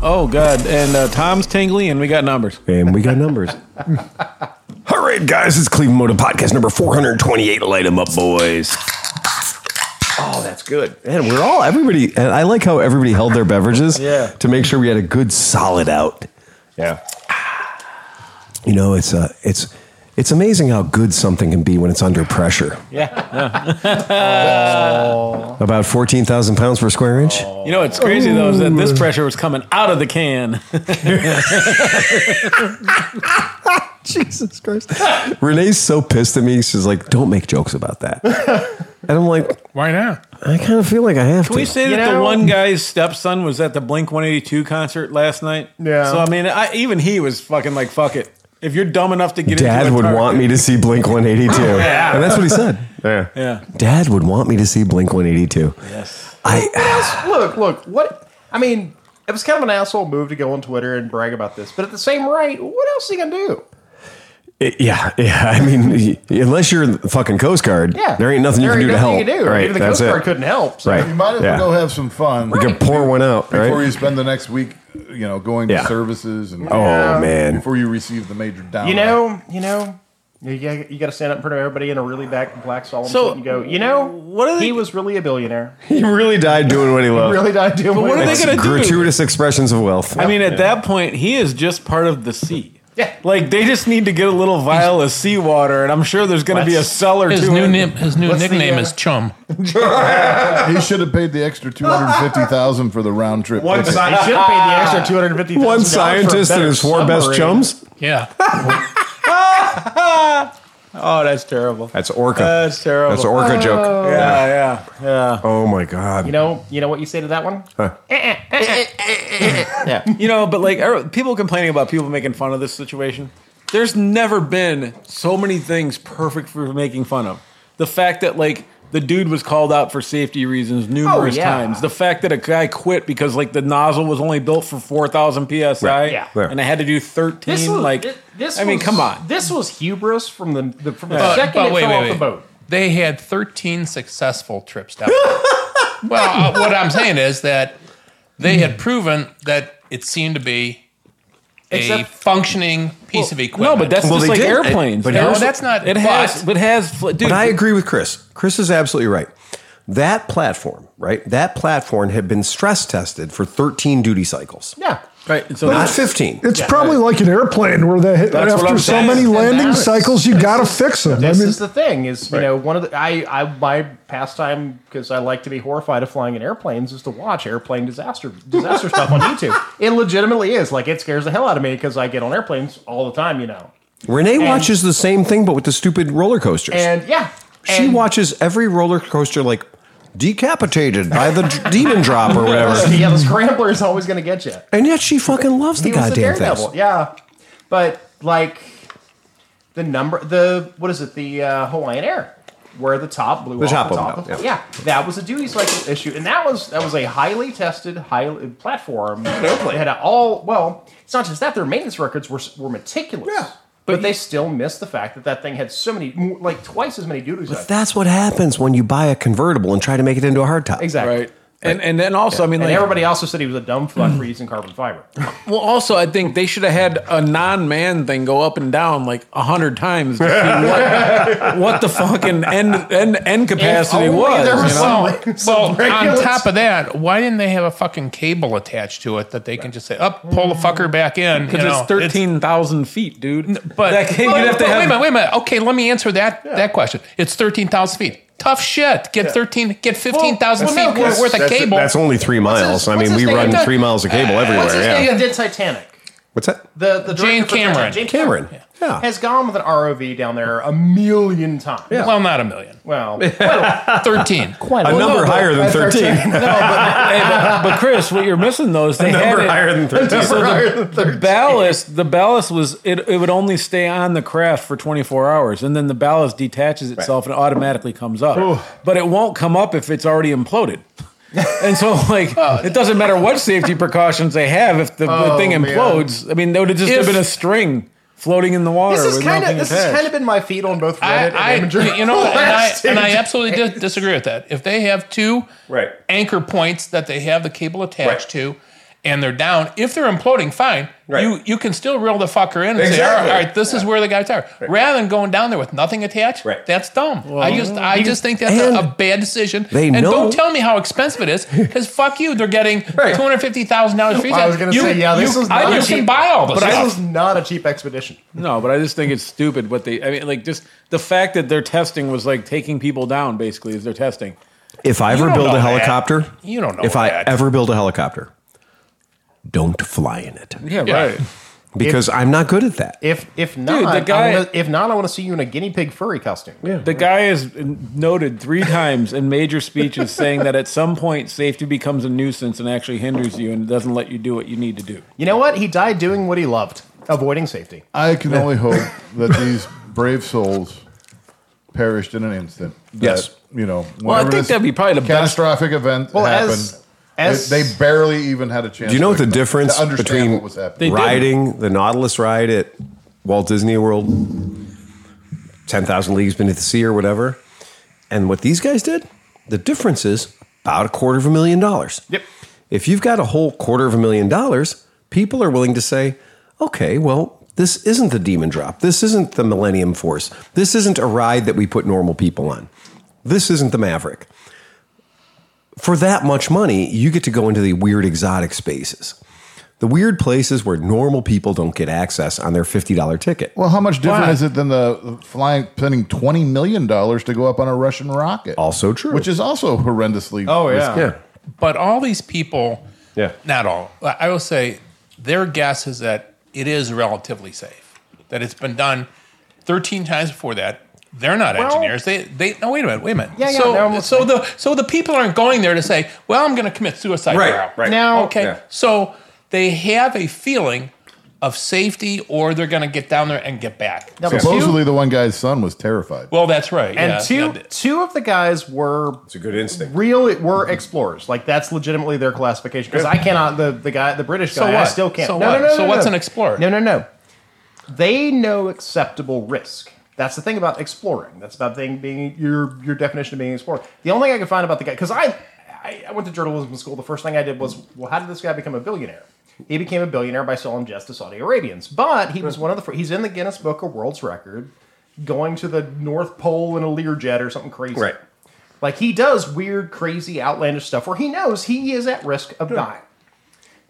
Oh God! And uh, Tom's tingly, and we got numbers. And we got numbers. All right, guys, it's Cleveland Motor Podcast number 428. Light 'em up, boys. Oh, that's good. And we're all, everybody, and I like how everybody held their beverages Yeah. to make sure we had a good solid out. Yeah. You know, it's uh, it's it's amazing how good something can be when it's under pressure. Yeah. About 14,000 pounds per square inch. You know what's crazy though is that this pressure was coming out of the can. Jesus Christ. Renee's so pissed at me. She's like, don't make jokes about that. And I'm like, Why not? I kind of feel like I have Can to. we say that the know- one guy's stepson was at the Blink 182 concert last night? Yeah. So I mean, I, even he was fucking like, "Fuck it." If you're dumb enough to get Dad into a would tar- want me to see Blink 182. And that's what he said. Yeah. Dad would want me to see Blink 182. Yes. I Look, look, what? I mean, it was kind of an asshole move to go on Twitter and brag about this, but at the same rate, what else are you going to do? it- yeah, yeah. I mean, y- unless you're the fucking Coast Guard, Yeah. there ain't nothing There you can do to ain't help. nothing you Right, Even the that's Coast Guard it. couldn't help. So. Right. You might as Yeah. well go have some fun You can pour one out, right? before you spend the next week, you know, going Yeah. to services and oh man, before you receive the major down. You know, you know, you, you got to stand up in front of everybody in a really back black solemn So, suit and go, you know, what are they- he was really a billionaire. he really died doing what he loved. really not doing But what are they It's gonna do? gratuitous expressions of wealth. I mean, at that point, he is just part of the sea. Yeah. Like they just need to get a little vial of seawater, and I'm sure there's going to be a What's- cellar His to new it. name, his new What's the, nickname uh, is Chum. he should have paid the extra two hundred fifty thousand for the round trip. One ticket. sci- They should have paid the extra two hundred fifty. one scientist and his four best chums. Yeah, Oh, that's terrible. That's Orca. That's terrible. That's an Orca joke. Yeah, yeah, yeah. Oh my god. You know, you know what you say to that one? You know, but like er, people complaining about people making fun of this situation. There's never been so many things perfect for making fun of. The fact that like the dude was called out for safety reasons numerous yeah. times. The fact that a guy quit because like the nozzle was only built for 4,000 psi Right, yeah. and I had to do 13 This was like thi- this. I mean, was- come on. This was hubris from the, the from the But- second but it wait, fell wait, off wait. the boat. they had 13 successful trips down. there. well, uh, what I'm saying is that they had proven that it seemed to be a Except- functioning piece of No, equipment. but that's Well, just they like did. airplanes. But though. no, that's not. it has it has fl- dude. But I agree with Chris. Chris is absolutely right. That platform, right? That platform had been stress tested for 13 duty cycles, Yeah. right, so not that's 15. It's probably like an airplane where they That's what after I'm so saying. many And landing that's- cycles, you got to fix them. I This mean, is the thing is, you know, one of the, I, I, my pastime, because I like to be horrified of flying in airplanes, is to watch airplane disaster, disaster stuff on YouTube. It legitimately is. Like, it scares the hell out of me because I get on airplanes all the time, you know. Renee watches the same thing, but with the stupid roller coasters. And yeah. she and- watches every roller coaster like decapitated by the d- demon drop or whatever. Yeah, the scrambler is always going to get you. And yet she fucking loves the He was the goddamn daredevil. thing. Yeah. But, like, the number, the, what is it, the uh, Hawaiian Air. Where the top blew off top the blew top. out, of- yeah. that was a duty cycle issue, and that was that was a highly tested, highly platform. They had a all well. It's not just that their maintenance records were were meticulous, Yeah. but, they still missed the fact that that thing had so many, more- like twice as many duty cycles. That's what happens when you buy a convertible and try to make it into a hardtop. exactly. right. And and then also, I mean, And like, everybody also said he was a dumb fuck for using carbon fiber. Well, also, I think they should have had a non-man thing go up and down like a hundred times to see what, what the fucking end end, end capacity If only was. Oh, there you was know? some- some Well, on regulars. top of that, why didn't they have a fucking cable attached to it that they can just say, "Up, pull the fucker back in"? you know, It's thirteen thousand feet, dude. But That can't- Well, you'd have to but wait a have- minute, wait a minute. Okay, let me answer that that question. It's thirteen thousand feet. Tough shit. Get thirteen. Get fifteen thousand Well, well, feet no, worth, worth of That's, cable. that's only three miles. his- I what's mean, his we name? run What's- three miles of Uh, cable What's his everywhere. name Yeah. that did Titanic? What's that? The the Jane director for Cameron. Titanic, Jane Cameron. Yeah. has gone with an ROV down there a million times. well, not a million. Well, Thirteen. a number higher than 13. Hey, but, but Chris, what you're missing though is they had number it, higher than 13. the ballast. The ballast was it, it would only stay on the craft for 24 hours, and then the ballast detaches itself and automatically comes up. But it won't come up if it's already imploded. and so, like, Oh. it doesn't matter what safety precautions they have if the, the thing man. implodes. I mean, there would have just If- been a string floating in the water. this is with kind nothing of this has attached. kind of been my feed on both Reddit I, and I Imager. you know, and I, Last and I two absolutely dis- disagree with that. If they have two Right. anchor points that they have the cable attached to, and they're down, if they're imploding, fine. Right. You you can still reel the fucker in and say, all Exactly. right, all right, this is where the guys are. Rather than going down there with nothing attached, Right. that's dumb. I just I just think that's and a, a bad decision. they and know- don't tell me how expensive it is, because fuck you, they're getting Right. two hundred fifty thousand dollars free. I was time. gonna You- say, yeah, this you, is I- not a you can cheap- buy all this. But stuff. this is not a cheap expedition. No, but I just think it's stupid what they. I mean, like just the fact that their testing was like taking people down. Basically, is their testing. If I ever don't build know a that. helicopter, You don't know If that. I ever build a helicopter, don't fly in it Yeah, Yeah. right. because I'm not good at that. If if not, the guy- I wanna, if not, I want to see you in a guinea pig furry costume. Yeah. The guy is noted three times in major speeches saying that at some point safety becomes a nuisance and actually hinders you and doesn't let you do what you need to do. You know what? He died doing what he loved, avoiding safety. I can only hope that these brave souls perished in an instant. That, Yes. You know, I whenever think this that'd be probably the best- catastrophic event Well, happened. as as they, they barely even had a chance. Do you know to- what the difference to understand between what was happening? riding the Nautilus ride at Walt Disney World, ten thousand leagues beneath the sea, or whatever, and what these guys did? The difference is about a quarter of a million dollars. Yep. If you've got a whole quarter of a million dollars, people are willing to say, "Okay, well." This isn't the Demon Drop. This isn't the Millennium Force. This isn't a ride that we put normal people on. This isn't the Maverick for that much money, you get to go into the weird exotic spaces. The weird places where normal people don't get access on their $50 ticket. Well, how much different is it than the flying spending twenty million dollars to go up on a Russian rocket? Also true. which is also horrendously. oh yeah. yeah. But all these people, Yeah. not all. I I will say their guess is that it is relatively safe. That it's been done 13 times before that. They're not engineers. They they no wait a minute, wait a minute. Yeah, yeah, so they're almost- so the so the people aren't going there to say, well, I'm going to commit suicide Right, tomorrow. right. Now- okay. Yeah. So they have a feeling of safety, or they're going to get down there and get back. Now, Supposedly, two, the one guy's son was terrified. Well, that's right. and yeah. two Yeah. two of the guys were It's a good instinct. real were explorers. Like that's legitimately their classification. Because I cannot the the guy the British guy I what? still can't. So what? So what's an explorer? No, no, no. They know acceptable risk. That's the thing about exploring. That's about thing being your your definition of being an explorer. The only thing I could find about the guy because I, I I went to journalism school. The first thing I did was well, how did this guy become a billionaire? He became a billionaire by selling jets to Saudi Arabians. But he was one of the fir- he's in the Guinness Book of World's Record, going to the North Pole in a Learjet or something crazy. Right. Like he does weird, crazy, outlandish stuff where he knows he is at risk of dying.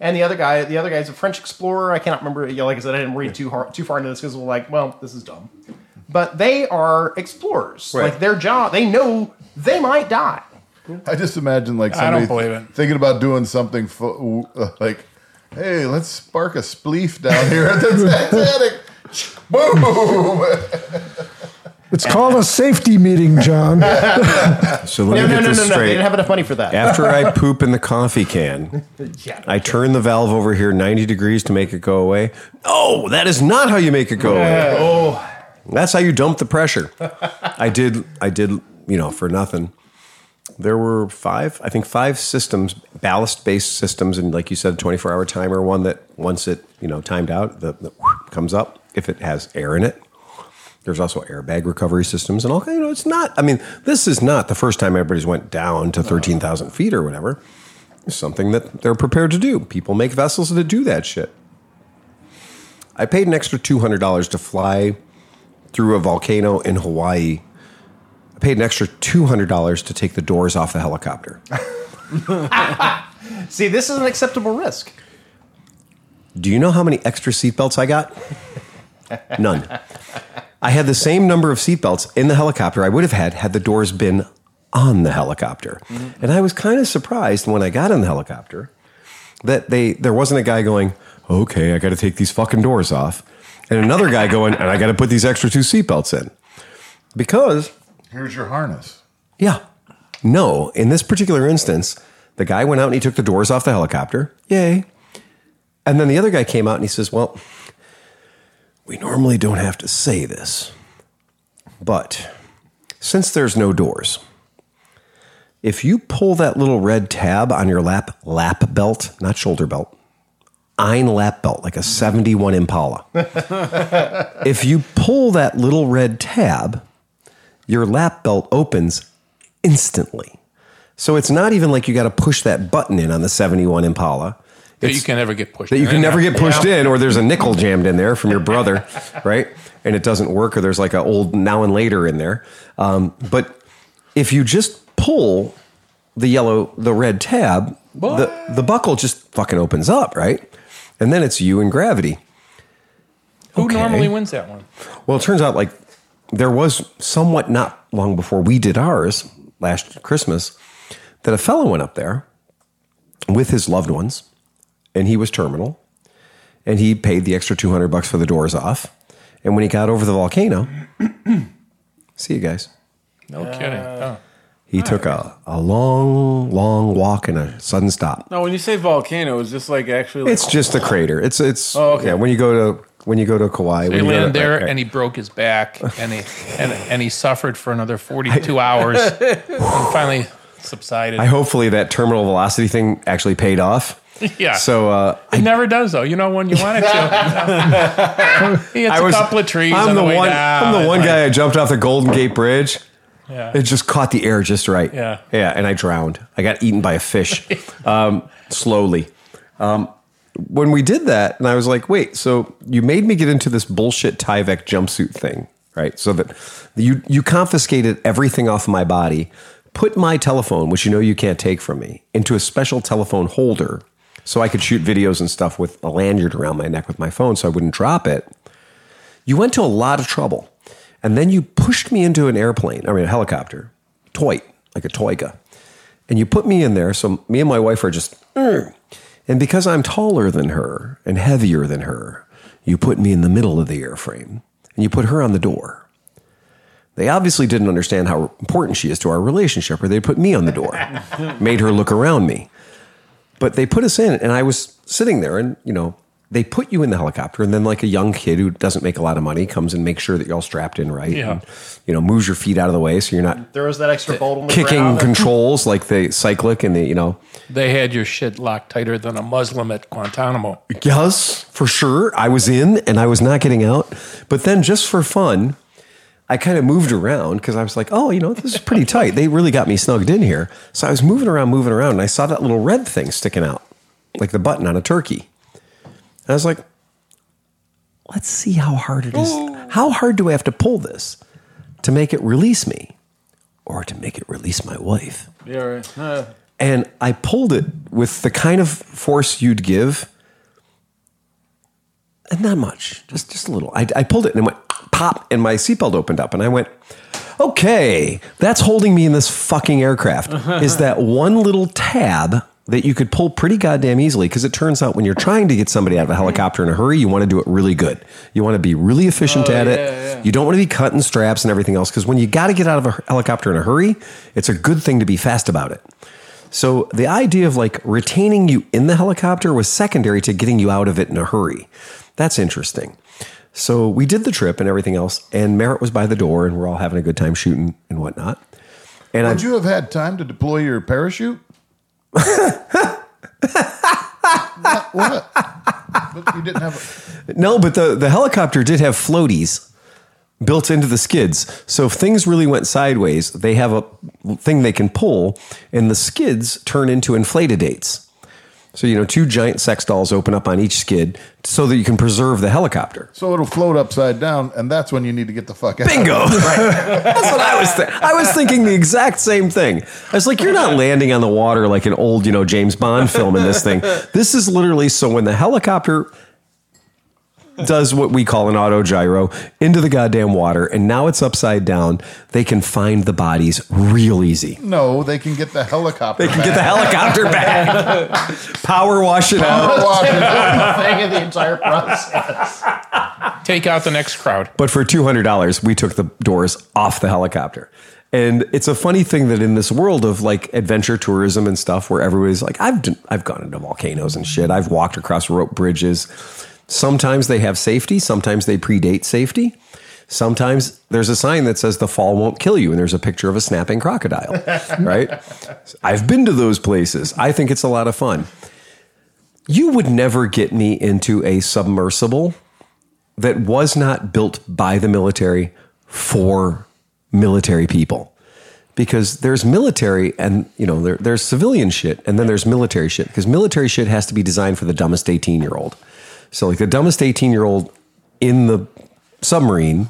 And the other guy, the other guy's a French explorer. I cannot remember. You know, like I said, I didn't read too hard, too far into this because we're like, well, this is dumb. But they are explorers. Right. Like their job, they know they might die. I just imagine like I don't somebody believe it. thinking about doing something fo- uh, like, "Hey, let's spark a spleef down here at the Titanic." Boom! It's called a safety meeting, John. So let No, me no, get no, no, this no. They straight. didn't have enough money for that. After I poop in the coffee can, Yeah. I turn the valve over here 90 degrees to make it go away. No, that is not how you make it go away. Oh. That's how you dump the pressure. I did I did, you know, for nothing. There were five, I think five systems, ballast-based systems, and like you said, 24-hour timer, one that once it, you know, timed out, the, the whoop comes up if it has air in it. There's also airbag recovery systems and all you know, it's not I mean, this is not the first time everybody's went down to 13,000 feet or whatever something that they're prepared to do. People make vessels that do that shit. I paid an extra $200 to fly through a volcano in Hawaii. I paid an extra $200 to take the doors off the helicopter. See, this is an acceptable risk. Do you know how many extra seatbelts I got? None. I had the same number of seatbelts in the helicopter I would have had had the doors been on the helicopter. And I was kind of surprised when I got in the helicopter that they there wasn't a guy going, "Okay, I got to take these fucking doors off." And another guy going, "And I got to put these extra two seatbelts in." Because Here's your harness. yeah. No, in this particular instance, the guy went out and he took the doors off the helicopter. Yay. And then the other guy came out and he says, Well, we normally don't have to say this, but since there's no doors, if you pull that little red tab on your lap, lap belt, not shoulder belt, ein lap belt, like a 71 Impala, if you pull that little red tab, your lap belt opens instantly. So it's not even like you got to push that button in on the 71 Impala. that you can never get pushed. that you in. can And never that- get pushed in, or there's a nickel jammed in there from your brother, right? And it doesn't work, or there's like an old now and later in there. Um, but if you just pull the yellow, the red tab, the, the buckle just fucking opens up, right? And then it's you and gravity. Who okay. normally wins that one? Well, it turns out like there was somewhat not long before we did ours last Christmas that a fellow went up there with his loved ones and he was terminal and he paid the extra 200 bucks for the doors off. And when he got over the volcano, see you guys. No Uh, kidding. Oh. He took a, a long, long walk and a sudden stop. Now, when you say volcano, is this like actually? Like, It's just a crater. It's it's Oh, okay. yeah, when you go to when you go to Kauai, They when you go landed to- there, right, right. and he broke his back, and he and, and he suffered for another forty-two hours, and finally subsided. I hopefully that terminal velocity thing actually paid off. Yeah. So uh, It never does though. You know when you want it to. he hits I was a couple of trees I'm on the, the, way one. down. I'm the one It's guy. I jumped off the Golden Gate Bridge. like- It yeah. just caught the air just right. Yeah. Yeah, and I drowned. I got eaten by a fish, um, slowly. Um, when we did that, and I was like, "Wait, so you made me get into this bullshit Tyvek jumpsuit thing, right? So that you you confiscated everything off my body, put my telephone, which you know you can't take from me, into a special telephone holder, so I could shoot videos and stuff with a lanyard around my neck with my phone, so I wouldn't drop it." You went to a lot of trouble. And then you pushed me into an airplane, I mean, a helicopter, toy, like a toyga. And you put me in there. So me and my wife are just, "Mm." and because I'm taller than her and heavier than her, you put me in the middle of the airframe and you put her on the door. They obviously didn't understand how important she is to our relationship, or they put me on the door, made her look around me. But they put us in, and I was sitting there, and you know, they put you in the helicopter, and then like a young kid who doesn't make a lot of money comes and makes sure that you're all strapped in right, Yeah. and you know, moves your feet out of the way so you're not There was that extra bolt on the kicking ground. controls like the cyclic and the you know They had your shit locked tighter than a Muslim at Guantanamo. yes for sure i was in and i was not getting out but then just for fun i kind of moved around because i was like oh you know this is pretty tight they really got me snugged in here so i was moving around moving around and i saw that little red thing sticking out like the button on a turkey and i was like let's see how hard it is how hard do i have to pull this to make it release me or to make it release my wife yeah, right. Uh, and I pulled it with the kind of force you'd give, and not much, just just a little. I, I pulled it and it went pop, and my seatbelt opened up, and I went, okay, that's holding me in this fucking aircraft. is that one little tab that you could pull pretty goddamn easily? Because it turns out when you're trying to get somebody out of a helicopter in a hurry, you want to do it really good. You want to be really efficient at it. You don't want to be cutting straps and everything else. Because when you got to get out of a helicopter in a hurry, it's a good thing to be fast about it. So the idea of like retaining you in the helicopter was secondary to getting you out of it in a hurry. That's interesting. So we did the trip and everything else, and Merritt was by the door, and we're all having a good time shooting and whatnot. And I, Would you have had time to deploy your parachute? what? what? But you didn't have. no, but the the helicopter did have floaties built into the skids. So if things really went sideways, they have a thing they can pull, and the skids turn into inflated dates. So you know, two giant sex dolls open up on each skid so that you can preserve the helicopter. So it'll float upside down, and that's when you need to get the fuck out. Bingo. That's what I was thinking. I was thinking the exact same thing. I was like, you're not landing on the water like an old, you know, James Bond film in this thing. This is literally so when the helicopter does what we call an auto gyro into the goddamn water and now it's upside down, they can find the bodies real easy. No, they can get the helicopter. They can get the helicopter back. Power wash it out. Oh, thing in the entire process. Take out the next crowd. But for $200, we took the doors off the helicopter. And it's a funny thing that in this world of like adventure tourism and stuff, where everybody's like, I've, done, I've gone into volcanoes and shit, I've walked across rope bridges. Sometimes they have safety, sometimes they predate safety. Sometimes there's a sign that says the fall won't kill you, and there's a picture of a snapping crocodile, right? I've been to those places. I think it's a lot of fun. You would never get me into a submersible that was not built by the military for military people because there's military and you know there, there's civilian shit and then there's military shit because military shit has to be designed for the dumbest 18 year old so like the dumbest 18 year old in the submarine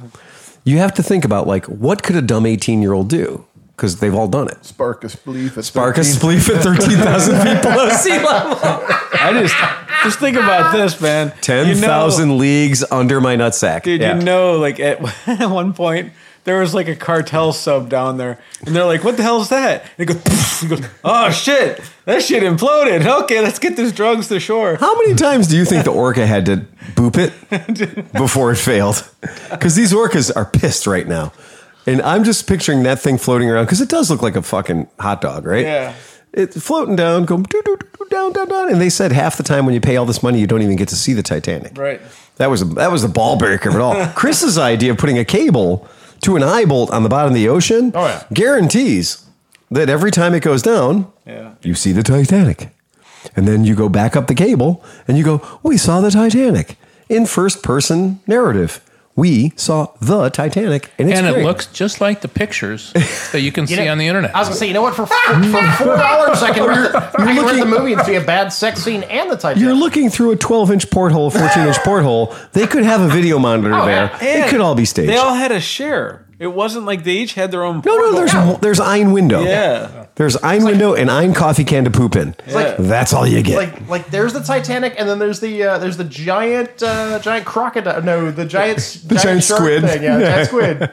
you have to think about like what could a dumb 18 year old do because they've all done it Spark a spleef. At bark a 13. spleef at 13000 feet below sea level I just just think about this, man. You know- 10000 leagues under my nutsack Dude, Yeah. you know, like at one point there was like a cartel sub down there, and they're like, "What the hell is that?" And it goes, poof, it goes, "Oh shit, that shit imploded." Okay, let's get these drugs to shore. How many times do you think the orca had to boop it before it failed? Because these orcas are pissed right now. And I'm just picturing that thing floating around because it does look like a fucking hot dog, right? Yeah. It's floating down, going doo, doo, doo, doo, down, down, down. And they said half the time when you pay all this money, you don't even get to see the Titanic. Right. That was a, that was the ball breaker of it all. Chris's idea of putting a cable to an eye bolt on the bottom of the ocean Oh, yeah. guarantees that every time it goes down, Yeah. you see the Titanic. And then you go back up the cable and you go, We saw the Titanic in first person narrative. We saw the Titanic. And, it's and great. it looks just like the pictures that you can see know- on the internet. I was gonna say, you know what? For four, for four dollars, I can rent, I can rent the movie and see a bad sex scene and the Titanic. You're looking through a 12 inch porthole, 14 inch porthole. They could have a video monitor there. It And could all be staged. They all had a share. It wasn't like they each had their own. no, no, there's, there's Ein Window. Yeah. There's Ein Window and Ein Coffee Can to poop in. like- That's all you get. like like there's the Titanic and then there's the uh, there's the giant uh, giant crocodile no the giant the giant shark squid. thing, yeah, giant squid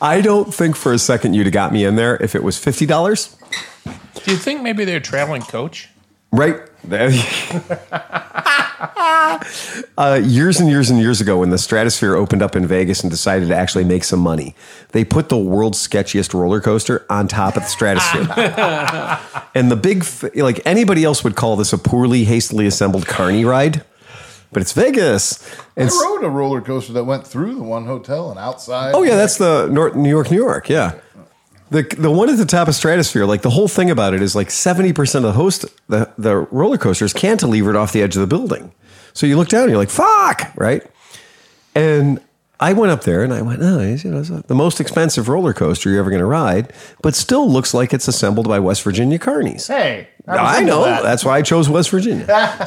I don't think for a second you'd have got me in there if it was $50. Do you think maybe they're a traveling coach? Right. uh, years and years and years ago, when the Stratosphere opened up in Vegas and decided to actually make some money, they put the world's sketchiest roller coaster on top of the Stratosphere. and the big, f- like anybody else would call this a poorly, hastily assembled carny ride, but it's Vegas. And s- I rode a roller coaster that went through the one hotel and outside. Oh yeah, that's the North, New York, New York. Yeah, the the one at the top of Stratosphere. Like the whole thing about it is like seventy percent of the host the the roller coaster is cantilevered off the edge of the building. So you look down, and you're like, "Fuck!" Right? And I went up there and I went, "Oh, you know, it's the most expensive roller coaster you're ever going to ride, but still looks like it's assembled by West Virginia carnies." hey was I into know. that. That's why I chose West Virginia.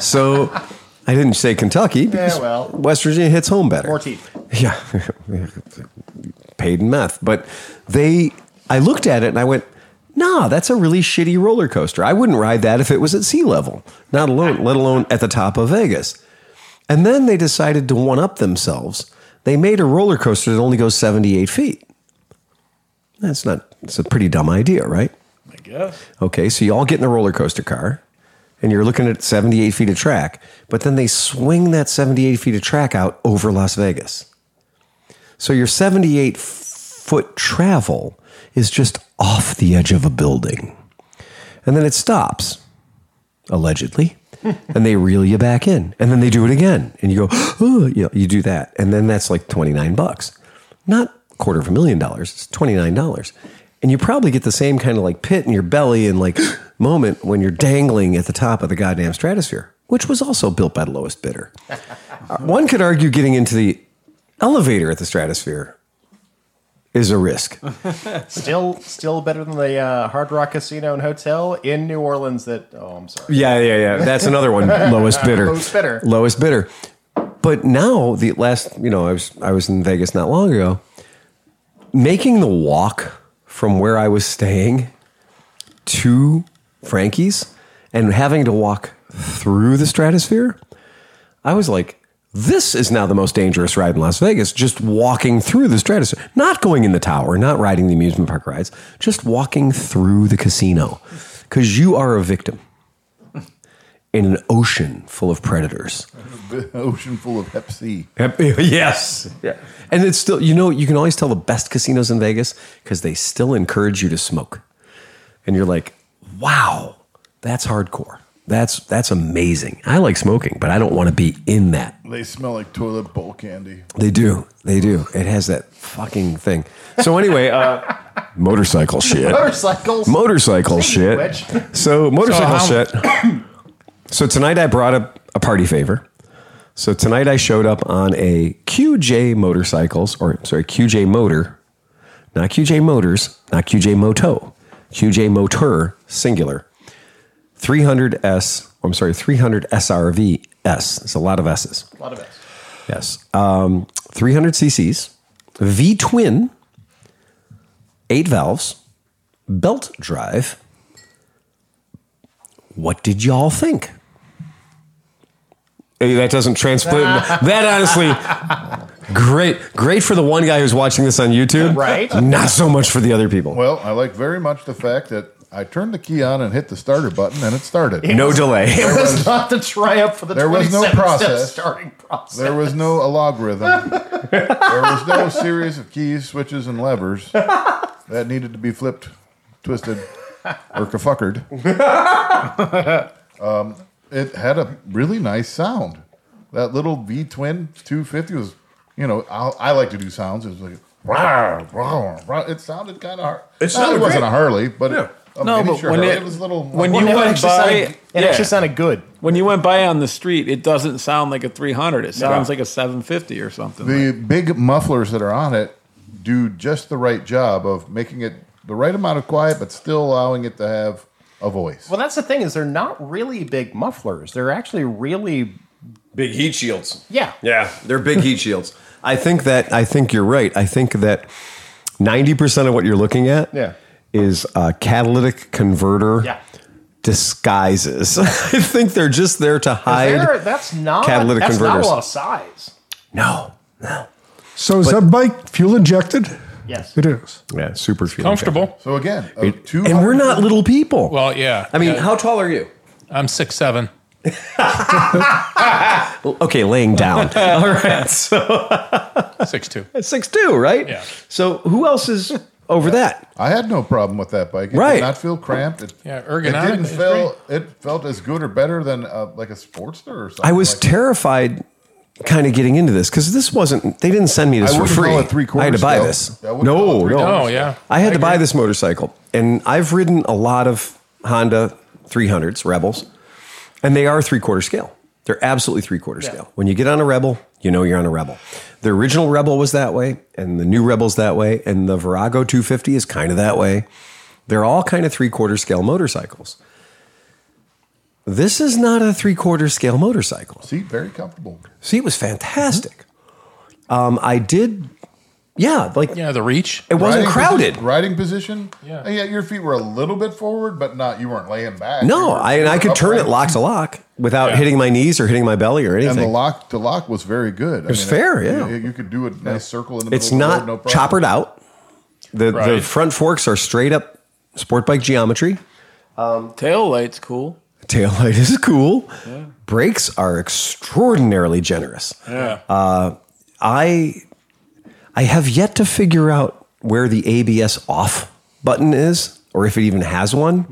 so I didn't say Kentucky because well. West Virginia hits home better. More teeth. Yeah. Paid in meth. But they, I looked at it and I went, nah, that's a really shitty roller coaster. I wouldn't ride that if it was at sea level, not alone, let alone at the top of Vegas. And then they decided to one up themselves. They made a roller coaster that only goes 78 feet. That's not, it's a pretty dumb idea, right? I guess. Okay, so you all get in a roller coaster car and you're looking at 78 feet of track, but then they swing that 78 feet of track out over Las Vegas. So your 78 f- foot travel is just off the edge of a building. And then it stops, allegedly, and they reel you back in. And then they do it again. And you go, oh, you, know, you do that. And then that's like 29 bucks. Not quarter of a million dollars, it's $29. And you probably get the same kind of like pit in your belly and like moment when you're dangling at the top of the goddamn stratosphere, which was also built by the lowest bidder. Uh, One could argue getting into the elevator at the stratosphere is a risk. still still better than the uh, Hard Rock Casino and Hotel in New Orleans that oh I'm sorry Yeah, yeah, yeah. That's another one. Lowest bidder. Lowest bidder. Lowest bidder. But now the last, you know, I was I was in Vegas not long ago. Making the walk from where I was staying to Frankie's and having to walk through the stratosphere, I was like, this is now the most dangerous ride in Las Vegas. Just walking through the stratosphere, not going in the tower, not riding the amusement park rides, just walking through the casino because you are a victim in an ocean full of predators. Ocean full of Hep C. yes. Yeah. And it's still, you know, you can always tell the best casinos in Vegas because they still encourage you to smoke. And you're like, wow, that's hardcore. That's that's amazing. I like smoking, but I don't want to be in that. They smell like toilet bowl candy. They do. They do. It has that fucking thing. So anyway, uh, motorcycle shit. motorcycles Motorcycle Speaking of shit. So motorcycle So shit. So tonight I brought up a party favor. So tonight I showed up on a QJ motorcycles or sorry QJ motor, not QJ Motors, not QJ Moto, QJ Motor, singular. 300S, I'm sorry, 300 SRV S. It's a lot of S's. A lot of S. Yes. Um, 300 cc's, V twin, eight valves, belt drive. What did y'all think? Hey, that doesn't translate. that honestly, great, great for the one guy who's watching this on YouTube. Right. Not so much for the other people. Well, I like very much the fact that I turned the key on and hit the starter button and it started. no delay. It was not the triumph for the There was no 27 step process. starting process. There was no logarithm. there was no series of keys, switches, and levers that needed to be flipped, twisted, or kafuckered. um, it had a really nice sound. That little V twin 250 was, you know, I, I like to do sounds. It was like, rah, rah, rah. it sounded kind of hard. It, sounded wasn't great. a Harley, but it, a No, but miniature when Harley. it- it, was a little. when Well, you it went actually by- sounded- It Yeah. actually sounded good. When you went by on the street, it doesn't sound like a 300. It sounds like a 750 or something. the big mufflers that are on it do just the right job of making it the right amount of quiet, but still allowing it to have a voice. Well, that's the thing is they're not really big mufflers. They're actually really Big heat shields. yeah. Yeah, they're big heat shields. I think that I think you're right. I think that ninety percent of what you're looking at Yeah. is a catalytic converter Yeah. disguises. I think they're just there to hide. They're- that's not catalytic that's not converters. a lot of size. no. So is that bike fuel injected? Yes. It is. Yeah, super fuel Comfortable. so again, a two injector. And we're not little people. Well, yeah. I mean, Yeah. how tall are you? I'm six seven. Okay, laying down. All right, so Six two. six two, right? Yeah. So who else is over that? I had no problem with that bike. It Right. did not feel cramped. It, Yeah, It ergonomic didn't is feel. It felt as good or better than uh, like a Sportster or something. I was like terrified, kind of getting into this because this wasn't. They didn't send me this I for wouldn't free. call it three-quarter I had to buy scale. this. I wouldn't call it No, three-quarter no. Oh yeah. I had to buy this motorcycle, and I've ridden a lot of Honda 300s, Rebels, and they are three quarter scale. They're absolutely three quarter scale. When you get on a Rebel, you know you're on a Rebel. The original Rebel was that way, and the new Rebel's that way, and the Virago 250 is kind of that way. They're all kind of three quarter scale motorcycles. This is not a three quarter scale motorcycle. seat very comfortable. See, it was fantastic. Mm-hmm. Um, I did, yeah, like Yeah, the reach. it wasn't Riding crowded. position- riding position. Yeah. And yet your feet were a little bit forward, but not. You weren't laying back. You No, were- I, you and I were could turn it upright. lock to lock without Yeah. hitting my knees or hitting my belly or And the anything. lock to lock was very good. It was fair, yeah. You, you could do a nice circle in the It's middle. not of the road, no problem. choppered out. The, the Right. front forks are straight up sport bike geometry. Tail light's cool. Taillight is cool. Brakes are extraordinarily generous. Yeah. Uh, I I have yet to figure out where the ABS off button is or if it even has one.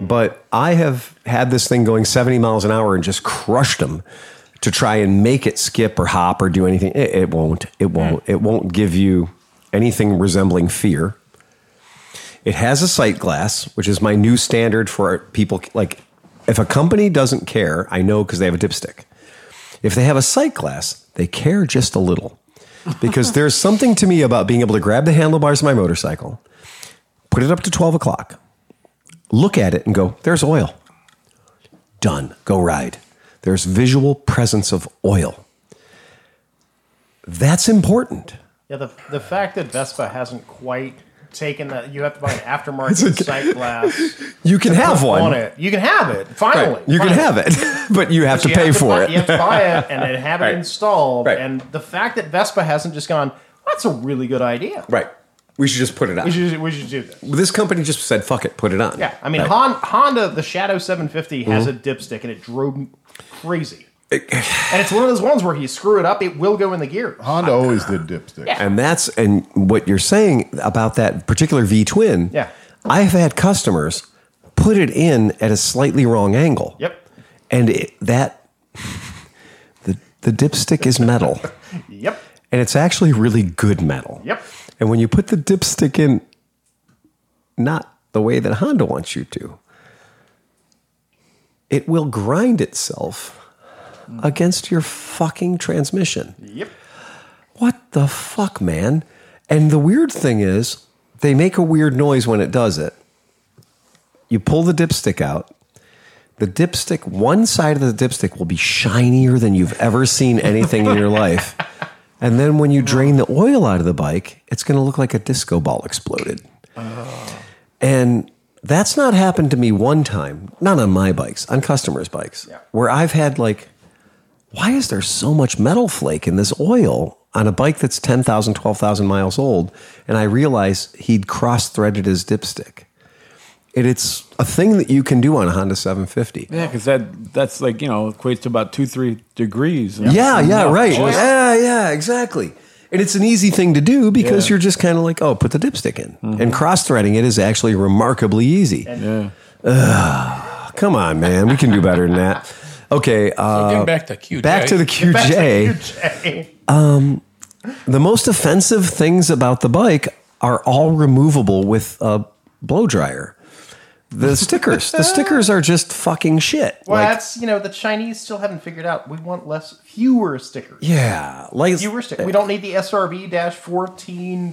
But I have had this thing going 70 miles an hour and just crushed them to try and make it skip or hop or do anything. It, it won't. It won't. It won't give you anything resembling fear. It has a sight glass, which is my new standard for people like if a company doesn't care, I know because they have a dipstick. If they have a sight glass, they care just a little. Because there's something to me about being able to grab the handlebars of my motorcycle, put it up to 12 o'clock, look at it and go, there's oil. Done. Go ride. There's visual presence of oil. That's important. Yeah, the, the fact that Vespa hasn't quite taken that you have to buy an aftermarket sight glass You can have on one. it. You can have it. Finally. You can finally. have it, but you have to You pay have for buy, it. You have to buy it and then have it installed. Right. And the fact that Vespa hasn't just gone, that's a really good idea. Right. We should just put it We on. should, we should do this. this company just said, fuck it, put it on. Yeah. I mean, Right. Mm-hmm. Hon, Honda, the Shadow 750 has a dipstick and it drove me crazy. and it's one of those ones where you screw it up, it will go in the gear. Honda always did dipsticks. And that's and what you're saying about that particular V twin. Yeah. I've had customers put it in at a slightly wrong angle. Yep. And it, that the the dipstick is metal, Yep. and it's actually really good metal. Yep. And when you put the dipstick in, not the way that Honda wants you to, it will grind itself against your fucking transmission Yep. what the fuck, man? And the weird thing is, they make a weird noise when it does it. You pull the dipstick out. The dipstick, one side of the dipstick will be shinier than you've ever seen anything in your life. And then when you drain the oil out of the bike, it's going to look like a disco ball exploded. And that's not happened to me one time, not on my bikes, on customers' bikes, where I've had like, why is there so much metal flake in this oil on a bike that's 10,000, 12,000 miles old? And I realize he'd cross threaded his dipstick. And it's a thing that you can do on a Honda 750. Yeah, because that that's like you know equates to about two three degrees. Yeah, yeah, right. Just- yeah, yeah, exactly. And it's an easy thing to do because Yeah. you're just kind of like, oh, put the dipstick in. And cross threading it is actually remarkably easy. yeah. Come on, man. We can do better than that. Okay. Uh, Getting back to QJ. back to the QJ. QJ. The most offensive things about the bike are all removable with a blow dryer. The stickers. the stickers are just fucking shit. Well, Like, that's you know the Chinese still haven't figured out. We want less, fewer stickers. yeah. Like Fewer stickers. We don't need the SRB fourteen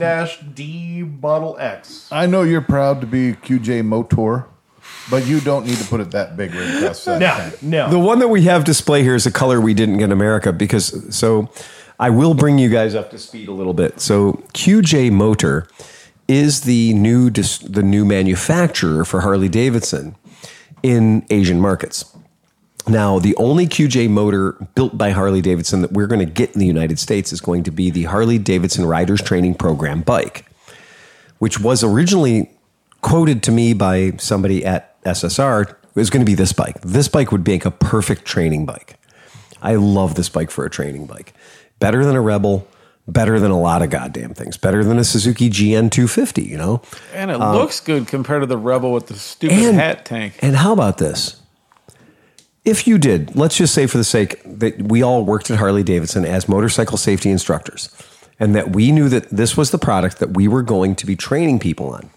D Model X. I know you're proud to be QJ Motor, but you don't need to put it that big where it costs that No, tank. no. The one that we have display here is a color we didn't get in America because so I will bring you guys up to speed a little bit. So QJ Motor is the new dis- the new manufacturer for Harley Davidson in Asian markets. Now, the only QJ motor built by Harley Davidson that we're going to get in the United States is going to be the Harley Davidson Riders Training Program bike, which was originally quoted to me by somebody at SSR is going to be this bike. This bike would make a perfect training bike. I love this bike for a training bike. Better than a Rebel, better than a lot of goddamn things, better than a Suzuki GN250, you know? And it looks good compared to the Rebel with the stupid um, And- hat tank. And how about this? If you did, let's just say for the sake that we all worked at Harley Davidson as motorcycle safety instructors and that we knew that this was the product that we were going to be training people on.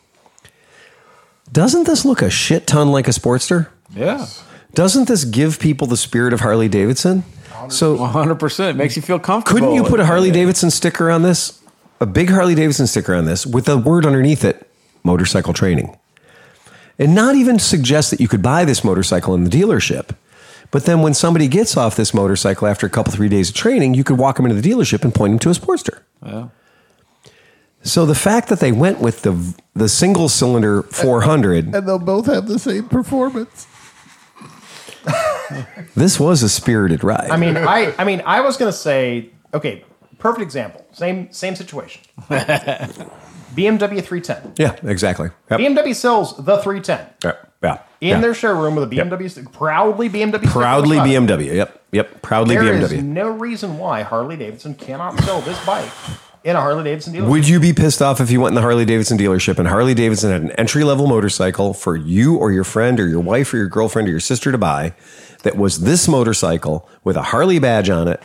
Doesn't this look a shit ton like a Sportster? Yeah, Doesn't this give people the spirit of Harley Davidson? So, hundred percent makes you feel comfortable. couldn't you put a Harley Davidson sticker on this? A big Harley Davidson sticker on this with a word underneath it motorcycle training. And not even suggest that you could buy this motorcycle in the dealership. But then when somebody gets off this motorcycle after a couple, three days of training, you could walk them into the dealership and point them to a Sportster. So the fact that they went with the, the single cylinder 400. Uh, And they'll both have the same performance. This was a spirited ride. I mean, I I mean, I was gonna say, okay, perfect example. Same same situation. BMW 310. yeah, exactly. Yep. BMW sells the 310 Yep. Yeah. in Yeah. their showroom with a BMW st- proudly BMW sticker proudly on the front. BMW. Yep. Yep. Proudly There is BMW. no reason why Harley Davidson cannot sell this bike in a Harley Davidson dealer. Would you be pissed off if you went in the Harley Davidson dealership and Harley Davidson had an entry level motorcycle for you or your friend or your wife or your girlfriend or your sister to buy that was this motorcycle with a Harley badge on it?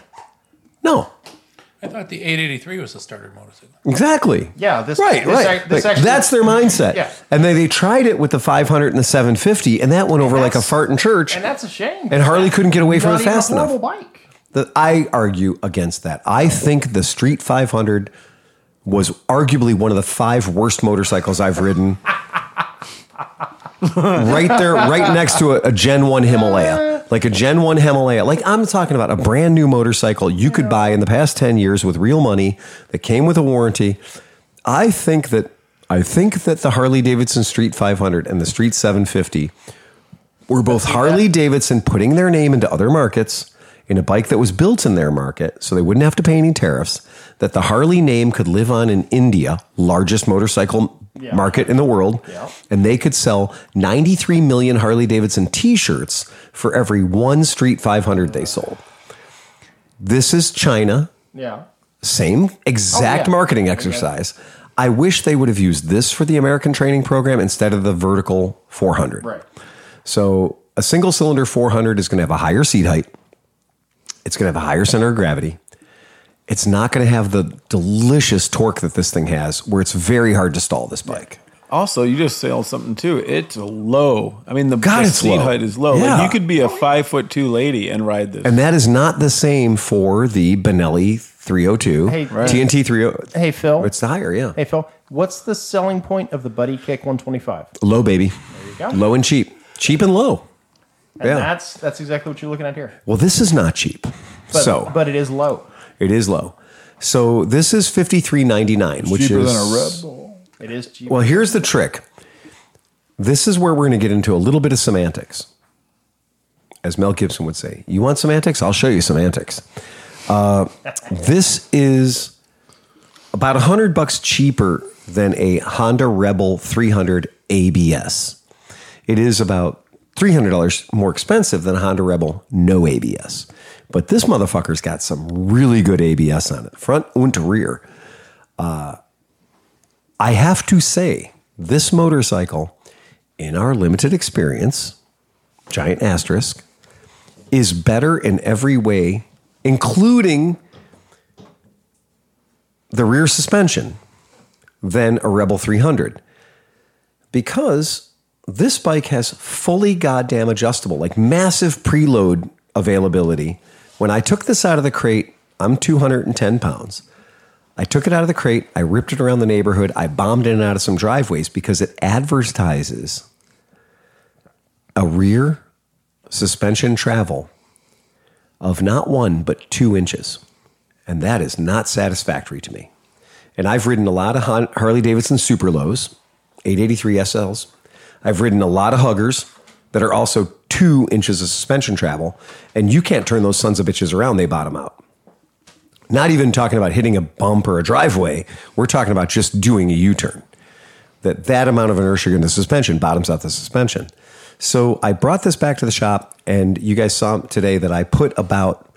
No. I thought the 883 was a starter motorcycle. Exactly. Yeah, this- right, this right. act- this Like, actually- that's their mindset. Yeah. And then they tried it with the 500 and the 750, and that went over like a that's- fart in church. and that's a shame. And Harley couldn't get away from Not it even fast a enough. horrible bike. The, I argue against that. I think the Street 500 was arguably one of the five worst motorcycles I've ridden. right there, right next to a, a Gen 1 Himalaya. Like a Gen 1 Himalaya. Like I'm talking about a brand new motorcycle you could buy in the past 10 years with real money that came with a warranty. I think that I think that the Harley Davidson Street 500 and the Street 750 were both Harley Davidson putting their name into other markets in a bike that was built in their market, so they wouldn't have to pay any tariffs. That the Harley name could live on in India, largest motorcycle Yeah. market in the world, Yeah. and they could sell 93 million Harley Davidson T-shirts for every one Street 500 they sold. This is China Yeah. same exact Oh, yeah. marketing exercise. I wish they would have used this for the American training program instead of the vertical 400. Right. So a single cylinder 400 is going to have a higher seat height. It's going to have a higher center of gravity. It's not going to have the delicious torque that this thing has, where it's very hard to stall this bike. Also, you just sailed something too. It's low. I mean, the, God, the it's seat low. height is low. Yeah. Like you could be a five foot two lady and ride this. And that is not the same for the Benelli 302. Hey, Right. TNT 302. Hey, Phil. It's higher, yeah. hey, Phil. What's the selling point of the Buddy Kick 125? Low, baby. go. Low and cheap. Cheap and low. And yeah. that's that's exactly what you're looking at here. well, this is not cheap. But, so but it is low. it is low. So this is 53.99, which Cheaper is than a Red Bull. It is cheap. Well, here's the trick. This is where we're going to get into a little bit of semantics. As Mel Gibson would say, you want semantics? I'll show you semantics. Uh, this is about 100 bucks cheaper than a Honda Rebel 300 ABS. It is about $300 more expensive than a Honda Rebel no ABS. But this motherfucker's got some really good ABS on it, front and rear. I have to say, this motorcycle, in our limited experience, giant asterisk, is better in every way, including the rear suspension, than a Rebel 300. Because this bike has fully goddamn adjustable, like massive preload availability. When I took this out of the crate, I'm 210 pounds. I took it out of the crate. I ripped it around the neighborhood. I bombed in and out of some driveways because it advertises a rear suspension travel of not one, but two inches. And that is not satisfactory to me. And I've ridden a lot of Han- Harley Davidson Super Lows, 883 SLs. I've ridden a lot of Huggers that are also two inches of suspension travel. And you can't turn those sons of bitches around, they bottom out not even talking about hitting a bump or a driveway. We're talking about just doing a U-turn. That that amount of inertia in the suspension bottoms out the suspension. So I brought this back to the shop, and you guys saw today that I put about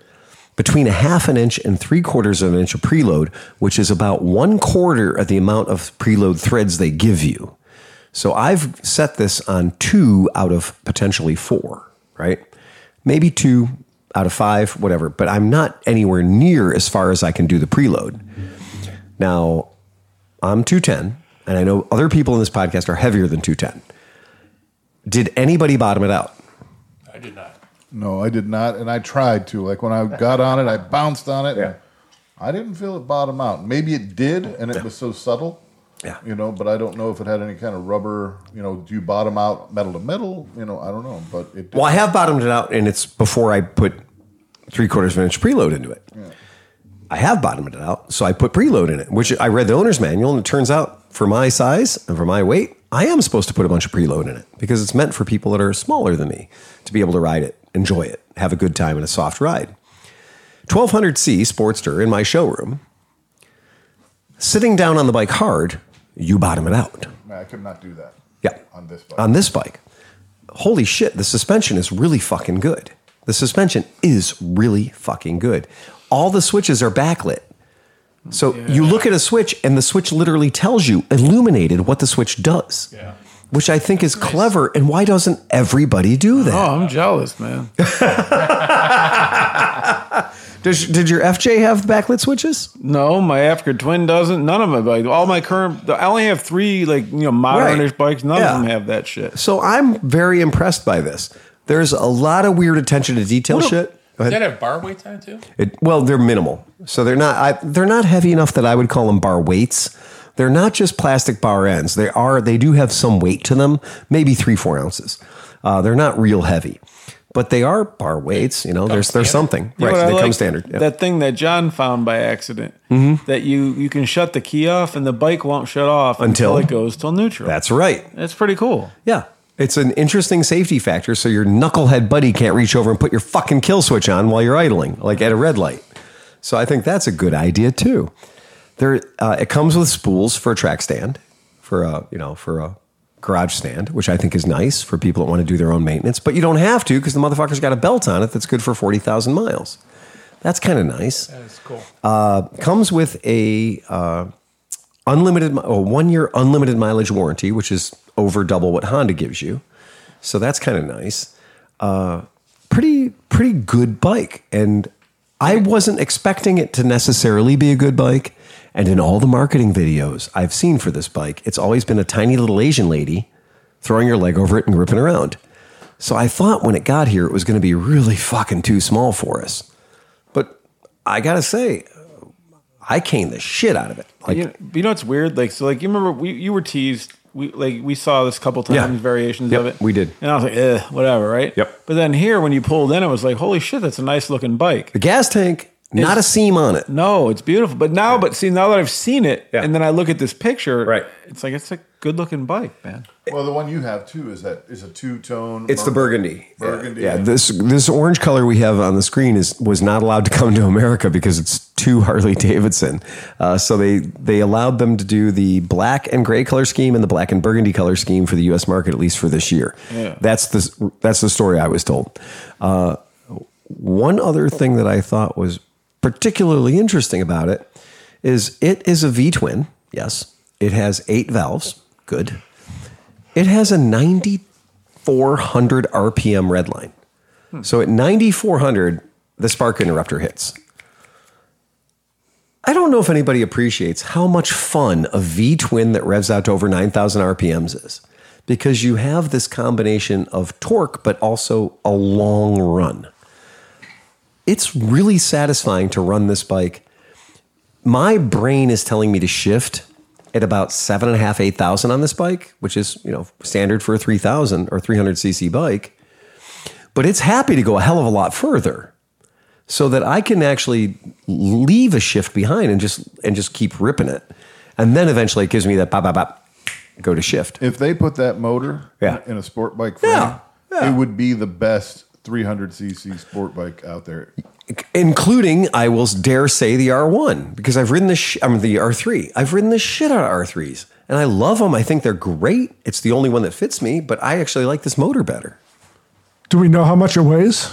between a half an inch and three quarters of an inch of preload, which is about one quarter of the amount of preload threads they give you. So I've set this on two out of potentially four, right? Maybe two out of five, whatever, but I'm not anywhere near as far as I can do the preload. Now, I'm 210, and I know other people in this podcast are heavier than 210. Did anybody bottom it out? I did not. No, I did not, and I tried to. Like when I got on it, I bounced on it. and I didn't feel it bottom out. Maybe it did, and it was so subtle. Yeah. You know, but I don't know if it had any kind of rubber. You know, do you bottom out metal to metal? You know, I don't know, but it. Did. Well, I have bottomed it out, and it's before I put three quarters of an inch preload into it. I have bottomed it out, so I put preload in it, which I read the owner's manual, and it turns out for my size and for my weight, I am supposed to put a bunch of preload in it because it's meant for people that are smaller than me to be able to ride it, enjoy it, have a good time, and a soft ride. 1200C Sportster in my showroom, sitting down on the bike hard, you bottom it out. I could not do that. Yeah. Um, On this bike. On this bike. Holy shit, the suspension is really fucking good. The suspension is really fucking good. All the switches are backlit. So you look at a switch and the switch literally tells you illuminated what the switch does. Yeah. Which I think is clever and why doesn't everybody do that? Oh, I'm jealous, man. Does, did your FJ have backlit switches? No, my Africa Twin doesn't. None of my bikes. All my current. I only have three, like you know, modernish Right. bikes. None Yeah. of them have that shit. So I'm very impressed by this. There's a lot of weird attention to detail shit. Go ahead. Did that have bar weights on it too? It, well, they're minimal, so they're not. I, they're not heavy enough that I would call them bar weights. They're not just plastic bar ends. They are. They do have some weight to them, maybe three four ounces. Uh, they're not real heavy, but they are bar weights. You know, there's there's something You know right. what They I come like? standard. Yeah. Mm-hmm. That thing that John found by accident that you you can shut the key off and the bike won't shut off Until- until, it goes till neutral. That's right. that's pretty cool. Yeah. It's an interesting safety factor, so your knucklehead buddy can't reach over and put your fucking kill switch on while you're idling, like at a red light. So I think that's a good idea too. There, uh, it comes with spools for a track stand, for a you know for a garage stand, which I think is nice for people that want to do their own maintenance. But you don't have to because the motherfucker's got a belt on it that's good for forty thousand miles. That's kind of nice Uh, That's cool. comes with a uh, unlimited mi- a one year unlimited mileage warranty, which is over double what Honda gives you. So that's kind of nice. Uh, pretty pretty good bike, and I wasn't expecting it to necessarily be a good bike. And in all the marketing videos I've seen for this bike, it's always been a tiny little Asian lady throwing her leg over it and gripping around. So I thought when it got here, it was going to be really fucking too small for us. But I gotta say, I caned the shit out of it. Like, you, you know it's weird like so like you remember we, you were teased we like we saw this couple times Yeah. variations Yep, of it we did. and i was like eh, whatever right Yep. but then here when you pulled in it was like holy shit that's a nice looking bike the gas tank, not a seam on it. no it's beautiful but now but see now that i've seen it Yeah. and then i look at this picture Right. it's like it's a good looking bike man Well, the one you have too is that is a two tone. It's the burgundy. Burgundy. Yeah, this this orange color we have on the screen is was not allowed to come to America because it's too Harley Davidson. Uh, so they they allowed them to do the black and gray color scheme and the black and burgundy color scheme for the U.S. market at least for this year. That's the that's the story I was told. Uh, one other thing that I thought was particularly interesting about it is it is a V twin. Yes, it has eight valves. Good. It has a 9400 RPM red line. So at 9400, the spark interrupter hits. I don't know if anybody appreciates how much fun a V twin that revs out to over 9,000 RPMs is because you have this combination of torque, but also a long run. It's really satisfying to run this bike my brain is telling me to shift at about seven and a half, eight thousand on this bike, which is you know standard for a three thousand or three hundred cc bike. But it's happy to go a hell of a lot further, so that I can actually leave a shift behind and just and just keep ripping it, and then eventually it gives me that pop, pop, pop, go to shift. If they put that motor Yeah. in a sport bike frame, Yeah, yeah. it would be the best 300cc sport bike out there. including I will dare say the R1 because I've ridden the sh- I mean the R3. I've ridden the shit out of R3s and I love them. I think they're great. It's the only one that fits me, but I actually like this motor better. Do we know how much it weighs?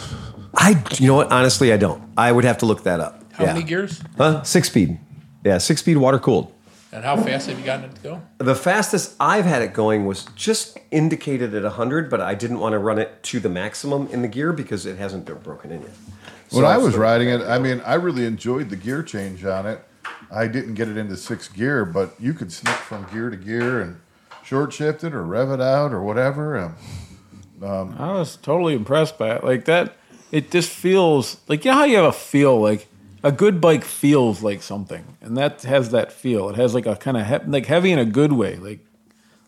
I you know what? Honestly, I don't. I would have to look that up. How yeah. many gears? Huh? 6 speed. Yeah, 6 speed water cooled. And how fast have you gotten it to go? The fastest I've had it going was just indicated at 100, but I didn't want to run it to the maximum in the gear because it hasn't been broken in yet. When I was so- riding it, I mean, I really enjoyed the gear change on it. I didn't get it into sixth gear, but you could snip from gear to gear and short shift it or rev it out or whatever. Um, i was totally impressed by it like that it just feels like you know how you have a feel like a good bike feels like something and that has that feel it has like a kind of he- like heavy in a good way like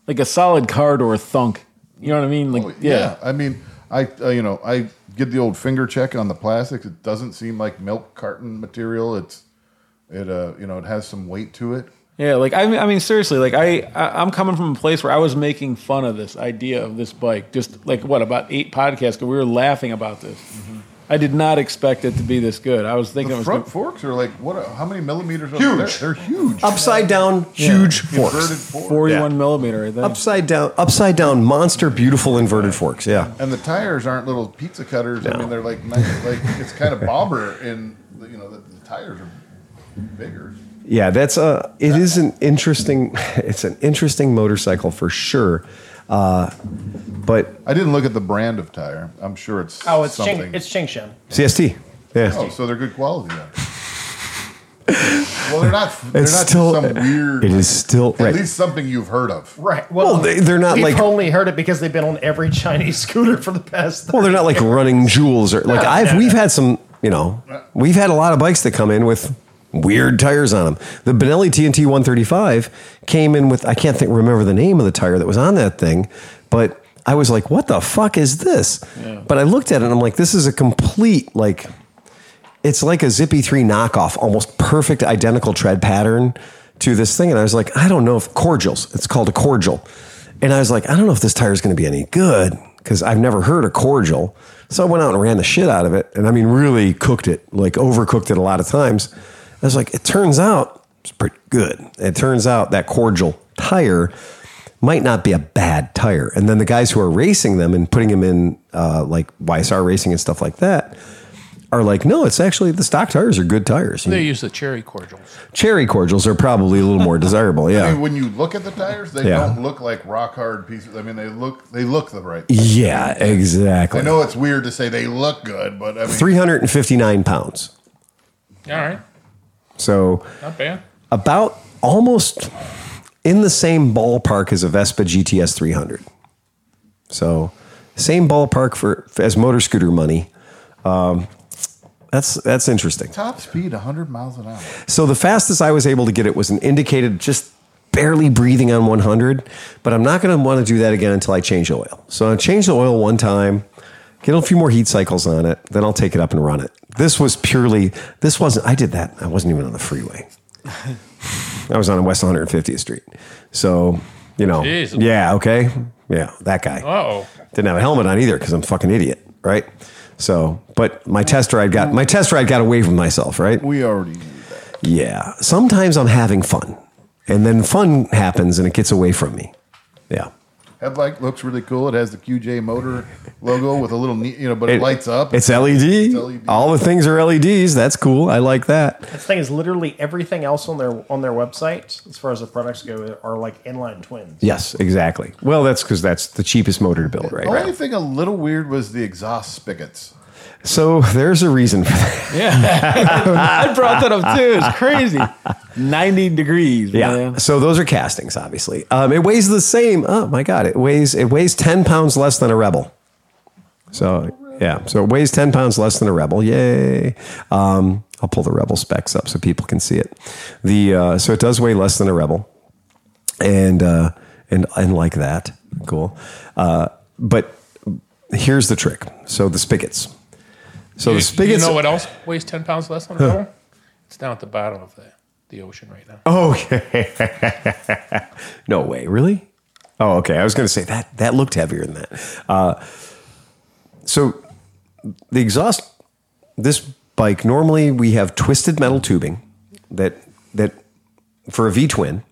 like a solid card or a thunk you know what i mean Oh, like Well, yeah. I mean, I uh, you know I get the old finger check on the plastics. It doesn't seem like milk carton material. It's it uh you know it has some weight to it. Yeah, like I mean, I mean seriously, like I, I I'm coming from a place where I was making fun of this idea of this bike just like what about 8 podcasts ago we were laughing about this. I did not expect it to be this good. I was thinking it The was front gonna- forks are like what? How many millimeters? Are huge. They're, huge. Upside down, huge forks. Inverted fork. 41 millimeter, I think. Upside down, upside down, monster, beautiful inverted forks. Yeah. And the tires aren't little pizza cutters. I mean, they're like nice, like it's kind of bobber, and you know the, the tires are bigger. Yeah, that's a. It is an interesting. It's an interesting motorcycle for sure, uh, but I didn't look at the brand of tire. I'm sure it's Oh, it's something. Ching, it's Ching Shen. CST. Yeah, oh, so they're good quality. Then. well, they're not. They're it's not still some weird. It is still at right. least something you've heard of. Right. Well, they- they're not we've like- only heard it because they've been on every Chinese scooter for the past. well, they're not like running jewels or like No, I've. no, we've no. had some. You know, we've had a lot of bikes that come in with weird tires on them. The Benelli TNT 135 came in with I can't think remember the name of the tire that was on that thing, but I was like, what the fuck is this? But I looked at it and I'm like, this is a complete like. it's like a Zippy 3 knockoff, almost perfect identical tread pattern to this thing. And I was like, I don't know if cordials, it's called a cordial. And I was like, I don't know if this tire is going to be any good because I've never heard a cordial. So I went out and ran the shit out of it. And I mean, really cooked it, like overcooked it a lot of times. I was like, it turns out it's pretty good. It turns out that cordial tire might not be a bad tire. And then the guys who are racing them and putting them in uh, like YSR racing and stuff like that, are like, no, it's actually the stock tires are good tires. They use the cherry cordials. Cherry cordials are probably a little more desirable. I mean, Yeah. when you look at the tires, they Yeah. don't look like rock hard pieces. I mean, they look they look the right. Yeah, exactly. I know it's weird to say they look good, but I mean, 359 pounds. All right. So Not bad. about almost in the same ballpark as a Vespa GTS 300. So same ballpark for as motor scooter money. Um, That's that's interesting. Top speed, 100 miles an hour. So the fastest I was able to get it was an indicated just barely breathing on 100, but I'm not going to want to do that again until I change the oil. So I change the oil one time, get a few more heat cycles on it, then I'll take it up and run it. This was purely this wasn't I did that. I wasn't even on the freeway. I was on West 150th Street. So, you know. Jeez. Yeah, okay. Yeah, that guy. Oh, Didn't have a helmet on either because I'm a fucking idiot, right? So, but my test ride got my test ride got away from myself, right? We already knew that. Yeah. Sometimes I'm having fun, and then fun happens and it gets away from me. Yeah. Headlight looks really cool. It has the QJ motor logo with a little, ne- you know, but it, lights up. It's LED. LED. All the things are LEDs. That's cool. I like that. This thing is literally everything else on their on their website, as far as the products go, are like inline twins. Yes, exactly. Well, that's because that's the cheapest motor to build right The only now. thing a little weird was the exhaust spigots. So there's a reason for that. I brought that up too. It's crazy. 90 degrees. Yeah. man. So those are castings, obviously. Um, it weighs the same. Oh my god, it weighs it weighs ten pounds less than a rebel. So yeah, so it weighs ten pounds less than a rebel. Yay! Um, I'll pull the rebel specs up so people can see it. The uh, so it does weigh less than a rebel, and uh, and and like that, cool. Uh, but here's the trick. So the spigots. So you, the spigots. You know what else weighs ten pounds less than a rebel? It's down at the bottom of the, the ocean right now. Oh, Okay. no way, really? Oh, okay. I was going to say that that looked heavier than that. Uh, so the exhaust, this bike normally we have twisted metal tubing that that for a V twin.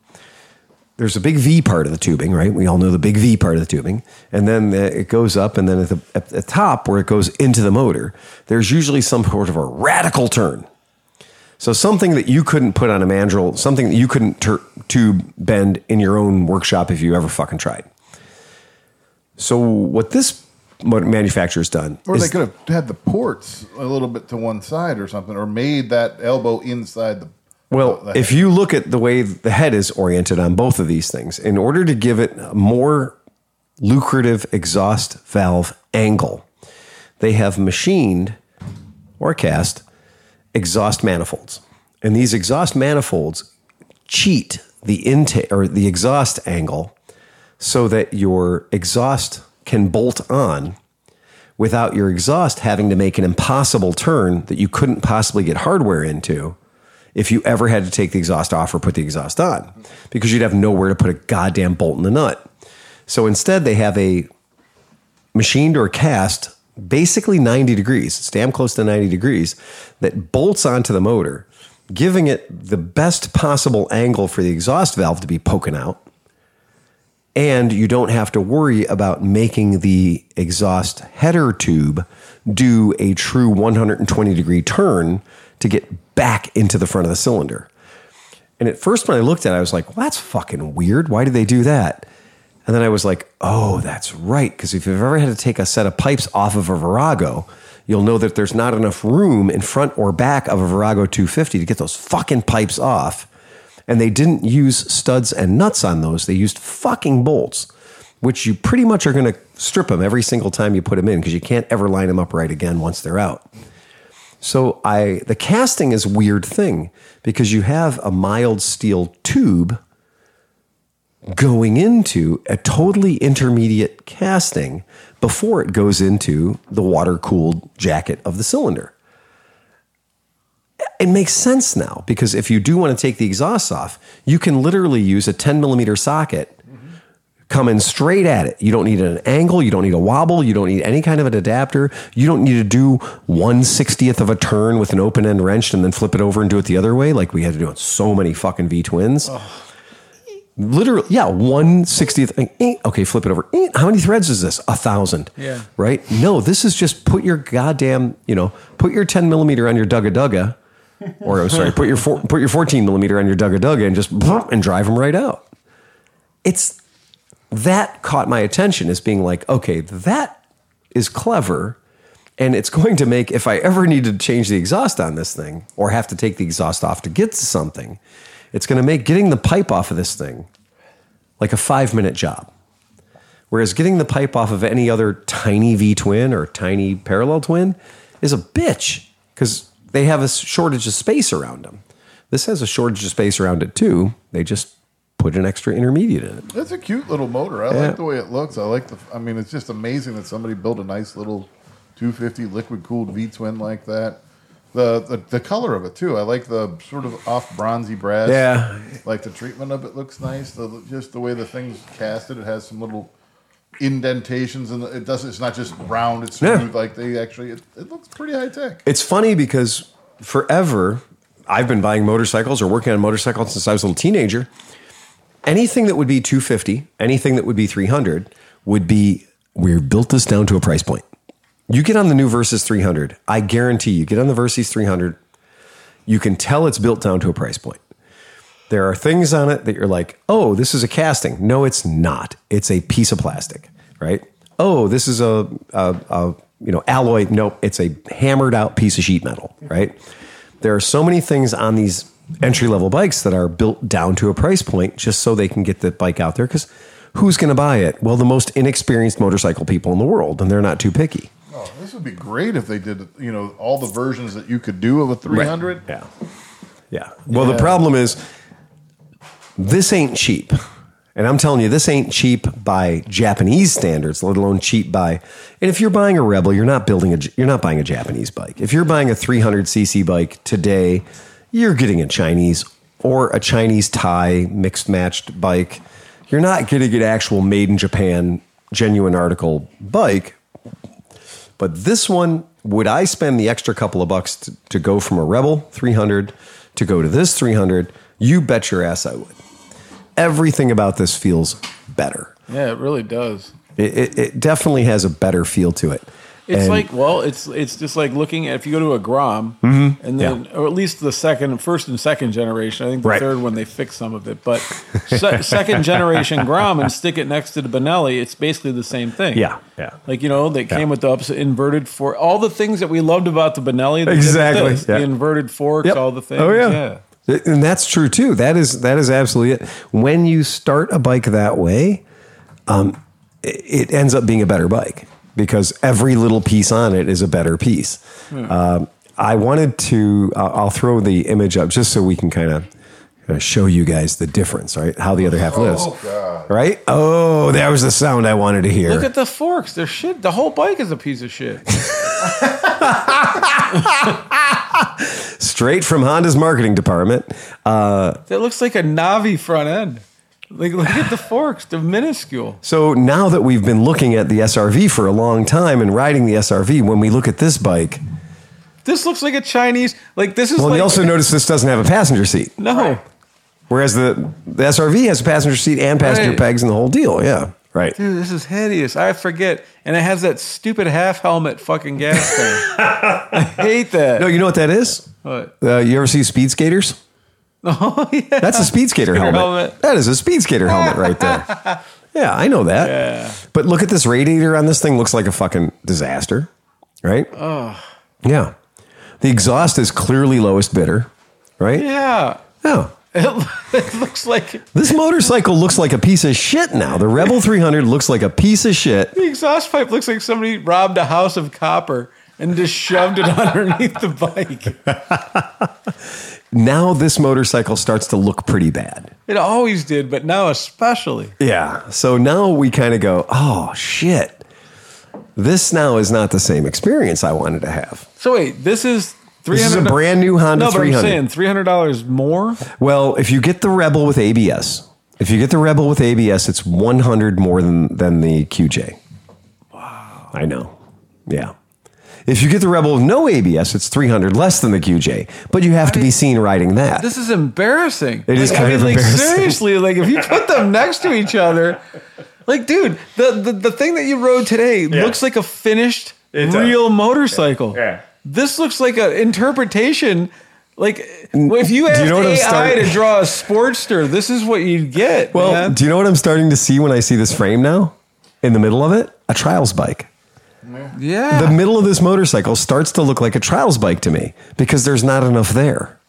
There's a big V part of the tubing, right? We all know the big V part of the tubing, and then the, it goes up, and then at the, at the top where it goes into the motor, there's usually some sort of a radical turn. So something that you couldn't put on a mandrel, something that you couldn't tur tube bend in your own workshop if you ever fucking tried. So what this mo- manufacturer's done Or is they could have had the ports a little bit to one side or something, or made that elbow inside the. Well, the- if you look at the way the head is oriented on both of these things, in order to give it a more lucrative exhaust valve angle, they have machined or cast exhaust manifolds. And these exhaust manifolds cheat the intake or the exhaust angle so that your exhaust can bolt on without your exhaust having to make an impossible turn that you couldn't possibly get hardware into if you ever had to take the exhaust off or put the exhaust on because you'd have nowhere to put a goddamn bolt in the nut. So instead, they have a machined or cast basically 90 degrees, it's damn close to 90 degrees, that bolts onto the motor, giving it the best possible angle for the exhaust valve to be poking out. And you don't have to worry about making the exhaust header tube do a true 120 degree turn to get back into the front of the cylinder. And at first, when I looked at it, I was like, well, that's fucking weird. Why did they do that? And then I was like, oh, that's right. Because if you've ever had to take a set of pipes off of a Virago, you'll know that there's not enough room in front or back of a Virago 250 to get those fucking pipes off. And they didn't use studs and nuts on those, they used fucking bolts, which you pretty much are going to strip them every single time you put them in because you can't ever line them up right again once they're out. So I the casting is a weird thing because you have a mild steel tube going into a totally intermediate casting before it goes into the water cooled jacket of the cylinder. It makes sense now because if you do want to take the exhaust off, you can literally use a 10 millimeter socket coming straight at it. You don't need an angle. You don't need a wobble. You don't need any kind of an adapter. You don't need to do 160th of a turn with an open end wrench and then flip it over and do it the other way like we had to do on so many fucking V twins. Literally, yeah, 160th. eh, Okay, flip it over. Eh, How many threads is this? A thousand. Yeah. Right? No, this is just put your goddamn, you know, put your 10 millimeter on your Dugga Dugga. Or oh, sorry, put your four, put your 14 millimeter on your Dugga Dugga and just and drive them right out. It's that caught my attention as being like, okay, that is clever. And it's going to make, if I ever need to change the exhaust on this thing or have to take the exhaust off to get to something, it's going to make getting the pipe off of this thing like a five minute job. Whereas getting the pipe off of any other tiny V twin or tiny parallel twin is a bitch. because they have a s- shortage of space around them. This has a shortage of space around it too. They just put an extra intermediate in it. It's a cute little motor. I Yeah. like the way it looks. I like the. I mean, it's just amazing that somebody built a nice little 250 liquid cooled V twin like that. The, the the color of it too. I like the sort of off bronzy brass. Yeah. Like the treatment of it looks nice. The just the way the thing's casted. It has some little indentations and it doesn't. It's not just round. It's Yeah. smooth. Like they actually. It, it looks pretty high tech. It's funny because forever I've been buying motorcycles or working on motorcycles since I was a little teenager. Anything that would be 250, anything that would be 300 would be we built this down to a price point. You get on the new Versus 300, I guarantee you get on the Versus 300, you can tell it's built down to a price point. There are things on it that you're like, "Oh, this is a casting." No, it's not. It's a piece of plastic, right? Oh, this is a, a, a you know alloy. Nope, it's a hammered out piece of sheet metal, right? There are so many things on these entry level bikes that are built down to a price point just so they can get the bike out there because who's going to buy it? Well, the most inexperienced motorcycle people in the world, and they're not too picky. Oh, this would be great if they did. You know, all the versions that you could do of a 300. Yeah. Yeah. Well, the problem is this ain't cheap. And I'm telling you, this ain't cheap by Japanese standards, let alone cheap by. And if you're buying a Rebel, you're not building a you're not buying a Japanese bike. If you're buying a 300 cc bike today, you're getting a Chinese or a Chinese Thai mixed matched bike. You're not going to get actual made in Japan genuine article bike but this one, would I spend the extra couple of bucks to, to go from a Rebel 300 to go to this 300? You bet your ass I would. Everything about this feels better. Yeah, it really does. It, it, it definitely has a better feel to it. It's And- like well, it's it's just like looking at if you go to a Grom, Mm-hmm. and then or at least the second, first and second generation. I think the Right. third one they fix some of it, but se- second generation Grom and stick it next to the Benelli, it's basically the same thing. Yeah, yeah. Like you know, they came with the ups inverted for all the things that we loved about the Benelli. they did with Exactly, this. yeah. the inverted forks, all the things. Oh yeah. and that's true too. That is that is absolutely it. When you start a bike that way, um, it, it ends up being a better bike because every little piece on it is a better piece. Hmm. Um, I wanted to. I'll I'll throw the image up just so we can kind of. Show you guys the difference, right? How the other half lives, God. right? Oh, that was the sound I wanted to hear. Look at the forks. They're shit. The whole bike is a piece of shit. Straight from Honda's marketing department. that looks like a Navi front end. Like look at the forks. They're minuscule. So now that we've been looking at the SRV for a long time and riding the SRV, when we look at this bike, This looks like a Chinese. Like this is Well, like and you also notice this doesn't have a passenger seat, no. whereas the, the SRV has a passenger seat and passenger Right. Mm. pegs and the whole deal. Yeah, right. Dude, this is hideous. I forget, and it has that stupid half helmet fucking gas thing. I hate that. No, you know what that is? What? Uh, you ever see speed skaters? Oh yeah. That's a speed skater helmet. helmet. That is a speed skater helmet right there. Yeah, I know that. But look at this radiator on this thing. Looks like a fucking disaster, right? Yeah. The exhaust is clearly lowest bidder, right? yeah. yeah. It, lo- it looks like This motorcycle looks like a piece of shit now. The Rebel 300 looks like a piece of shit. the exhaust pipe looks like somebody robbed a house of copper and just shoved it underneath the bike. now this motorcycle starts to look pretty bad. It always did, but now especially. Yeah. So now we kind of go, oh shit. This now is not the same experience I wanted to have. So wait, this is three This hundred. is a brand new Honda No, but I'm 300. saying three hundred dollars more. Well, if you get the Rebel with ABS, if you get the Rebel with ABS, it's 100 more than than the QJ. Wow. I know. Yeah. If you get the Rebel with no ABS, it's 300 less than the QJ, but you have to be seen riding that. This is embarrassing. It is Like, kind of like, embarrassing. Seriously, like if you put them next to each other, like dude, the the, the thing that you rode today looks like a finished does. real motorcycle. Yeah. This looks like an interpretation. Like if you Do asked you know what I'm AI starting- to draw a Sportster, this is what you'd get. Well, man. do you know what I'm starting to see when I see this frame now? In the middle of it, a trials bike. yeah. The middle of this motorcycle starts to look like a trials bike to me because there's not enough there.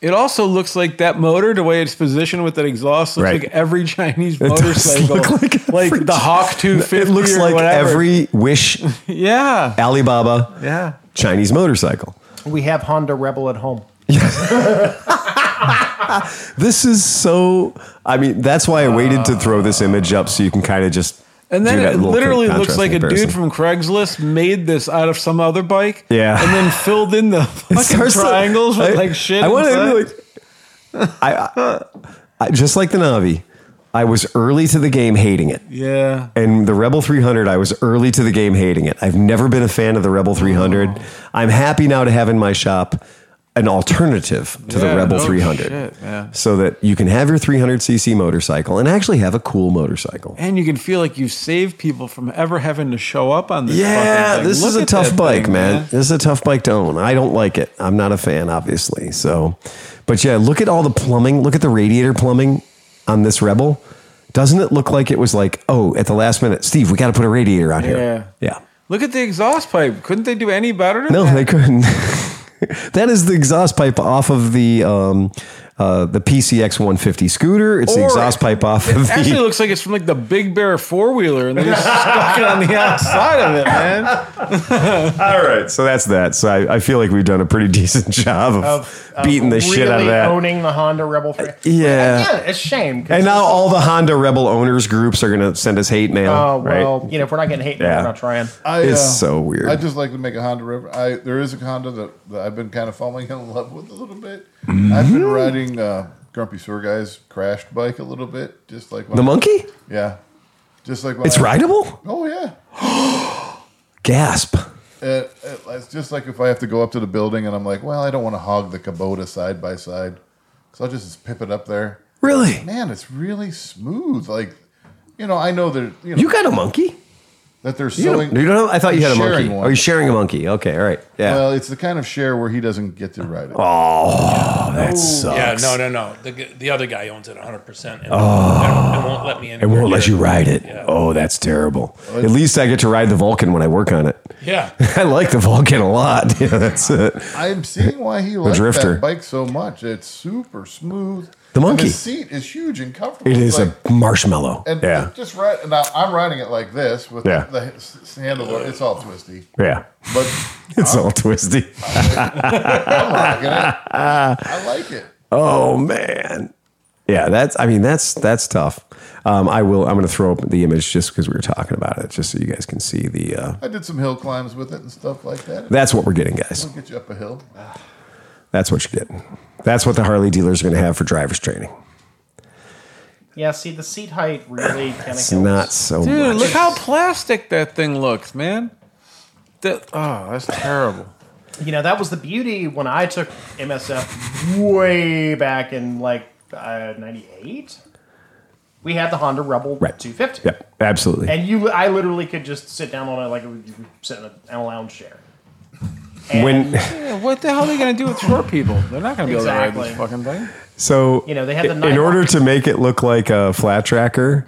It also looks like that motor, the way it's positioned with that exhaust, looks Right. like every Chinese does motorcycle, look like like, every- the Hawk Two It Fifty. looks like every Wish yeah, Alibaba yeah. Chinese motorcycle. We have Honda Rebel at home. This is so. I mean, that's why I waited to throw this image up so you can kind of just. And then do that it little literally contrast looks like a comparison. dude from Craigslist made this out of some other bike. Yeah. And then filled in the It fucking starts to- triangles with I- like shit. I wanna inside. like- I, I, I just like the Navi. I was early to the game, hating it. yeah. and the Rebel 300, I was early to the game hating it. I've never been a fan of the Rebel 300. I'm happy now to have in my shop an alternative to Yeah, the Rebel no 300 shit, yeah. so that you can have your 300cc motorcycle and actually have a cool motorcycle. And you can feel like you save people from ever having to show up on this. fucking Yeah, thing. this Look is a at tough that bike, thing, man. This is a tough bike to own. I don't like it. I'm not a fan, obviously. So, but yeah, look at all the plumbing. Look at the radiator plumbing on this Rebel. Doesn't it look like it was like, oh, at the last minute, Steve, we got to put a radiator on here. Yeah. Yeah. Look at the exhaust pipe. Couldn't they do any better? Than No, that? they couldn't. that is the exhaust pipe off of the um, uh, the PCX 150 scooter. It's the Or- exhaust pipe off It of actually the. looks like it's from like the Big Bear four wheeler, and they just stuck it on the outside of it, man. All right, so that's that. So I, I feel like we've done a pretty decent job of, beating the shit out of Really that. Owning the Honda Rebel. Free. yeah. Yeah, it's a shame. 'cause- And now all the Honda Rebel owners groups are going to send us hate mail. Oh right? well, you know if we're not getting hate, Yeah. we're not trying. I, uh, It's so weird. I just like to make a Honda River. I there is a Honda that, that I've been kind of falling in love with a little bit. I've Mm-hmm. been riding uh, Grumpy Sewer Guy's crashed bike a little bit, just like when the I- monkey? Yeah, just like when It's I- rideable? Oh yeah, Gasp. Uh, uh, it's just like if I have to go up to the building and I'm like, well, I don't want to hog the Kubota side by side, so I'll just pip it up there. Really? Man, it's really smooth. Like, you know, I know that you know You got a monkey? that they're You selling. don't, you don't know? I thought you had a Sharing monkey. one. Are you sharing a monkey? Okay, all right. Yeah. Well, it's the kind of share where he doesn't get to ride it. oh, that sucks. Yeah, no, no, no. The, g- the other guy owns it 100%. And oh. It won't let me in. It won't let you ride it. Oh, that's terrible. At least I get to ride the Vulcan when I work on it. Yeah. I like the Vulcan a lot. Yeah, that's it. I'm seeing why he likes drifter. that bike so much. It's super smooth. The And monkey. the seat is huge and comfortable. It It's is a like- marshmallow. and yeah. just right. And I- I'm riding it like this with Yeah. the, s- s- handle. It's all twisty, Yeah. but It's all twisty. I'm rocking it. I like it. Oh man. Yeah, that's. I mean, that's that's tough. Um, I will. I'm going to throw up the image just because we were talking about it, just so you guys can see the. Uh, I did some hill climbs with it and stuff like that. that's what we're getting, guys. It'll get you up a hill. That's what you're getting. That's what the Harley dealers are going to have for drivers training. Yeah, see the seat height really kind It's of not so Dude, much. look how plastic that thing looks, man. That, oh, that's terrible. You know that was the beauty when I took MSF way back in like '98. we had the Honda Rebel Right. 250. Yep, absolutely. And you, I literally could just sit down on it like you could sit in a, in a lounge chair. And, when Yeah, what the hell are they going to do with short people? They're not going to be able to Exactly. ride this fucking thing. so You know, they had the in- in nylon- order to make it look like a flat tracker,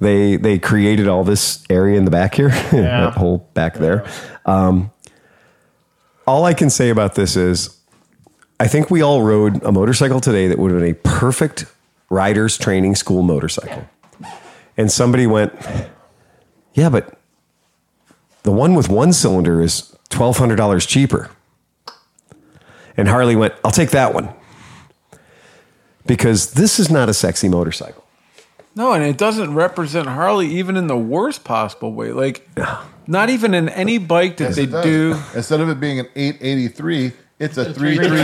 they they created all this area in the back here, that whole back there. Um, all I can say about this is I think we all rode a motorcycle today that would have been a perfect riders training school motorcycle. And somebody went, Yeah, but the one with one cylinder is $1,200 cheaper. And Harley went, I'll take that one. Because this is not a sexy motorcycle. No, and it doesn't represent Harley even in the worst possible way. Like, not even in any bike that Yes, they it does. do. Instead of it being an 883, it's a 338.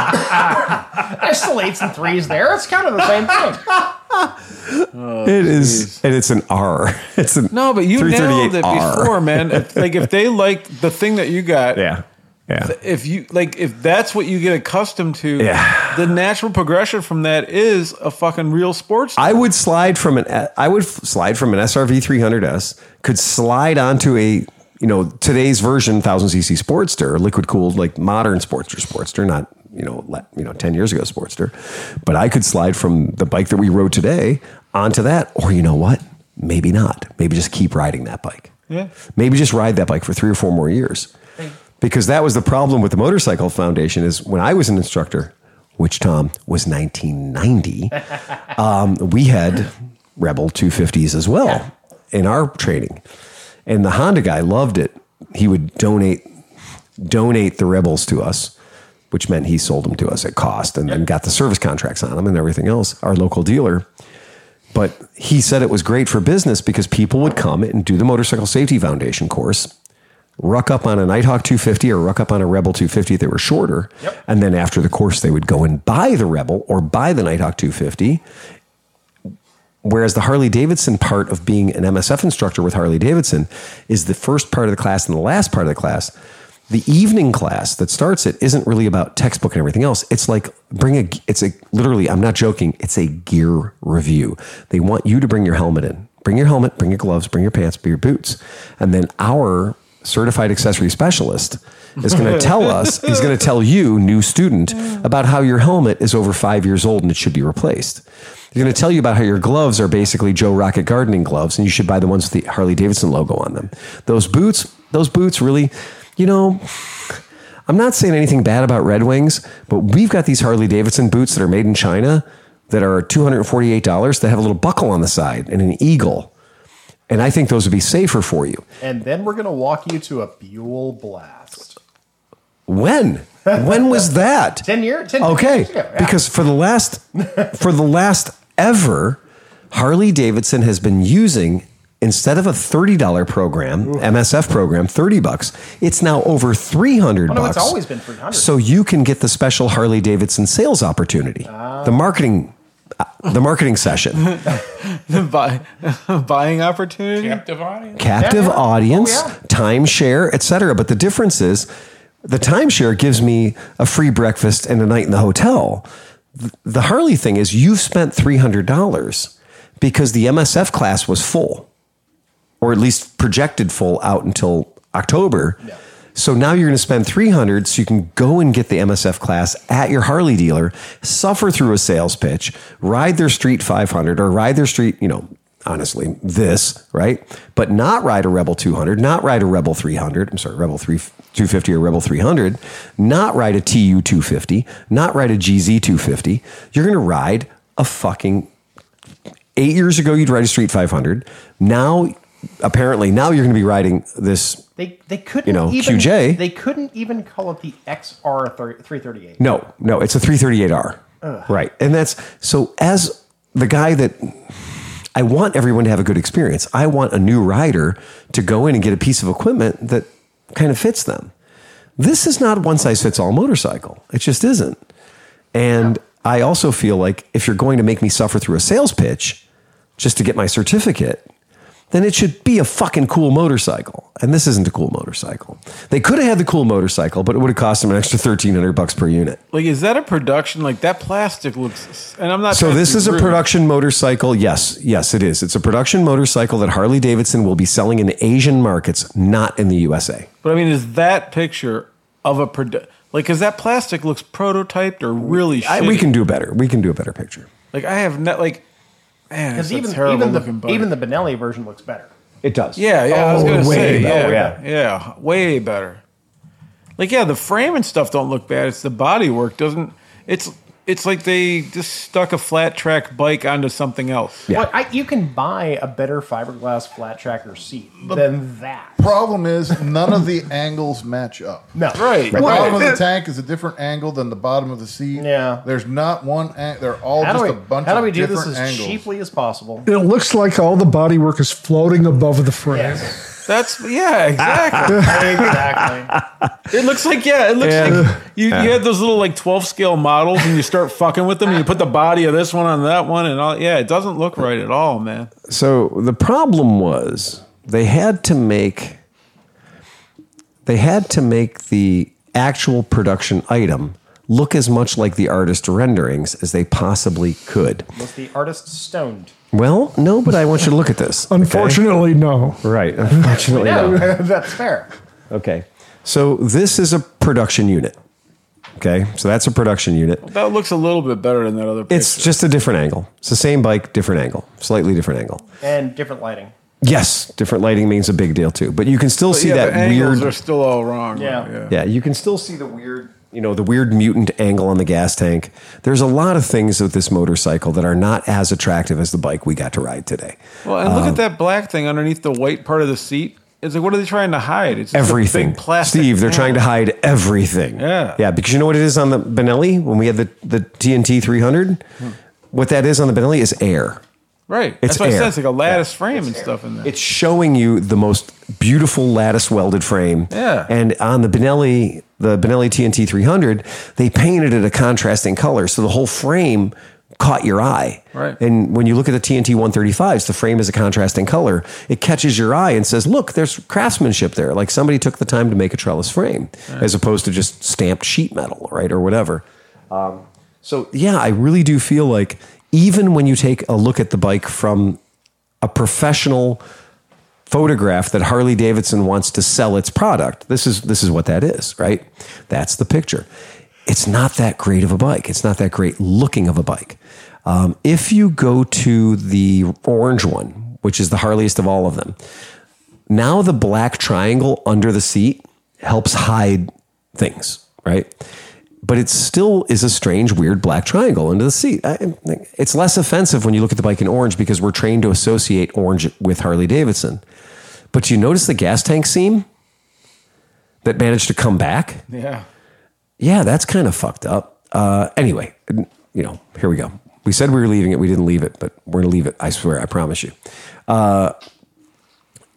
I still eights and threes there. It's kind of the same thing. it is, and it's an R. It's an Oh, No, but you nailed it 338R. before, man. If, like, if they liked the thing that you got, Yeah. Yeah. if you like if that's what you get accustomed to Yeah. the natural progression from that is a fucking real sports I would slide from an I would f- slide from an SRV 300s could slide onto a you know today's version 1000cc Sportster, liquid cooled like modern Sportster Sportster, not you know le- you know 10 years ago Sportster, but I could slide from the bike that we rode today onto that or you know what? Maybe not. Maybe just keep riding that bike. Yeah. Maybe just ride that bike for 3 or 4 more years. Because that was the problem with the Motorcycle Foundation is when I was an instructor, which Tom was 1990 we had Rebel 250s as well in our training. And the Honda guy loved it. He would donate donate the Rebels to us, which meant he sold them to us at cost and then got the service contracts on them and everything else, our local dealer. But he said it was great for business because people would come and do the Motorcycle Safety Foundation course, ruck up on a Nighthawk 250 or ruck up on a Rebel 250 if they were shorter. And then after the course, they would go and buy the Rebel or buy the Nighthawk 250 Whereas the Harley Davidson part of being an MSF instructor with Harley Davidson is the first part of the class and the last part of the class. The evening class that starts it isn't really about textbook and everything else. It's like bring a, it's a literally, I'm not joking, it's a gear review. They want you to bring your helmet in. Bring your helmet, bring your gloves, bring your pants, bring your boots. And then our certified accessory specialist is going to tell us, he's going to tell you, new student, about how your helmet is over five years old and it should be replaced. He's going to tell you about how your gloves are basically Joe Rocket gardening gloves and you should buy the ones with the Harley Davidson logo on them. Those boots, those boots really, you know, I'm not saying anything bad about Red Wings, but we've got these Harley Davidson boots that are made in China that are $248 that have a little buckle on the side and an eagle. And I think those would be safer for you. And then we're gonna walk you to a Buell blast. When? When was that? Ten year, ten. Okay, years ago, yeah. because for the last for the last ever, Harley Davidson has been using instead of a thirty dollar program, MSF program, thirty bucks. It's now over three hundred Oh, no, bucks. it's always been 300. So you can get the special Harley Davidson sales opportunity, Ah. the marketing, uh, the marketing session, Buy, buying opportunity. Captive audience. captive Yeah, yeah. Oh, audience, yeah. timeshare, etc. But the difference is, the timeshare gives me a free breakfast and a night in the hotel. the Harley thing is you've spent $300 because the MSF class was full, or at least projected full out until October. So now you're going to spend 300 so you can go and get the MSF class at your Harley dealer, suffer through a sales pitch, ride their street 500 or ride their street, you know, honestly, this, right? But not ride a Rebel 200, not ride a Rebel 300, I'm sorry, Rebel 3 250 or Rebel 300, not ride a TU 250, not ride a GZ 250. You're going to ride a fucking eight years ago you'd ride a street 500 now apparently now you're going to be riding this They they couldn't You know, even QJ. They couldn't even call it the XR three thirty eight. no no it's a 338r right and that's so as the guy that i want everyone to have a good experience i want a new rider to go in and get a piece of equipment that kind of fits them this is not a one size fits all motorcycle it just isn't and i also feel like if you're going to make me suffer through a sales pitch just to get my certificate then it should be a fucking cool motorcycle. And this isn't a cool motorcycle. They could have had the cool motorcycle, but it would have cost them an extra thirteen hundred bucks per unit. Like, is that a production? Like that plastic looks. And I'm not. So trying to this be is a rude. production motorcycle. Yes, yes, it is. It's a production motorcycle that Harley Davidson will be selling in Asian markets, not in the USA. But I mean, is that picture of a produ- like? Because that plastic looks prototyped or really. I, we shitty. can do better. We can do a better picture. Like I have not like. Man, Because it's even a terrible even the looking bike. even the Benelli version looks better. It does. Yeah, yeah. I was Oh, gonna way say, better. yeah, yeah, way better. Like, yeah, the frame and stuff don't look bad. It's the body work doesn't. It's it's like they just stuck a flat track bike onto something else. Yeah. Well, I, you can buy a better fiberglass flat tracker seat than that. Problem is, none of the angles match up. No, Right. The bottom of right. the tank is a different angle than the bottom of the seat. Yeah. There's not one. Ang- they're all How just do a we, bunch how do of we do different this as angles. cheaply as possible? It looks like all the bodywork is floating above the frame. That's yeah, exactly. exactly. it looks like yeah, it looks like you, you had those little like twelve scale models, and you start fucking with them, and you put the body of this one on that one, and all. Yeah, it doesn't look right at all, man. So the problem was they had to make they had to make the actual production item look as much like the artist renderings as they possibly could. Was the artist stoned? Well, no, but I want you to look at this. Unfortunately, no. Right. Unfortunately, no. Yeah, that's fair. Okay. So this is a production unit. Okay. So that's a production unit. That looks a little bit better than that other. Picture. It's just a different angle. It's the same bike, different angle, slightly different angle. And different lighting. Yes, different lighting means a big deal too. But you can still see yeah, the that angles weird are still all wrong. Yeah. Yeah, you can still see the weird, you know, the weird mutant angle on the gas tank. There's a lot of things with this motorcycle that are not as attractive as the bike we got to ride today. Um, Well, and look at that black thing underneath the white part of the seat. It's like, what are they trying to hide? It's just a big everything. plastic Steve, they're can. trying to hide everything. Yeah. Yeah, because you know what it is on the Benelli when we had the, the TNT 300? Hmm. What that is on the Benelli is air. Right. It's That's why I air. said it's like a lattice frame and stuff in there. It's showing you the most beautiful lattice welded frame. Yeah. And on the Benelli, the Benelli TNT 300, they painted it a contrasting color. So the whole frame caught your eye. Right. And when you look at the TNT 135s, the frame is a contrasting color. It catches your eye and says, look, there's craftsmanship there. Like somebody took the time to make a trellis frame as opposed to just stamped sheet metal, right? Or whatever. Um, So yeah, I really do feel like even when you take a look at the bike from a professional photograph that Harley Davidson wants to sell its product, this is this is what that is, right? That's the picture. It's not that great of a bike. It's not that great looking of a bike. Um, if you go to the orange one, which is the Harleyest of all of them, now the black triangle under the seat helps hide things, right? But it still is a strange, weird black triangle under the seat. I, it's less offensive when you look at the bike in orange because we're trained to associate orange with Harley Davidson. But you notice the gas tank seam that managed to come back? yeah. Yeah, that's kind of fucked up. Uh, anyway, you know, here we go. We said we were leaving it. We didn't leave it, but we're going to leave it. I swear. I promise you. Uh,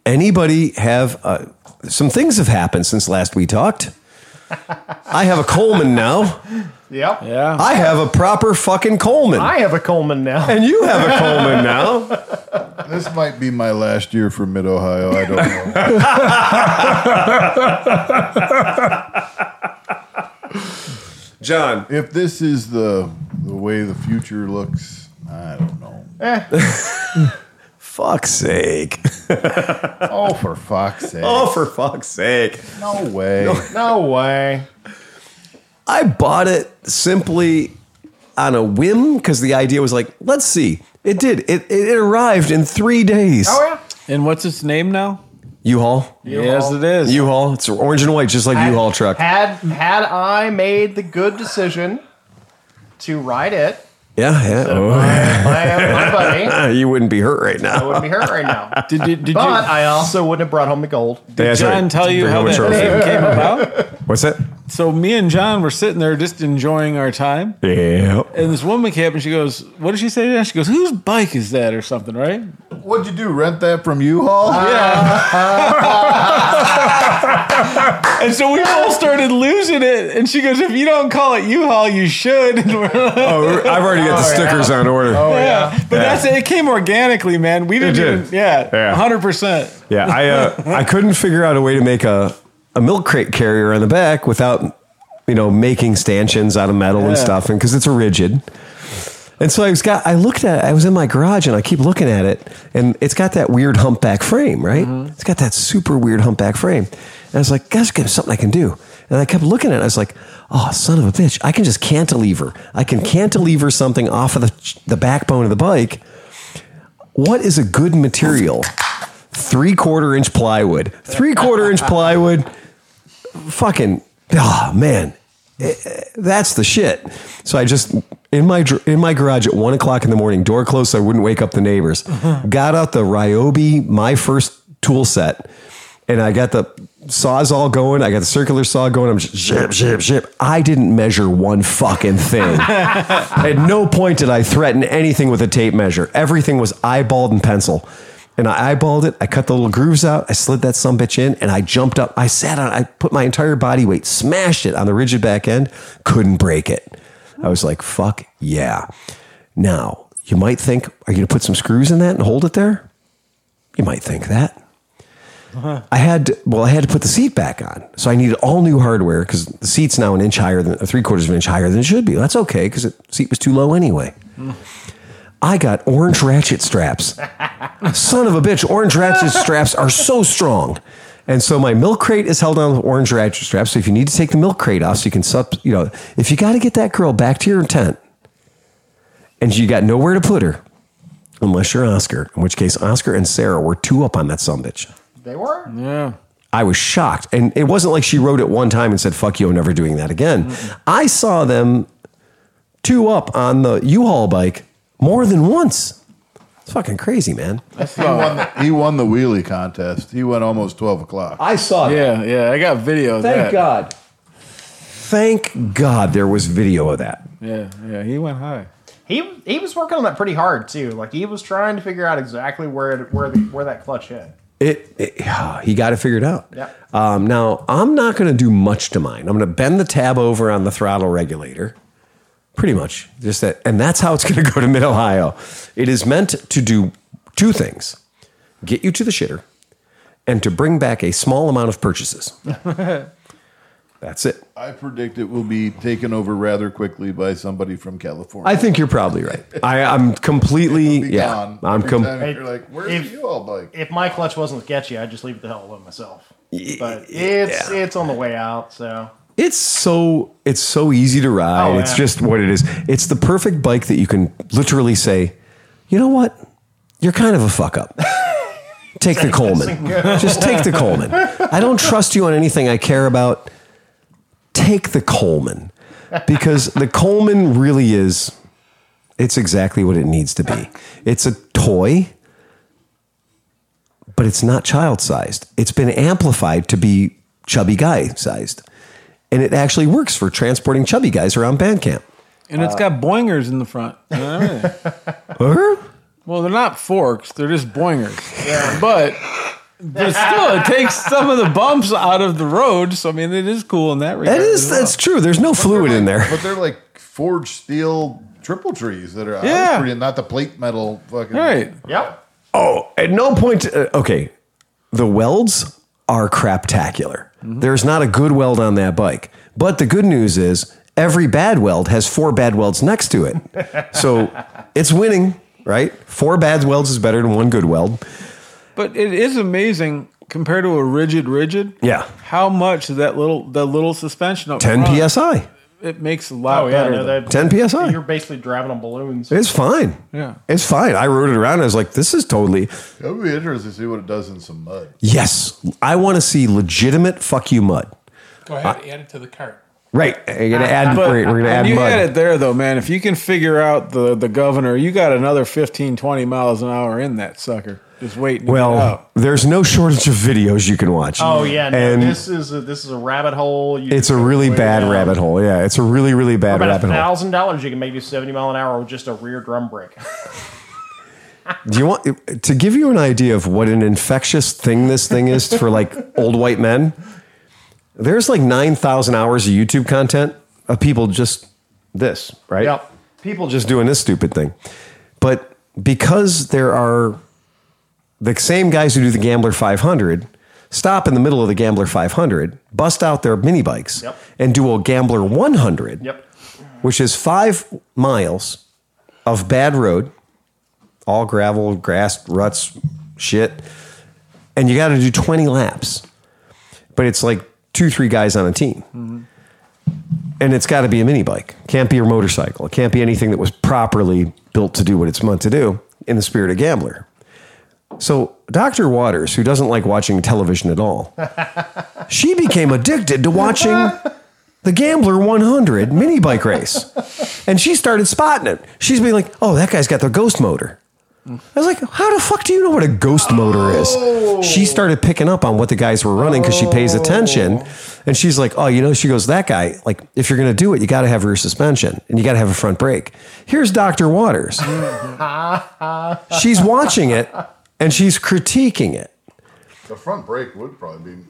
anybody have uh, some things have happened since last we talked. I have a Coleman now. Yep. Yeah. I have a proper fucking Coleman. I have a Coleman now. and you have a Coleman now. This might be my last year for Mid Ohio. I don't know. John. if this is the the way the future looks, I don't know. Fuck's sake. Oh, for fuck's sake! Oh, for fuck's sake. No way. No way. I bought it simply on a whim because the idea was like, let's see. It did. It, it, it arrived in three days. Oh yeah. And what's its name now? U-Haul. Yes, it is. U-Haul. It's orange and white, just like U-Haul truck. Had had I made the good decision to ride it, yeah, yeah. I am my buddy. I Oh, you wouldn't be hurt right now. wouldn't be hurt right now. Did you, did But you I also wouldn't have brought home the gold. That's John right. tell you Bring how home a that trophy. name came about? What's that? So me and John were sitting there just enjoying our time. Yeah. And this woman came up and she goes, What did she say to that? She goes, Whose bike is that or something, right? What'd you do? Rent that from U-Haul? Uh, And so we all started losing it. And she goes, If you don't call it U Haul, you should. And we're like, Oh, I've already got the stickers on order. yeah. But that's it. came organically, man. We didn't did. even, yeah, Yeah. 100%. Yeah, I uh, I couldn't figure out a way to make a, a milk crate carrier on the back without you know making stanchions out of metal and Yeah. stuff, and because it's a rigid. And so I was got I looked at it, I was in my garage and I keep looking at it and it's got that weird humpback frame, right? It's got that super weird humpback frame. And I was like, that's good, something I can do. And I kept looking at it. I was like, oh, son of a bitch, I can just cantilever. I can cantilever something off of the, the backbone of the bike what is a good material? Three quarter inch plywood. Three quarter inch plywood. Fucking oh man, Eh, eh, that's the shit. So I just in my dr- in my garage at one o'clock in the morning, door closed, so I wouldn't wake up the neighbors. Got out the Ryobi, my first tool set, and I got the saws all going. I got the circular saw going. I'm just zip zip zip. I didn't measure one fucking thing. At no point did I threaten anything with a tape measure. Everything was eyeballed and pencil. And I eyeballed it. I cut the little grooves out. I slid that some bitch in, and I jumped up. I sat on. I put my entire body weight, smashed it on the rigid back end. Couldn't break it. I was like, "Fuck yeah!" Now you might think, "Are you gonna put some screws in that and hold it there?" You might think that. I had to, well, I had to put the seat back on, so I needed all new hardware because the seat's now an inch higher than three quarters of an inch higher than it should be. That's okay because the seat was too low anyway. I got orange ratchet straps. Son of a bitch, orange ratchet straps are so strong. And so my milk crate is held on with orange ratchet straps. So if you need to take the milk crate off, so you can sup, you know, if you got to get that girl back to your tent, and you got nowhere to put her, unless you're Oscar, in which case Oscar and Sarah were two up on that son bitch. They were. Yeah. I was shocked. And it wasn't like she wrote it one time and said, fuck you, I'm never doing that again. I saw them two up on the U Haul bike more than once. It's fucking crazy, man. He won, the, he won the wheelie contest. He went almost 12 o'clock. I saw that. Yeah, yeah. I got video of Thank that. God. Thank God there was video of that. Yeah, yeah. He went high. He he was working on that pretty hard too. Like he was trying to figure out exactly where it, where the, where that clutch hit. It, it- he got it figured out. Yep. Um, now I'm not going to do much to mine. I'm going to bend the tab over on the throttle regulator, pretty much just that, and that's how it's going to go to Mid Ohio. It is meant to do two things: get you to the shitter, and to bring back a small amount of purchases. that's it. I predict it will be taken over rather quickly by somebody from California. I think you're probably right. I, I'm completely Be yeah. gone. I'm Every com- time you're like, where's If- the U-Haul bike? If my clutch wasn't sketchy, I'd just leave it the hell alone myself. But it's yeah. it's on the way out. So It's so it's so easy to ride. Oh, It's yeah. just what it is. It's the perfect bike that you can literally say, you know what? You're kind of a fuck up. Take the Coleman. Just take the Coleman. I don't trust you on anything I care about. Take the Coleman. Because the Coleman really is it's exactly what it needs to be. It's a toy, but it's not child sized. It's been amplified to be chubby guy sized. And it actually works for transporting chubby guys around Bandcamp. And Uh, it's got boingers in the front. and everything. Huh? well, they're not forks; they're just boingers. Yeah. But but still, it takes some of the bumps out of the road. So I mean, it is cool in that regard. That is as well. that's true. There's no fluid in there. But they're like forged steel triple trees that are I was Yeah. pretty- not the plate metal fucking. right. yep. Oh, at no point. Uh, okay, the welds are craptacular. There's not a good weld on that bike. But the good news is every bad weld has four bad welds next to it. so it's winning, right? Four bad welds is better than one good weld. But it is amazing compared to a rigid rigid. Yeah. How much that little that little suspension up 10 front, psi. it makes a lot Oh yeah. better. No, than- that- 10 PSI. You're basically driving on balloons. It's fine. Yeah. It's fine. I rode it around. I was like, this is totally. It would be interesting to see what it does in some mud. Yes, I want to see legitimate fuck you mud. Go ahead, add it to the cart. Right. You're gonna add. But we're gonna when add you mud. had it there though, man. If you can figure out the the governor, you got another 15, 20 miles an hour in that sucker. Just waiting. to get Well, out. there's no shortage of videos you can watch. Oh yeah. No, and this is a, this is a rabbit hole. You it's a really bad rabbit hole. Yeah, it's a really really bad About a rabbit hole. thousand dollars, you can make you seventy mile an hour with just a rear drum brake. Do you want to give you an idea of what an infectious thing this thing is for like old white men? There's like nine thousand hours of YouTube content of people just this right. Yep. People just doing this stupid thing, but because there are the same guys who do the Gambler 500 stop in the middle of the Gambler 500, bust out their mini bikes, Yep. and do a Gambler 100, Yep. which is five miles of bad road, all gravel, grass, ruts, shit. And you got to do 20 laps. But it's like two, three guys on a team. And it's got to be a mini bike. Can't be your motorcycle. It can't be anything that was properly built to do what it's meant to do in the spirit of Gambler. So Dr. Waters, who doesn't like watching television at all, she became addicted to watching the Gambler 100 mini bike race. And she started spotting it. She's being like, oh, that guy's got the ghost motor. I was like, how the fuck do you know what a ghost motor is? She started picking up on what the guys were running because she pays attention. And she's like, oh, you know, she goes, that guy, like, if you're going to do it, you got to have rear suspension and you got to have a front brake. Here's Dr. Waters. she's watching it and she's critiquing it. The front brake would probably be.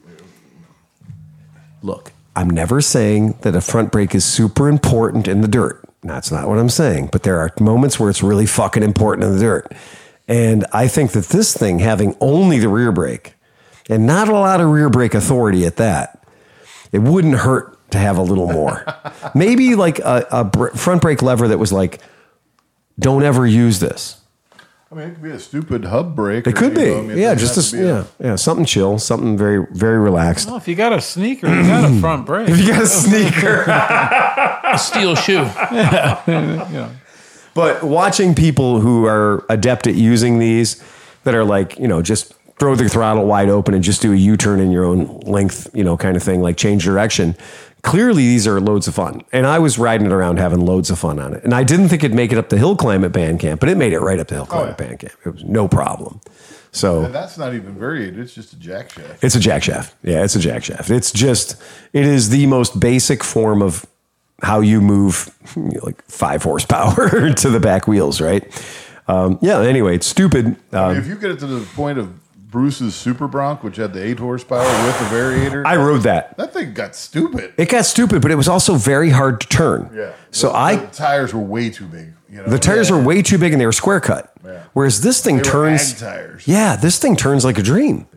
Look, I'm never saying that a front brake is super important in the dirt. That's not what I'm saying, but there are moments where it's really fucking important in the dirt. And I think that this thing having only the rear brake and not a lot of rear brake authority at that, it wouldn't hurt to have a little more. Maybe like a, a br- front brake lever that was like, don't ever use this. I mean, it could be a stupid hub brake. It or, could you be. know, I mean, it yeah, doesn't just have this, to be a- yeah, yeah, something chill, something very, very relaxed. Well, if you got a sneaker, you got a front brake. If you got a sneaker. Ah. A steel shoe. But watching people who are adept at using these that are like, you know, just throw the throttle wide open and just do a U turn in your own length, you know, kind of thing, like change direction, clearly these are loads of fun. And I was riding it around having loads of fun on it. And I didn't think it'd make it up the hill climb at Bandcamp, but it made it right up the hill climb at Bandcamp. It was no problem. So And that's not even varied. It's just a jack shack. it's a jack shaft. Yeah, it's a jack shaft. It's just it is the most basic form of how you move you know, like five horsepower to the back wheels, right? Um, yeah. Anyway, it's stupid. Um, if you get it to the point of Bruce's Super Bronc, which had the eight horsepower with the variator, I rode that. that thing got stupid. It got stupid, but it was also very hard to turn. yeah. So The- I the tires were way too big. You know, The tires were way too big and they were square cut. Whereas this thing They were turns. ag tires. Yeah, this thing turns like a dream.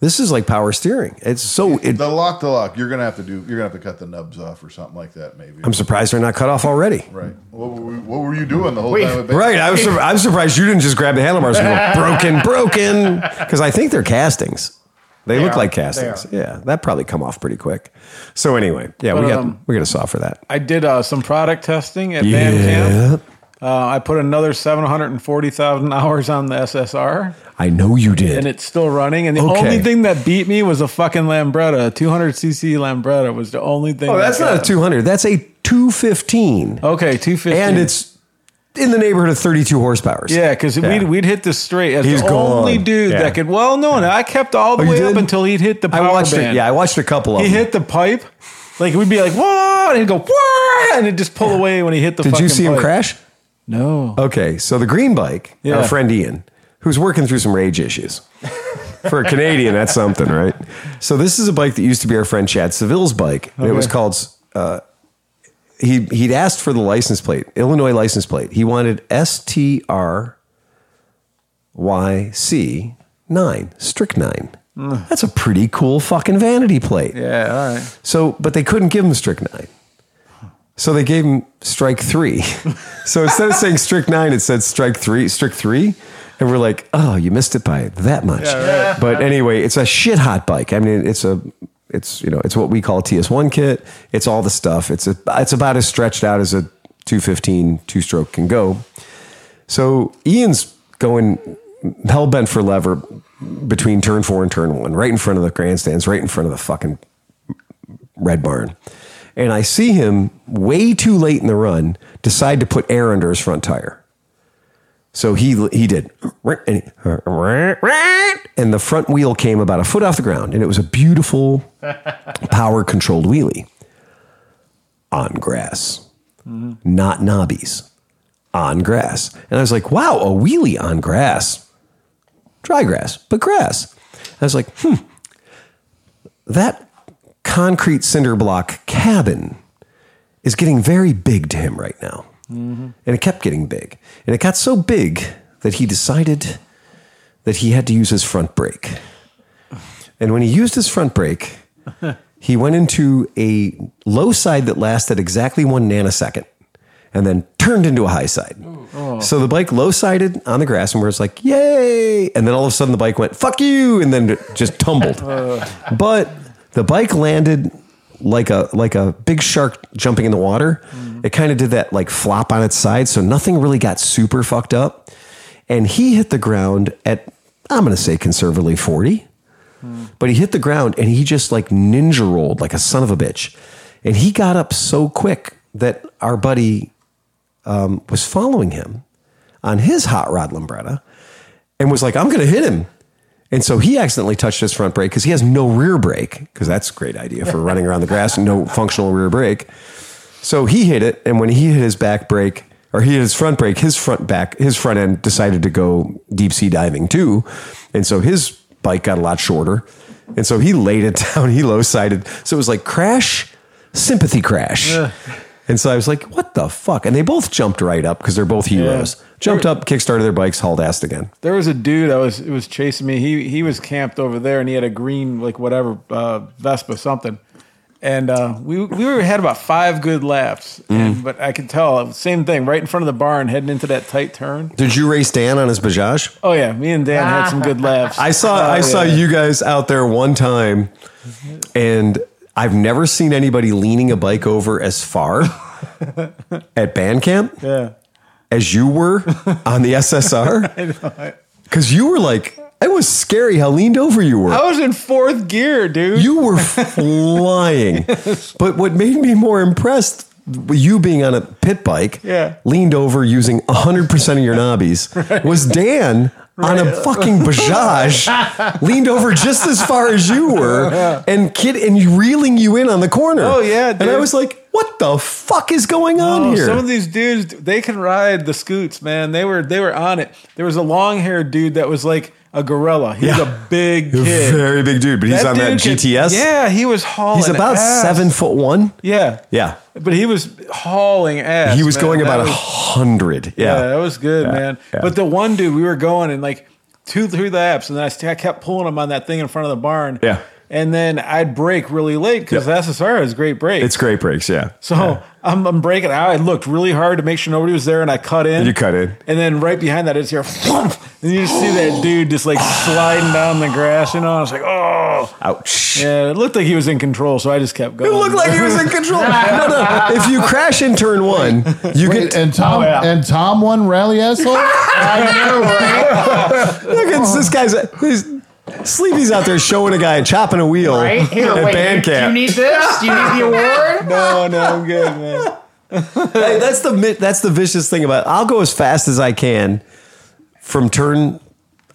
This is like power steering. It's so. It, The lock to lock, you're gonna have to do. You're gonna have to cut the nubs off or something like that, maybe. I'm surprised they're not cut off already. right. What were, we, what were you doing the whole Wait. time? at Bay- Right. I was. Sur- I'm surprised you didn't just grab the handlebars and go broken, broken. Because I think they're castings. They, look are. like They castings. are. Yeah, that probably come off pretty quick. So anyway, yeah, we But, got um, we got a saw for that. I did uh, some product testing at Yeah. Bandcamp. Uh, I put another 740,000 hours on the SSR I know you did. and it's still running. And the Okay. only thing that beat me was a fucking Lambretta. 200cc Lambretta was the only thing. oh, that that's got not a it. 200. That's a 215. Okay, 250. and it's in the neighborhood of 32 horsepower. Yeah, because Yeah. we'd, we'd hit this straight as He's the only gone. dude Yeah. that could. Well, no, no, I kept all the Oh, you way did? up until he'd hit the power I watched band. it. Yeah, I watched a couple of he them. hit the pipe. Like we'd be like, "Whoa!" and he'd go, "Whoa!" and it'd just pull away when he hit the. Did fucking you see him pipe. crash? No. Okay, so the green bike, Yeah. our friend Ian, who's working through some rage issues. For a Canadian, that's something, right? So this is a bike that used to be our friend Chad Seville's bike. and It was Okay. called. Uh, he he'd asked for the license plate, Illinois license plate. He wanted S T R Y C nine, strychnine. That's a pretty cool fucking vanity plate. Mm. Yeah. All right. So, but they couldn't give him strychnine. So they gave him strike three. so instead of saying strict nine, it said strike three, strict three. And we're like, oh, you missed it by that much. But anyway, it's a shit hot bike. I mean, it's a, it's, you know, it's what we call a TS1 kit. It's all the stuff. It's a, it's about as stretched out as a 215 two stroke can go. So Ian's going hell bent for lever between turn four and turn one, right in front of the grandstands, right in front of the fucking Red Barn. And I see him way too late in the run decide to put air under his front tire. So he he did, and, he- and the front wheel came about a foot off the ground, and it was a beautiful, power controlled wheelie on grass, not knobbies, on grass. And I was like, wow, a wheelie on grass, dry grass, but grass. I was like, hmm, that concrete cinder block cabin is getting very big to him right now. And it kept getting big. And it got so big that he decided that he had to use his front brake. And when he used his front brake, he went into a low side that lasted exactly one nanosecond and then turned into a high side. So the bike low sided on the grass and where it's like, yay. And then all of a sudden the bike went, fuck you. And then it just tumbled. but the bike landed like a like a big shark jumping in the water. It kind of did that like flop on its side. So nothing really got super fucked up. And he hit the ground at, I'm going to say conservatively 40 but he hit the ground and he just like ninja rolled like a son of a bitch. And he got up so quick that our buddy um, was following him on his hot rod Lambretta and was like, I'm going to hit him. And so he accidentally touched his front brake because he has no rear brake, because that's a great idea for running around the grass, no functional rear brake. So he hit it, and when he hit his back brake, or he hit his front brake, his front back, his front end decided to go deep sea diving too, and so his bike got a lot shorter, and so he laid it down. He low sided, so it was like crash, sympathy crash. And so I was like, "What the fuck?" And they both jumped right up because they're both heroes. Jumped up, kickstarted their bikes, hauled ass again. There was a dude I was it was chasing me. He he was camped over there and he had a green like whatever uh, Vespa something. And uh, we we were, had about five good laps, Mm. and, but I could tell same thing right in front of the barn heading into that tight turn. Did you race Dan on his Bajaj? Oh yeah, me and Dan had some good laughs. Ah. Oh, I saw I saw you guys out there one time, and I've never seen anybody leaning a bike over as far at band camp Yeah. as you were on the SSR. Because you were like It was scary how leaned over you were. I was in fourth gear, dude. You were flying. But what made me more impressed, you being on a pit bike, Yeah. leaned over using 100% of your knobbies, was Dan on a fucking Bajaj, leaned over just as far as you were, and kid, and reeling you in on the corner. Oh, yeah, And I dude. was like, what the fuck is going on Oh, here? Some of these dudes, they can ride the scoots, man. They were they were on it. There was a long haired dude that was like a gorilla. He was Yeah. a big You're a kid. very big dude, but he's on that dude could- GTS. yeah, he was hauling. He's about ass. seven foot one. Yeah, Yeah. but he was hauling ass. He was man. going That about a was- hundred. Yeah, Yeah. that was good, man. yeah. But the one dude, we were going and like two, three laps, and then I, st- I kept pulling him on that thing in front of the barn. Yeah. And then I'd brake really late because Yeah. SSR is great brake. It's great breaks. Yeah. so I'm, I'm braking out. I looked really hard to make sure nobody was there, and I cut in. You cut in. And then right behind that, it's here, and you just see that dude just like sliding down the grass. You know, I was like, oh. Ouch. Yeah, it looked like he was in control, so I just kept going. It looked like he was in control. No, no. If you crash in turn one, you Wait, get and Tom Oh, yeah. and Tom won rally asshole. look Oh. at this guy's he's, Sleepy's out there showing a guy chopping a wheel Right here, at wait. band do you camp. need this? Do you need the award? no, no, I'm good, man. Hey, that's the mi- that's the vicious thing about. I'll go as fast as I can from turn.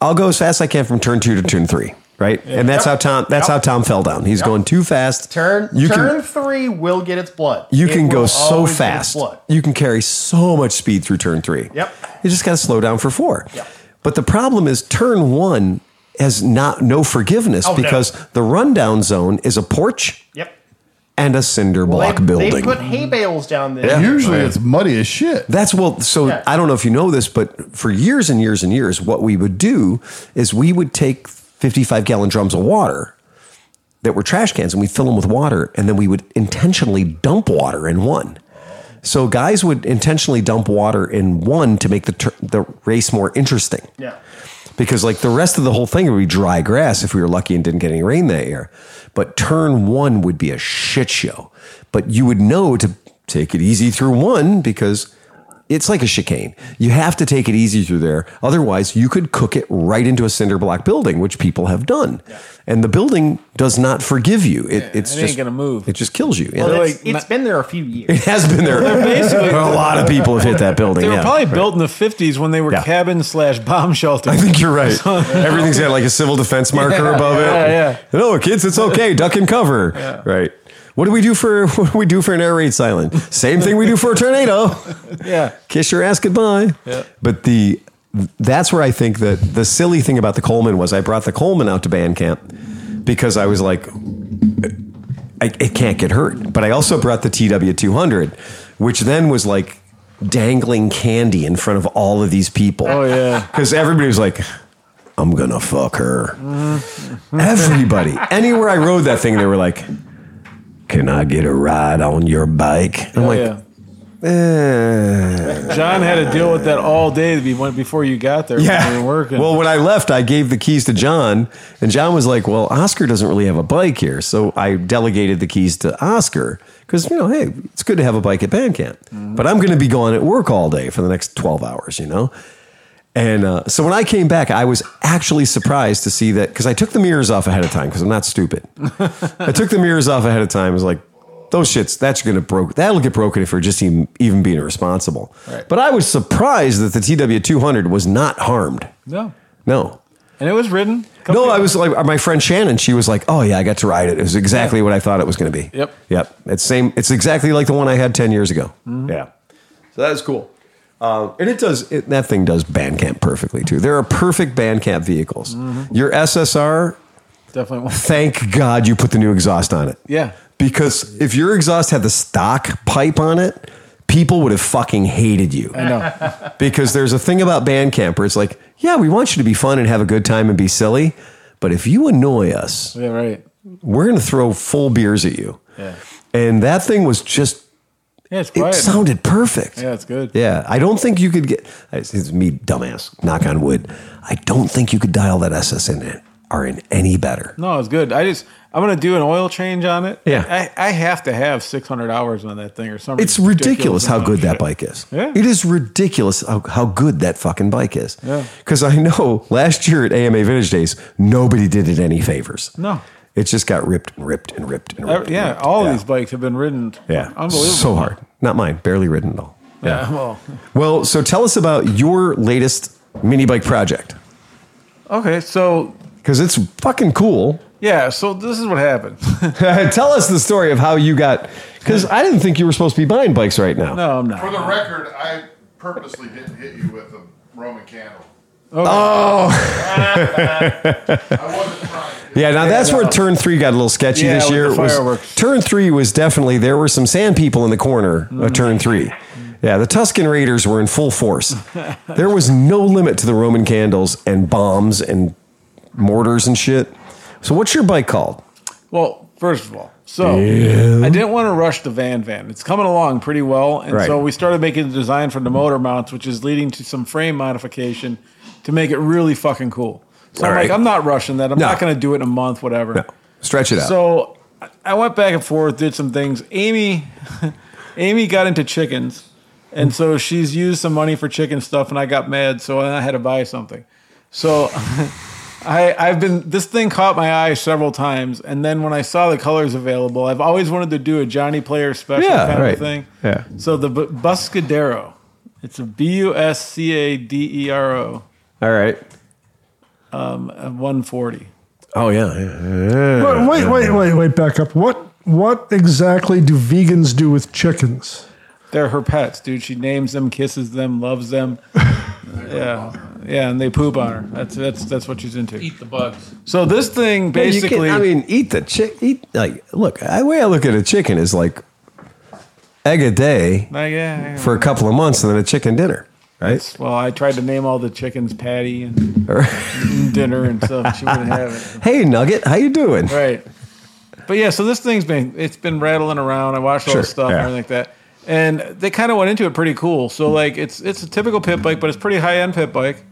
I'll go as fast as I can from turn two to turn three. Right, and that's how Tom. That's how Tom fell down. He's going too fast. Turn You can- turn three will get its blood. You It can go will so always get its fast. blood. You can carry so much speed through turn three. Yep. You just got to slow down for four. Yep. But the problem is turn one has not no forgiveness Oh, no. because the rundown zone is a porch Yep. and a cinder block they, building. They put hay bales down there. Usually it's muddy as shit. That's well. So Yeah. I don't know if you know this, but for years and years and years, what we would do is we would take fifty-five gallon drums of water that were trash cans, and we fill them with water, and then we would intentionally dump water in one. So guys would intentionally dump water in one to make the tur the race more interesting Yeah. because like the rest of the whole thing would be dry grass if we were lucky and didn't get any rain that year. But turn one would be a shit show. But you would know to take it easy through one because it's like a chicane. You have to take it easy through there. Otherwise, you could cook it right into a cinder block building, which people have done. And the building does not forgive you. It, it's it ain't just gonna move. It just kills you. Yeah. Well, It's- like, it's been there a few years. it has been there. basically- a lot of people have hit that building. They were yeah. probably built in the 50s when they were Yeah. cabin slash bomb shelter. I think you're right. Everything's got like a civil defense marker above it. yeah, No, kids, it's okay. Duck and cover. Right. What do we do for what do we do for an air raid silent? Same thing we do for a tornado. yeah. Kiss your ass goodbye. But the that's where I think that the silly thing about the Coleman was I brought the Coleman out to band camp because I was like, I, it can't get hurt. But I also brought the TW200, which then was like dangling candy in front of all of these people. Oh, yeah. Because everybody was like, I'm going to fuck her. Everybody. Anywhere I rode that thing, they were like, Can I get a ride on your bike? I'm like, Oh, yeah. "Eh." John had to deal with that all day be- when- before you got there. When you were working. Well, when I left, I gave the keys to John, and John was like, "Well, Oscar doesn't really have a bike here," so I delegated the keys to Oscar because you know, hey, it's good to have a bike at band camp, Mm-hmm. but I'm going to be gone at work all day for the next twelve hours, you know. And uh, so when I came back, I was actually surprised to see that because I took the mirrors off ahead of time because I'm not stupid. I took the mirrors off ahead of time. I was like, those shits, that's gonna broke. That'll get broken if we're just even, even being irresponsible. But I was surprised that the TW200 was not harmed. no. No. And it was ridden. No, I was like my friend Shannon. She was like, "Oh yeah, I got to ride it. It was exactly what I thought it was going to be." Yep. Yep. It's same. It's exactly like the one I had ten years ago. Yeah. So that is cool. Um, and it does it, that thing does Bandcamp perfectly too. There are perfect Bandcamp vehicles. Your SSR, Definitely. was. thank God you put the new exhaust on it. Yeah. Because if your exhaust had the stock pipe on it, people would have fucking hated you. I know. because there's a thing about Bandcamp where it's like, yeah, we want you to be fun and have a good time and be silly, but if you annoy us, Yeah, right. we're going to throw full beers at you. Yeah. And that thing was just, Yeah, it's it quiet. sounded perfect. yeah, it's good. Yeah, I don't think you could get. It's it's me, dumbass. Knock on wood. I don't think you could dial that SSR in, aren't any better. No, it's good. I just I'm gonna do an oil change on it. Yeah. I, I have to have 600 hours on that thing or something. It's ridiculous how good that bike is. Yeah. It is ridiculous how, how good that fucking bike is. Yeah. Because I know last year at AMA Vintage Days, nobody did it any favors. No. It just got ripped and ripped and ripped and Uh, ripped. and yeah, ripped. all yeah. of these bikes have been ridden. Yeah. unbelievable. So hard. Not mine. Barely ridden at all. Yeah. Well. Well, so tell us about your latest mini bike project. Okay. So Because it's fucking cool. yeah. So this is what happened. tell us the story of how you got. Because I didn't think you were supposed to be buying bikes right now. no, I'm not. For the record, I purposely didn't hit you with a Roman candle. Oh. I wasn't trying. to. Yeah, now that's where turn three got a little sketchy Yeah, this with year. the It was- fireworks. turn three was definitely there were some sand people in the corner Mm-hmm. of turn three. Yeah, the Tuscan Raiders were in full force. there was no limit to the Roman candles and bombs and mortars and shit. So what's your bike called? Well, first of all, so I didn't want to rush the van van. It's coming along pretty well, and Right. so we started making the design for the motor mounts, which is leading to some frame modification to make it really fucking cool. So I'm All right. like, I'm not rushing that. I'm No. not going to do it in a month, whatever. Stretch it out. So I- I went back and forth, did some things. Amy, Amy got into chickens, and so she's used some money for chicken stuff, and I got mad, so I had to buy something. So I, I've been this thing caught my eye several times, and then when I saw the colors available, I've always wanted to do a Johnny Player special Yeah, kind right. of thing. Yeah. So the bu- Buscadero, it's a B U S C A D E R O, All right. uh, 140. Oh yeah, yeah, yeah. Wait, wait, wait, wait, wait, back up. What what exactly do vegans do with chickens? They're her pets, dude. She names them, kisses them, loves them. yeah, yeah, and they poop on her. That's that's that's what she's into. Eat the bugs. So this thing Yeah, you basically, can- I mean, eat the chick. Eat like look. The way I look at a chicken is like egg a day like, yeah, yeah. for a couple of months, and then a chicken dinner. Right. well, I tried to name all the chickens Patty and All right. dinner and stuff. She wouldn't have it. Hey Nugget, how you doing? Right. But yeah, so this thing's been it's been rattling around. I watched all Sure, this stuff yeah. and everything like that. And they kind of went into it pretty cool. So like it's it's a typical pit bike, but it's pretty high end pit bike.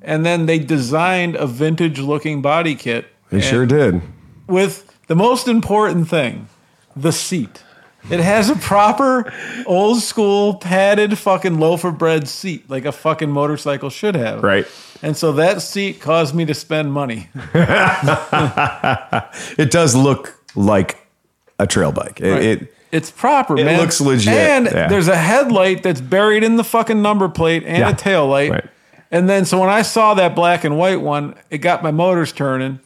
And then they designed a vintage looking body kit. They And- sure did. with the most important thing the seat. It has a proper old school padded fucking loaf of bread seat, like a fucking motorcycle should have. Right. And so that seat caused me to spend money. It does look like a trail bike. It, it It's proper, man. looks legit, And yeah. there's a headlight that's buried in the fucking number plate and Yeah, a tail light. right. And then so when I saw that black and white one, it got my motors turning.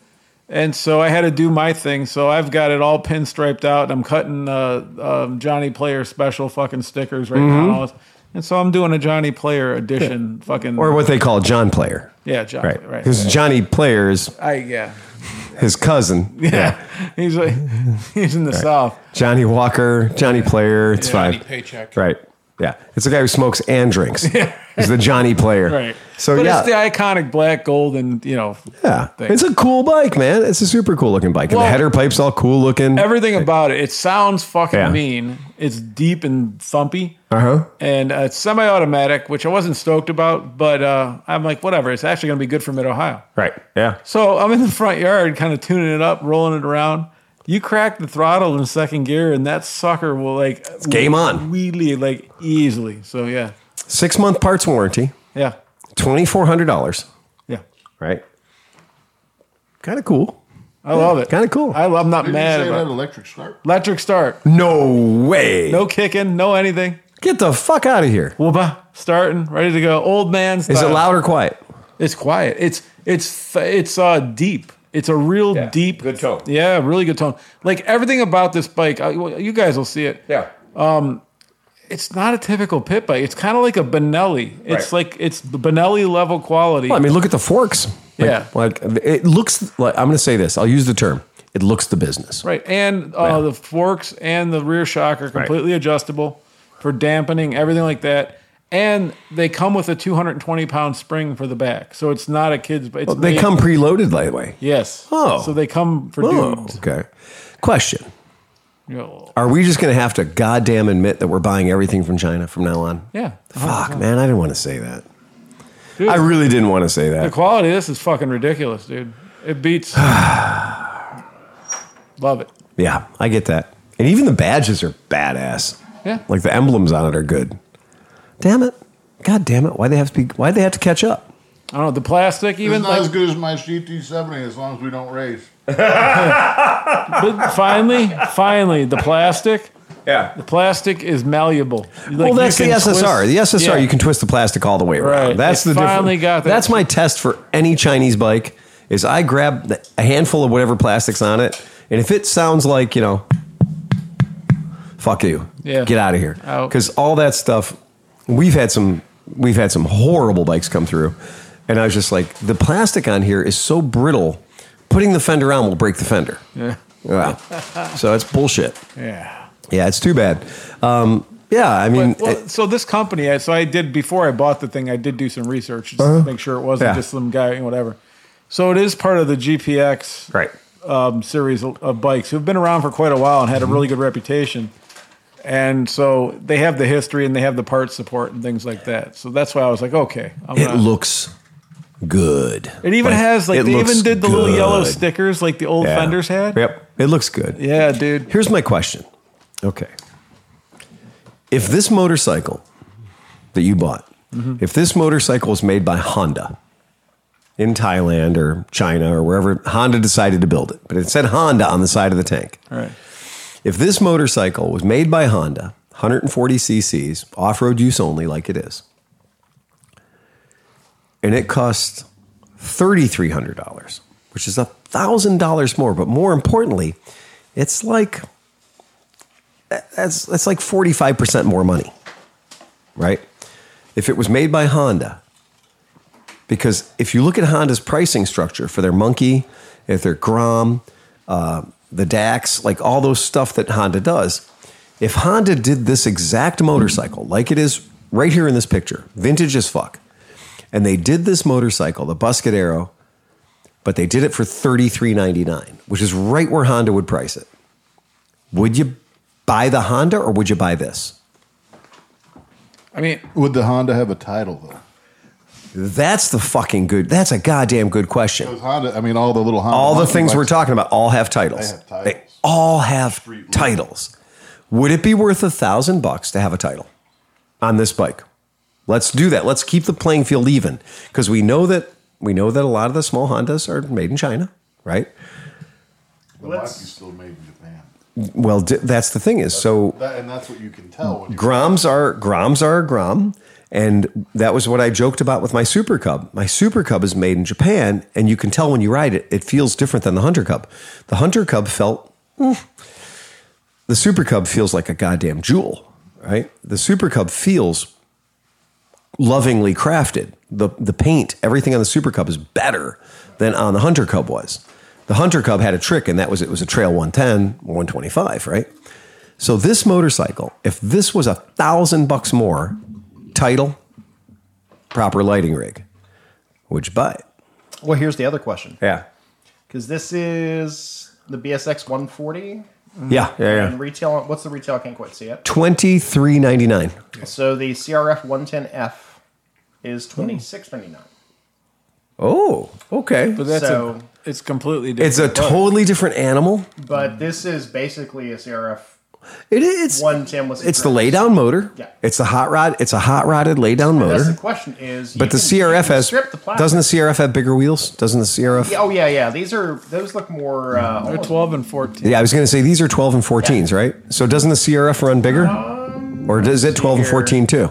And so I had to do my thing. So I've got it all pinstriped out. and I'm cutting uh, um, Johnny Player special fucking stickers right Mm-hmm. now. And so I'm doing a Johnny Player edition fucking. or what they call John Player. Yeah, Johnny. Right. Right. Because Johnny Player is I, yeah. his cousin. Yeah. he's like, he's in the South. Johnny Walker, Johnny Player. It's Johnny fine. paycheck. Right. Yeah. It's the guy who smokes and drinks. He's the Johnny Player. Right. So but yeah. it's the iconic black, gold, and, you know, yeah. thing. It's a cool bike, man. It's a super cool looking bike. And the Well- header pipe's all cool looking. everything about it. It sounds fucking Yeah. mean. It's deep and thumpy. uh-huh. And uh, it's semi-automatic, which I wasn't stoked about, but uh, I'm like, whatever. It's actually going to be good for Mid Ohio. Right. Yeah. So I'm in the front yard, kind of tuning it up, rolling it around. You crack the throttle in second gear, and that sucker will like it's game on. wheelie like easily. So yeah, Six month parts warranty, yeah, twenty four hundred dollars. yeah. Right. Kind of cool. I love it. Kind of cool. I love. I'm not Did you mad say that about it. electric start? electric start. No way. No kicking. No anything. Get the fuck out of here. Whoopah. Starting. Ready to go. Old man. Is it style. loud or quiet? It's quiet. It's it's it's uh deep. It's a real deep good tone. Yeah, really good tone. Like everything about this bike, I, well, you guys will see it. Um, Yeah. It's not a typical pit bike. It's kind of like a Benelli. It's Right. like it's the Benelli level quality. Well, I mean, look at the forks. Like- Yeah. Like it looks like I'm going to say this. I'll use the term. It looks the business. right, and uh, the forks and the rear shock are completely adjustable for dampening everything like that. And they come with a 220 pound spring for the back, so it's not a kid's. It's They made- come preloaded that way. yes. Oh. so they come for Oh, dudes. okay. Question: You know, Are we just going to have to goddamn admit that we're buying everything from China from now on? Yeah, Fuck, man, I didn't want to say that. I really didn't want to say The that. quality of this is fucking ridiculous, dude. It beats. Love it. Yeah, I get that. And even the badges are badass. Yeah. Like the emblems on it are good. Damn it. God damn it. Why they have to be why they have to catch up? I don't know the plastic even It's not as like, good as my GT70 as long as we don't race. but finally, finally the plastic. Yeah. The plastic is malleable. Like, well, you that's the can twist- SSR. the SSR, Yeah. you can twist the plastic all the way around. Right. That's It the finally difference. got there. That's my test for any Chinese bike is I grab the- a handful of whatever plastics on it, and if it sounds like you know, fuck you, Yeah. get out of here, Out. because all that stuff we've had some we've had some horrible bikes come through, and I was just like, the plastic on here is so brittle, putting the fender on will break the fender. Yeah. Yeah. so that's bullshit. Yeah. Yeah, it's too bad. Um, yeah, I mean, Well, it- so this company, I- so I did before I bought the thing, I did do some research just to make sure it wasn't Uh-huh. Yeah. just some guy and whatever. So it is part of the GPX right. um, series of of bikes who've been around for quite a while and had a really Mm-hmm. good reputation. And so they have the history and they have the part support and things like that. So that's why I was like, okay, I'm It not- looks good. It even Like, has like it they looks even did the little yellow good. stickers like the old Yeah. fenders had. Yep, it looks good. Yeah, dude. Here's my question. Okay, if this motorcycle that you bought, if this motorcycle was made by Honda in Thailand or China or wherever Honda decided to build it, but it said Honda on the side of the tank. All right. If this motorcycle was made by Honda, 140 cc's, off road use only, like it is, and it cost $3,300, which is $1,000 more. But more importantly, it's like, that's, that's like 45% more money, right? If it was made by Honda, because if you look at Honda's pricing structure for their Monkey, if their Grom, uh, the Dax, like all those stuff that Honda does, if Honda did this exact motorcycle, like it is right here in this picture, vintage as fuck, and they did this motorcycle, the Buscadero, but they did it for thirty three ninety nine, which is right where Honda would price it. Would you buy the Honda or would you buy this? I mean, Would the Honda have a title though? That's the fucking good. That's a goddamn good question. Because Honda, I mean, all the little Honda. all the monkey things we're bikes- talking about all have titles. They have titles. They all have Street titles. Would it be worth a thousand bucks to have a title on this bike? Let's do that. Let's keep the playing field even because we know that we know that a lot of the small Hondas are made in China, right? The Lucky's still made in Japan. Well, d- that's the thing is so That, and that's what you can tell. When you Groms are Groms are a Grom, and that was what I joked about with my Super Cub. My Super Cub is made in Japan, and you can tell when you ride it, it feels different than the Hunter Cub. The Hunter Cub felt. mm. the Super Cub feels like a goddamn jewel, right? The Super Cub feels lovingly crafted. The the paint, everything on the Super Cub is better than on the Hunter Cub was. The Hunter Cub had a trick, and that was it was a Trail 110, 125, right? So this motorcycle, if this was a thousand bucks more, title, proper lighting rig, would you buy it? Well, here's the other question Yeah. because this is the BSX 140 Mm-hmm. Yeah. Yeah. and retail. What's the retail? I can't quite see it. Twenty three ninety nine. So the CRF 110F is 26.99. Oh, okay. but that's So- a, it's completely different. It's a totally different animal. But this is basically a CRF It is. 110 with It's the laydown motor. Yeah. It's a hot rod. It's a hot rodded laydown That's the motor. question is. you But the can- you CRF can has strip the plastic. doesn't the CRF have bigger wheels? Doesn't the CRF? Yeah, oh yeah, yeah. These are those look more. Uh, They're almost- twelve and fourteen. Yeah, I was going to say these are 12 and 14s, right? So doesn't the CRF run bigger? Um, or is it 12 and here. 14 too?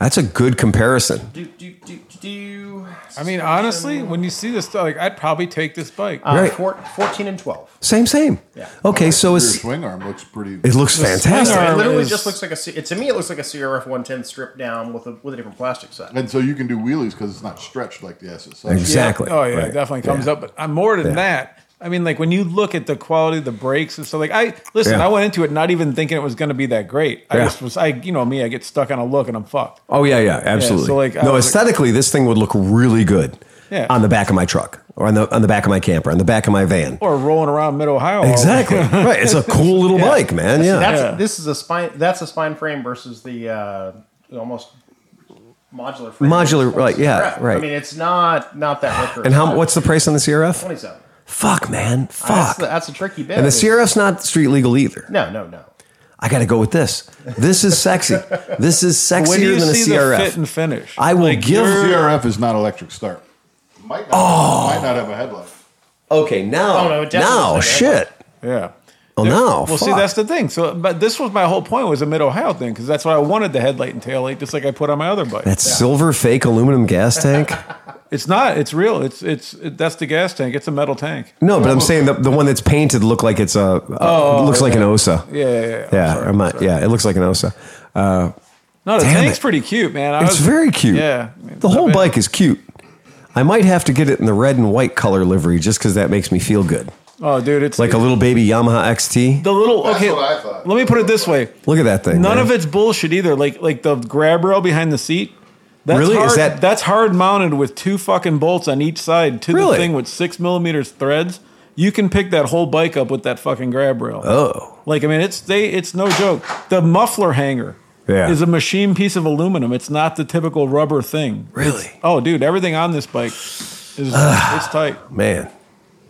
That's a good comparison. Do, do, do, do. I mean, honestly, when you see this, like, I'd probably take this bike. Uh, Right. four, 14 and 12. Same, same. Yeah. Okay, so Your it's, swing arm looks pretty. it looks fantastic. Arm It literally is- just looks like a. C- To me, it looks like a CRF 110 stripped down with a with a different plastic set. and so you can do wheelies because it's not stretched like the SSX. Exactly. Oh yeah, Right. it definitely comes Yeah. up. But I'm more than Yeah. that. I mean, like when you look at the quality of the brakes and stuff. Like I listen, Yeah. I went into it not even thinking it was going to be that great. I Yeah. just was, I you know me, I get stuck on a look and I'm fucked. Oh yeah, yeah, absolutely. so, like, I no, was like- aesthetically, this thing would look really good Yeah. on the back of my truck, or on the on the back of my camper, on the back of my van. Or rolling around mid Ohio. all exactly. week. right. It's a cool little bike, man. Yeah. That's Yeah. this is a spine. That's a spine frame versus the uh, almost modular. Fridge Modular, It's right, yeah, correct. right. I mean, it's not not that liquor. And how? What's the price on the CRF? twenty-seven? Fuck, man, That's fuck. the, that's a tricky bit. and the is- CRF's not street legal either. No, no, no. I got to go with this. This is sexy. This is When do sexier you than a see the fit CRF. and finish? I will give. CRF is not electric start. Might not, oh. might not have a headlight. Okay, now, Oh, no, it definitely now, doesn't. shit. yeah. Oh no. Well, see, fuck. that's the thing. So, but this was my whole point was a mid Ohio thing because that's what I wanted the headlight and taillight, just like I put on my other bike. that silver fake aluminum gas tank. it's not. It's real. It's it's it, that's the gas tank. It's a metal tank. No, but I'm saying the, the one that's painted look like it's a uh, looks like an osa. Oh, Yeah, yeah, yeah. I'm yeah, sorry, I'm not- yeah. It looks like an osa. Uh, No, the Damn tank's it. pretty cute, man. I it's was- very cute. Yeah, the whole bike is cute. I might have to get it in the red and white color livery just because that makes me feel good, Oh, dude, it's like a little baby Yamaha XT. the little. That's Okay, what I thought. let me put it this way. Look at that thing. None man. of it's bullshit either. Like like the grab rail behind the seat. That's Really? Is Hard, that- that's hard mounted with two fucking bolts on each side to Really? the thing with six millimeters threads. You can pick that whole bike up with that fucking grab rail. Oh, Like I mean, it's they. It's no joke. The muffler hanger Yeah. is a machine piece of aluminum. It's not the typical rubber thing. really? Oh, dude, everything on this bike is it's tight. Man,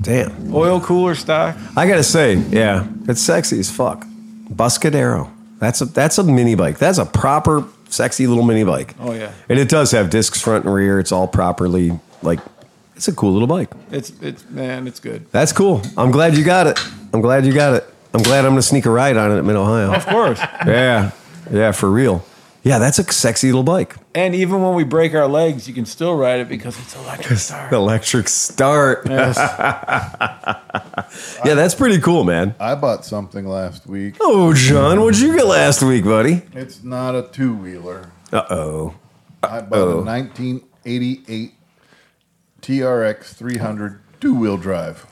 damn. Oil cooler stock. I gotta say, yeah, it's sexy as fuck. Buscadero. That's a that's a mini bike. That's a proper sexy little mini bike. Oh, yeah. And it does have discs front and rear. It's all properly like. It's a cool little bike. It's it's man, it's good. That's cool. I'm glad you got it. I'm glad you got it. I'm glad I'm gonna sneak a ride on it at Mid Ohio. Of course. yeah, yeah, for real. Yeah, that's a sexy little bike. and even when we break our legs, you can still ride it because it's electric star. Electric start. Yes. Yeah, that's pretty cool, man. I bought something last week. Oh, John, what'd you get last week, buddy? It's not a two wheeler. Uh oh. I bought a 1988 TRX 300 two wheel drive.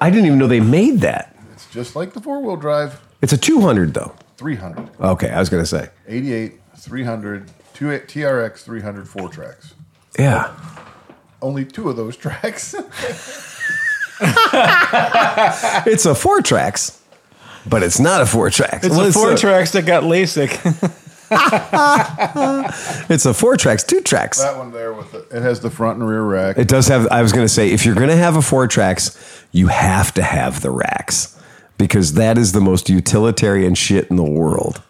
I didn't even know they made that. It's just like the four wheel drive It's a 200 though. 300. Okay, I was gonna say. 88, 300, two, TRX 300 four tracks. Yeah. Only two of those tracks. It's a four tracks, but it's not a four tracks. It's Well, a four tracks that got LASIK. It's a four tracks, two tracks. that one there with the, it has the front and rear rack. It does have. I was going to say, if you're going to have a four tracks, you have to have the racks because that is the most utilitarian shit in the world.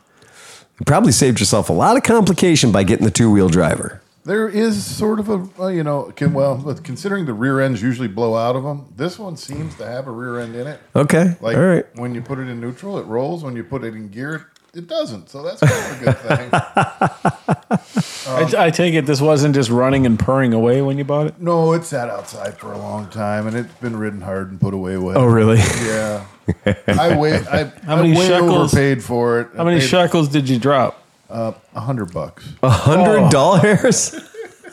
You probably saved yourself a lot of complication by getting the two wheel driver. There is sort of a uh, you know can, well but considering the rear ends usually blow out of them. This one seems to have a rear end in it. Okay, Like all right. when you put it in neutral, it rolls. When you put it in gear, it doesn't. So that's kind of a good thing. I, I take it this wasn't just running and purring away when you bought it. No, it sat outside for a long time, and it's been ridden hard and put away well. Oh, really? Yeah, I wait. I, How many I way shekels- overpaid for it. How many shekels did you drop? A hundred bucks. A oh. hundred dollars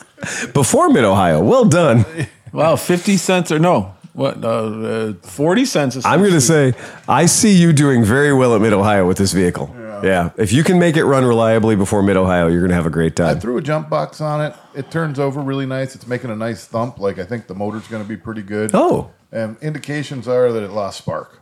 before Mid Ohio. Well done. Wow, fifty cents or no? What? Uh, uh, Forty cents. I'm going to say, I see you doing very well at Mid Ohio with this vehicle. Yeah. If you can make it run reliably before Mid Ohio, you're going to have a great I time. threw a jump box on it. It turns over really nice. It's making a nice thump. Like I think the motor's going to be pretty good. Oh. Um, indications are that it lost spark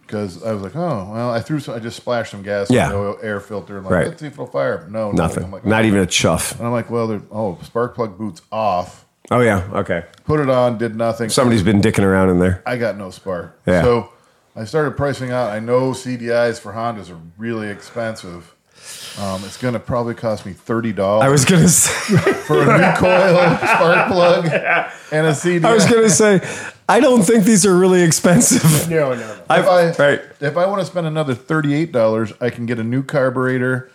because I was like, oh well, I threw some, I just splashed some gas Yeah. on the oil, air filter and like Right. let's see if it'll fire. No, Nothing. I'm like, Not even a chuff. And I'm like, well, they're, oh, spark plug boots off. Oh, yeah. Okay. Put it on, did nothing. Somebody's been dicking around in there. I got no spark. Yeah. So I started pricing out. I know CDIs for Hondas are really expensive. Um, it's going to probably cost me thirty I dollars was gonna say, for a new coil, spark plug, and a CDI. I was gonna say, I don't think these are really expensive. No, no, no. I, if I, right. if I want to spend another thirty-eight dollars, I can get a new carburetor,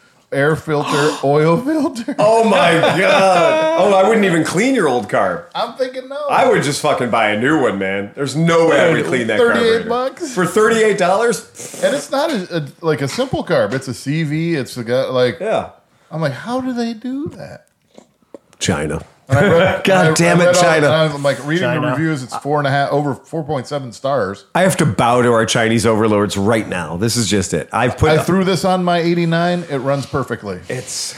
air filter, oil filter. Oh my god. Oh, I wouldn't even clean your old car. I'm thinking no. I would just fucking buy a new one, man. There's no way I would clean that car. 38 bucks? for thirty-eight dollars. and it's not a, a, like a simple carb. It's a CV. It's a guy like Yeah, I'm like, how do they do that? China. And I read- God I- I damn it, read all- China. and I'm like reading the China. reviews. It's four and a half over four point seven stars. I have to bow to our Chinese overlords right now. This is just it. I've put. I threw this on my eighty nine. It runs perfectly. it's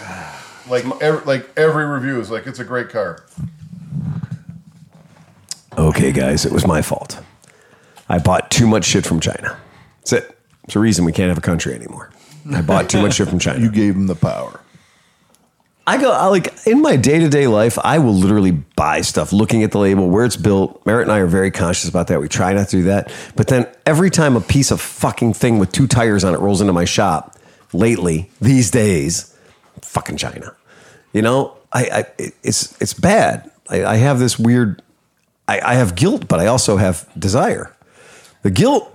Like ev- like every review is like it's a great car. okay, guys. It was my fault. I bought too much shit from China. That's it. It's a reason we can't have a country anymore. I bought too much shit from China. gave them the power. I go I like in my day to day life, I will literally buy stuff looking at the label, where it's built. Merritt and I are very conscious about that. We try not to do that. But then every time a piece of fucking thing with two tires on it rolls into my shop lately, these days, fucking China. You know, I, I it- it's it's bad. I, I have this weird I, I have guilt, but I also have desire. The guilt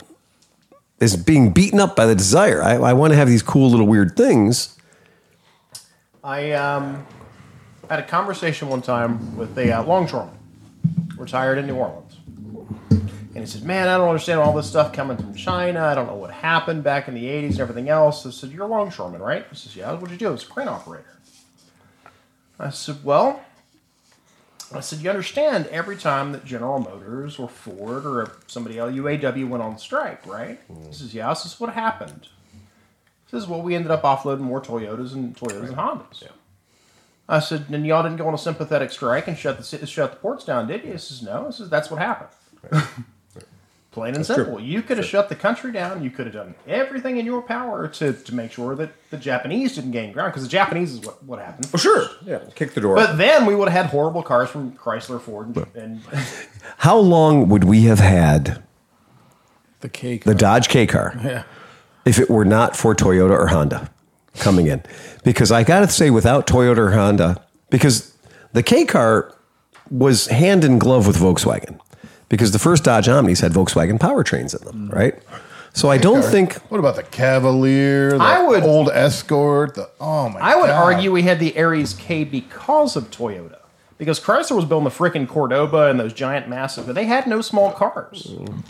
is being beaten up by the desire. I, I want to have these cool little weird things. I um, had a conversation one time with a uh, longshoreman, retired in New Orleans. And he says, Man, I don't understand all this stuff coming from China. I don't know what happened back in the 80s and everything else. I said, You're a longshoreman, right? He says, Yeah, what'd you do? I was a crane operator. I said, Well, I said, You understand every time that General Motors or Ford or somebody else, UAW went on strike, right? He says, Yeah, this is what happened. He says, Well, we ended up offloading more Toyotas and Toyotas and Hondas. I said, and y'all didn't go on a sympathetic strike and shut the ci- shut the ports down, did you? He says, no. I says, that's what happened. Plain and simple. You could have shut the country down. You could have done everything in your power to, to make sure that the Japanese didn't gain ground because the Japanese is what, what happened. Sure. Yeah. Kick the door. But then we would have had horrible cars from Chrysler, Ford, and, and How long would we have had The cake. the Dodge K car yeah. if it were not for Toyota or Honda coming in? Because I got to say, without Toyota or Honda, because the K car was hand in glove with Volkswagen, because the first Dodge Omnis had Volkswagen powertrains in them, right? So I don't think What about the Cavalier? The I would- old Escort. The oh my! I would God. argue we had the Aries K because of Toyota. Because Chrysler was building the frickin' Cordoba and those giant massive, but they had no small cars.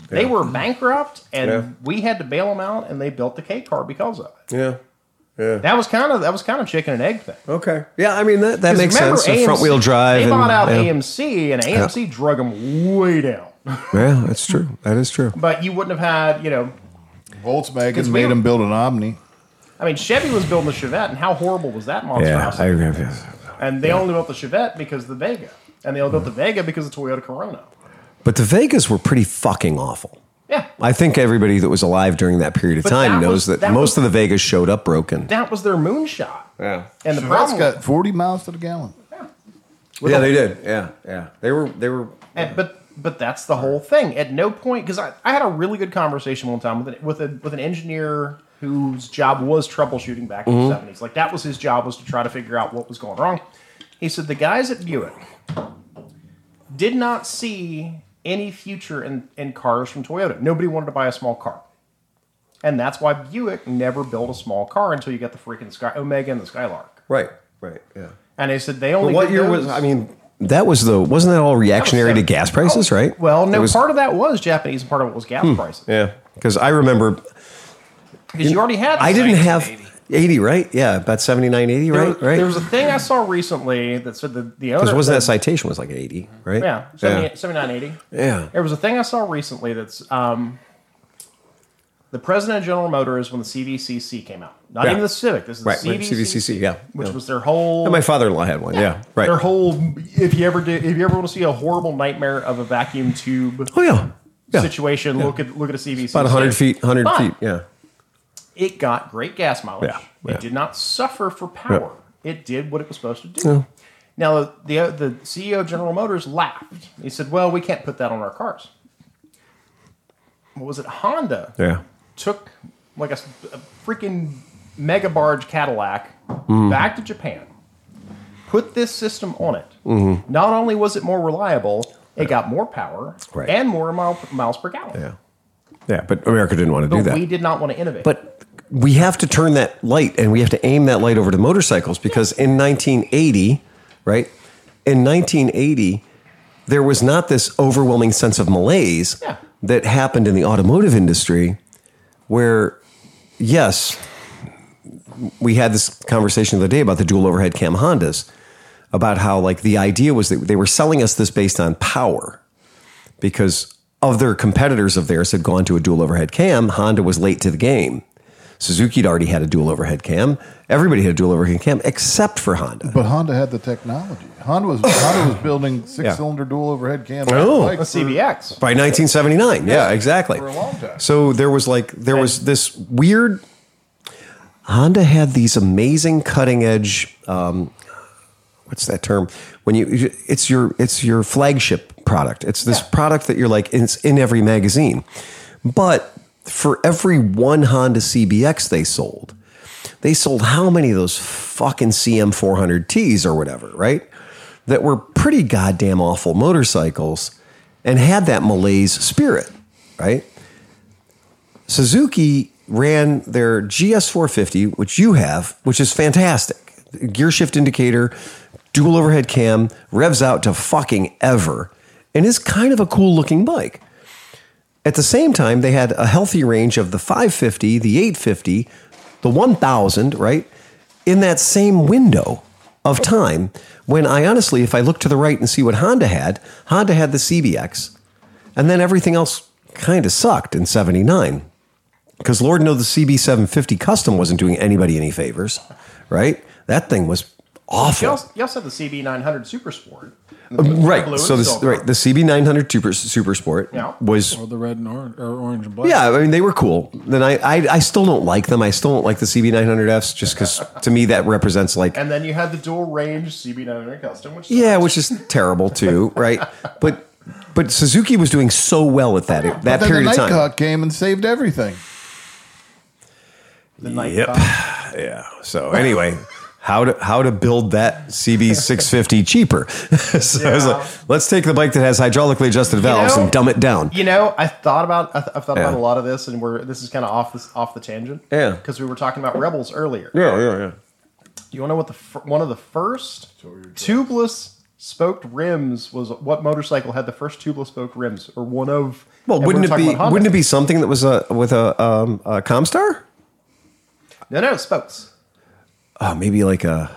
They were bankrupt, and Mm, Yeah. we had to bail them out, and they built the K car because of it. yeah. That was kind of that was kind of chicken and egg thing. Okay. Yeah, I mean that, that makes Remember, sense. The front AMC wheel drive. They and- bought out yeah. AMC, and AMC drug them way down. Yeah, that's true. That is true. But you wouldn't have had, you know, Volkswagen we made were- him build an Omni. I mean, Chevy was building the Chevette, and how horrible was that monstrosity? and they only built the Chevette because of the Vega, and they only built the Vega because of Toyota Corona. But the Vegas were pretty fucking awful. Yeah, I think everybody that was alive during that period of But time that knows was- that, that most was- of the Vegas showed up broken. that was their moonshot. Yeah. And the That's problem, got forty miles to the gallon. Yeah, they did. Yeah, yeah. They were they were and, but but that's the whole thing. At no point, because I, I had a really good conversation one time with an, with a with an engineer whose job was troubleshooting back in Mm-hmm. the seventies. Like that was his job was to try to figure out what was going wrong. He said the guys at Buick did not see any future in, in cars from Toyota. Nobody wanted to buy a small car. And that's why Buick never built a small car until you got the freaking Sky Omega and the Skylark. right, right, yeah. And they said they only. But what did year those- was I mean that was the wasn't that all reactionary to gas prices, right? oh, Well, no, It was, Hmm. part of that was Japanese and part of it was gas prices. Yeah. Cuz I remember Because you already had. I didn't have 1980. 80, right? Yeah, about 79 80, There, right? Right. there was a thing I saw recently that said the the owner. Cuz wasn't that the, citation was like 80, right? yeah, 70, 7980. Yeah. There was a thing I saw recently that's um, the president of General Motors when the CVCC came out. Not Yeah. even the Civic. This is Right, the right, CVCC, CVCC, yeah. which Yeah. was their whole. And my father-in-law had one. Yeah, right. Their whole. If you ever do, if you ever want to see a horrible nightmare of a vacuum tube oh yeah. Yeah. situation, look at look at a CVCC. About 100 feet, 100 But- feet, yeah. it got great gas mileage. Yeah, yeah. It did not suffer for power. It did what it was supposed to do. Now the uh, the CEO of General Motors laughed. He said, "Well, we can't put that on our cars." What was it? Honda Yeah. took like a, s- a freaking mega barge Cadillac Mm-hmm. back to Japan, put this system on it. Mm-hmm. Not only was it more reliable, it got more power Right. and more mile, miles per gallon. Yeah. Yeah, but America didn't want to do But that. we did not want to innovate. but we have to turn that light and we have to aim that light over to motorcycles because in 1980, right? In 1980, there was not this overwhelming sense of malaise Yeah. that happened in the automotive industry where yes, we had this conversation the other day about the dual overhead cam Hondas about how like the idea was that they were selling us this based on power because other competitors of theirs had gone to a dual overhead cam. Honda was late to the game. Suzuki'd already had a dual overhead cam. Everybody had a dual overhead cam except for Honda. But Honda had the technology. Honda was Honda was building six cylinder dual overhead cam. Oh. like the for- CVX. By 1979, yeah, exactly. for a long time. So there was like there was this weird. Honda had these amazing cutting edge. Um, what's that term when you it's your it's your flagship product it's this product that you're like it's in every magazine but for every one honda cbx they sold they sold how many of those fucking cm400ts or whatever right that were pretty goddamn awful motorcycles and had that malaise spirit right Suzuki ran their GS450, which you have, which is fantastic. Gear shift indicator, dual overhead cam, revs out to fucking ever, and is kind of a cool looking bike. At the same time, they had a healthy range of the 550, the 850, the 1000, right? In that same window of time, when I honestly, if I look to the right and see what Honda had, Honda had the CBX, and then everything else kind of sucked in 79 because Lord knows the CB750 Custom wasn't doing anybody any favors, right? That thing was You awful. also, you also had the CB900 Super Sport. Right. Blue So and this silver. right the CB900 Super, Super Sport Yeah. was Or the red and orange, or orange and black. yeah. I mean they were cool. Then I, I I still don't like them. I still don't like the CB900Fs just because to me that represents like And then you had the dual range CB900 Custom, which yeah, which is terrible too, right? But but Suzuki was doing so well at that that Then the period of night time. cock came and saved everything. the night Yep. Yeah. So anyway, how to how to build that CB650 cheaper? so I was Yeah. like, let's take the bike that has hydraulically adjusted valves know- and dumb it down. You know, I thought about I th- I've thought Yeah. about a lot of this, and we're this is kind of off this off the tangent. Yeah. because we were talking about rebels earlier. Yeah, yeah, yeah. You want to know what the fir- one of the first tubeless spoked rims was? What motorcycle had the first tubeless spoked rims, or one of? Well, and we wouldn't were it talking be about Honda. wouldn't it be something that was a with a um a Comstar? No, no, spokes. Oh, maybe like a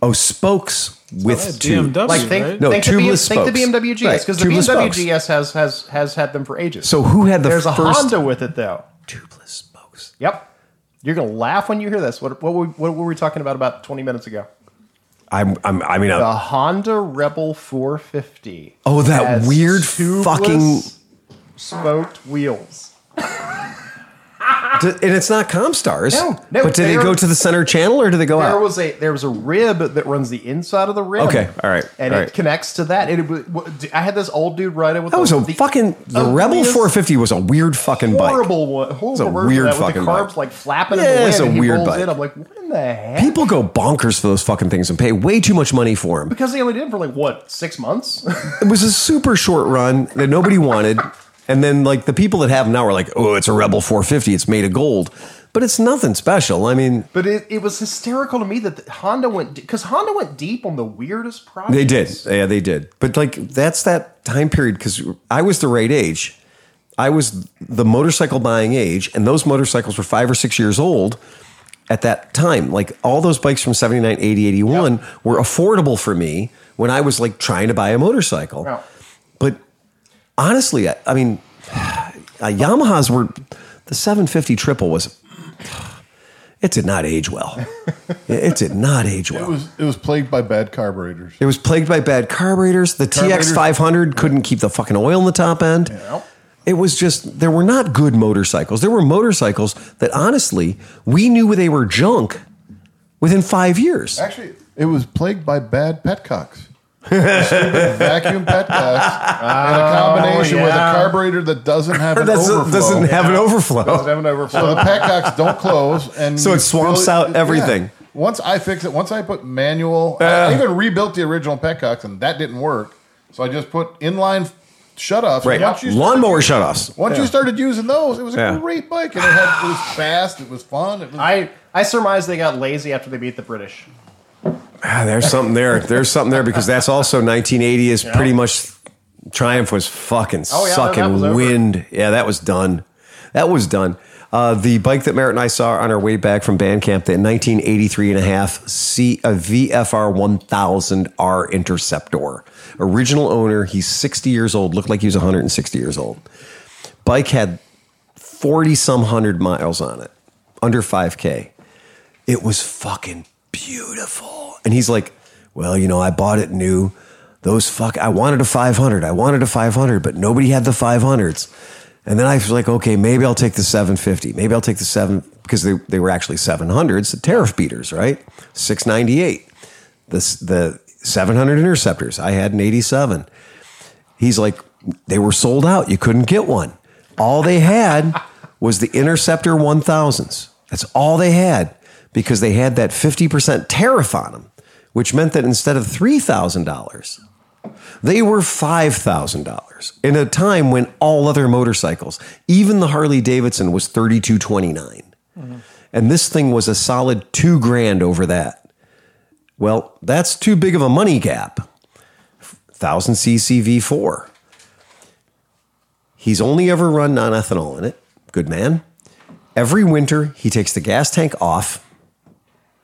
oh spokes Yeah, with two. BMW, Like think, right? No, think, the, B- tubeless think the spokes. BMW Right, GS because the tubeless BMW spokes. GS has has has had them for ages. So who had the there's a first Honda with it though. tubeless spokes? Yep, you're gonna laugh when you hear this. What what were, what were we talking about about 20 minutes ago? I'm, I'm I mean, The uh, Honda Rebel 450. oh that has weird tubeless fucking spoked wheels. D- and it's not Comstars. No, no, but do they they're- go to the center channel or do they go There out? was a there was a rib that runs the inside of the rim. Okay, all right, and all it right. connects to that. And it was, w- d- I had this old dude ride it with That was a the, fucking the Rebel ugliest, 450 was a weird fucking bike. Horrible one. Horrible a version of weird that with fucking the carbs bike. like flapping in Yeah, the wind. it's a and he weird rolls bike. In. I'm like, what in the heck? People go bonkers for those fucking things and pay way too much money for them. because they only did it for like what six months. It was a super short run that nobody wanted, and then like the people that have 'em now are like, oh, it's a Rebel 450, it's made of gold, but it's nothing special. I mean, but it, it was hysterical to me that the, Honda went because Honda went deep on the weirdest projects. They did. Yeah, they did. But like that's that time period because I was the right age. I was the motorcycle buying age, and those motorcycles were five or six years old at that time. Like all those bikes from 79, 80, 81 were affordable for me when I was like trying to buy a motorcycle. Yeah. But honestly, I, I mean, uh, Yamahas were the 750 triple was. It did not age well. It did not age well. It was it was plagued by bad carburetors. It was plagued by bad carburetors. The Carburetors- TX500 couldn't keep the fucking oil in the top end. Yeah. It was just, there were not good motorcycles. There were motorcycles that honestly, we knew they were junk within five years. Actually, it was plagued by bad petcocks. Stupid vacuum petcocks and a combination with a yeah. carburetor that doesn't have an That's- overflow. doesn't have an overflow. Have an overflow. so the petcocks don't close, and So it swamps out everything. yeah. Once I fix it, once I put manual, I even rebuilt the original petcocks, and that didn't work. So I just put inline shutoffs. Right. Once you Lawnmower shutoffs. Once you started using those, it was a Yeah. great bike, and it, had, it was fast. It was fun. It was I I surmise they got lazy after they beat the British. Ah, there's something there. There's something there because that's also 1980 is pretty much Triumph was fucking Oh, yeah, that- sucking that was over. wind. Yeah, that was done. That was done. Uh, the bike that Merritt and I saw on our way back from band camp, the 1983 and a half C, a VFR 1000R Interceptor. Original owner, he's 60 years old, looked like he was 160 years old. Bike had 40 some hundred miles on it, under 5K it was fucking beautiful. And he's like, well, you know, I bought it new. Those fuck, I wanted a 500. I wanted a 500, but nobody had the 500s. And then I was like, okay, maybe I'll take the 750. Maybe I'll take the seven because they, they were actually 700s, the tariff beaters, right? 698. the s- the 700 interceptors. I had an 87. He's like, they were sold out. You couldn't get one. All they had was the interceptor 1000s. That's all they had because they had that 50% tariff on them, which meant that instead of $3,000, they were $5,000 in a time when all other motorcycles, even the Harley Davidson, was 3229 and this thing was a solid two grand over that. Well, that's too big of a money gap. 1000 cc V4. He's only ever run non ethanol in it. Good man. Every winter, he takes the gas tank off,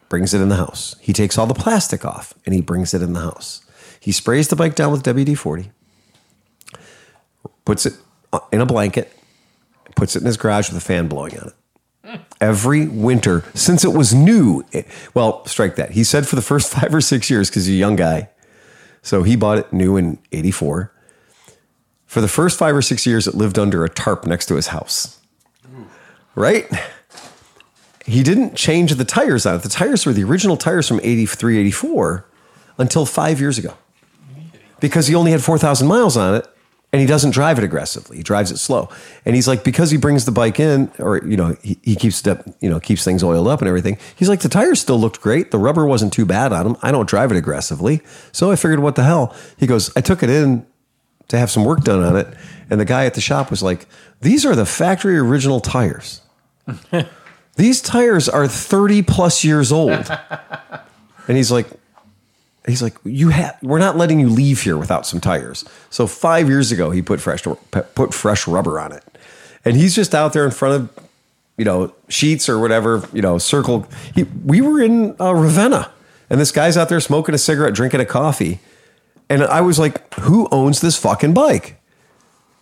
brings it in the house. He takes all the plastic off, and he brings it in the house. He sprays the bike down with WD 40, puts it uh, in a blanket, puts it in his garage with a fan blowing on it every winter since it was new. It- Well, strike that. He said for the first five or six years because he's a young guy. So he bought it new in 84. For the first five or six years, it lived under a tarp next to his house. Right? He didn't change the tires on it. The tires were the original tires from 83, 84 until five years ago because he only had 4,000 miles on it and he doesn't drive it aggressively. He drives it slow. And he's like, because he brings the bike in or, you know, he, he keeps, the, you know, keeps things oiled up and everything. He's like, the tires still looked great. The rubber wasn't too bad on them. I don't drive it aggressively. So I figured, what the hell? He goes, I took it in to have some work done on it. And the guy at the shop was like, these are the factory original tires. these tires are 30 plus years old. And he's like, he's like, you have, we're not letting you leave here without some tires. So five years ago, he put fresh, put fresh rubber on it. And he's just out there in front of, you know, sheets or whatever, you know, circle. He, we were in uh, Ravenna and this guy's out there smoking a cigarette, drinking a coffee. And I was like, who owns this fucking bike?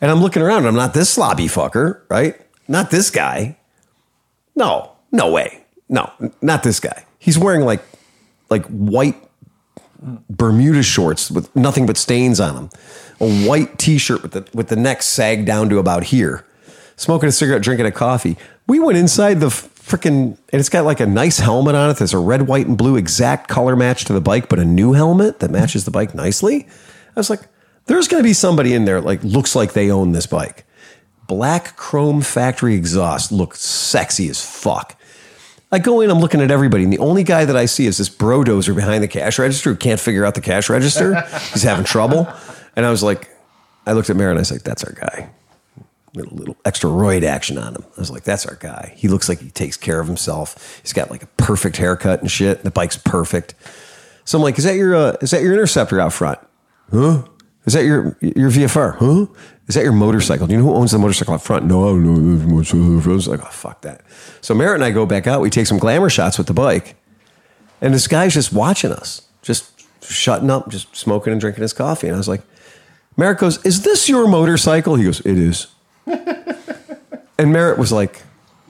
And I'm looking around and I'm not this sloppy fucker, right? Not this guy. No, no way. No, n- not this guy. He's wearing like, like white Bermuda shorts with nothing but stains on them, a white T-shirt with the with the neck sagged down to about here, smoking a cigarette, drinking a coffee. We went inside the freaking, and it's got like a nice helmet on it. There's a red, white, and blue exact color match to the bike, but a new helmet that matches the bike nicely. I was like, there's going to be somebody in there that, like looks like they own this bike. Black chrome factory exhaust looked sexy as fuck. I go in, I'm looking at everybody, and the only guy that I see is this brodozer behind the cash register who can't figure out the cash register. He's having trouble. And I was like, I looked at Mara and I was like, that's our guy. A little, little extra roid action on him. I was like, that's our guy. He looks like he takes care of himself. He's got like a perfect haircut and shit. The bike's perfect. So I'm like, is that your uh, is that your interceptor out front? Huh? Is that your your VFR? Huh? Is that your motorcycle? Do you know who owns the motorcycle up front? No, I don't know. There's a motorcycle up front. I was like, oh fuck that. So Merritt and I go back out. We take some glamour shots with the bike, and this guy's just watching us, just shutting up, just smoking and drinking his coffee. And I was like, Merritt goes, "Is this your motorcycle?" He goes, "It is." and Merritt was like,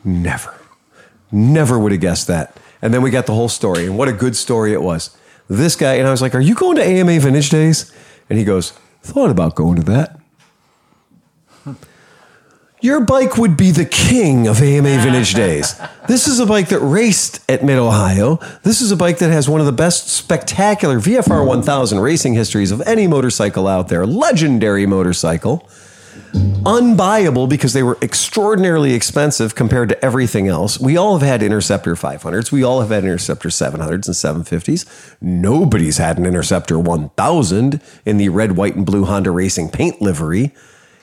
"Never." Never would have guessed that. And then we got the whole story, and what a good story it was. This guy, and I was like, Are you going to AMA Vintage Days? And he goes, Thought about going to that. Your bike would be the king of AMA Vintage Days. This is a bike that raced at Mid Ohio. This is a bike that has one of the best spectacular VFR 1000 racing histories of any motorcycle out there. Legendary motorcycle unbuyable because they were extraordinarily expensive compared to everything else. We all have had Interceptor 500s. We all have had Interceptor 700s and 750s. Nobody's had an Interceptor 1000 in the red, white, and blue Honda Racing paint livery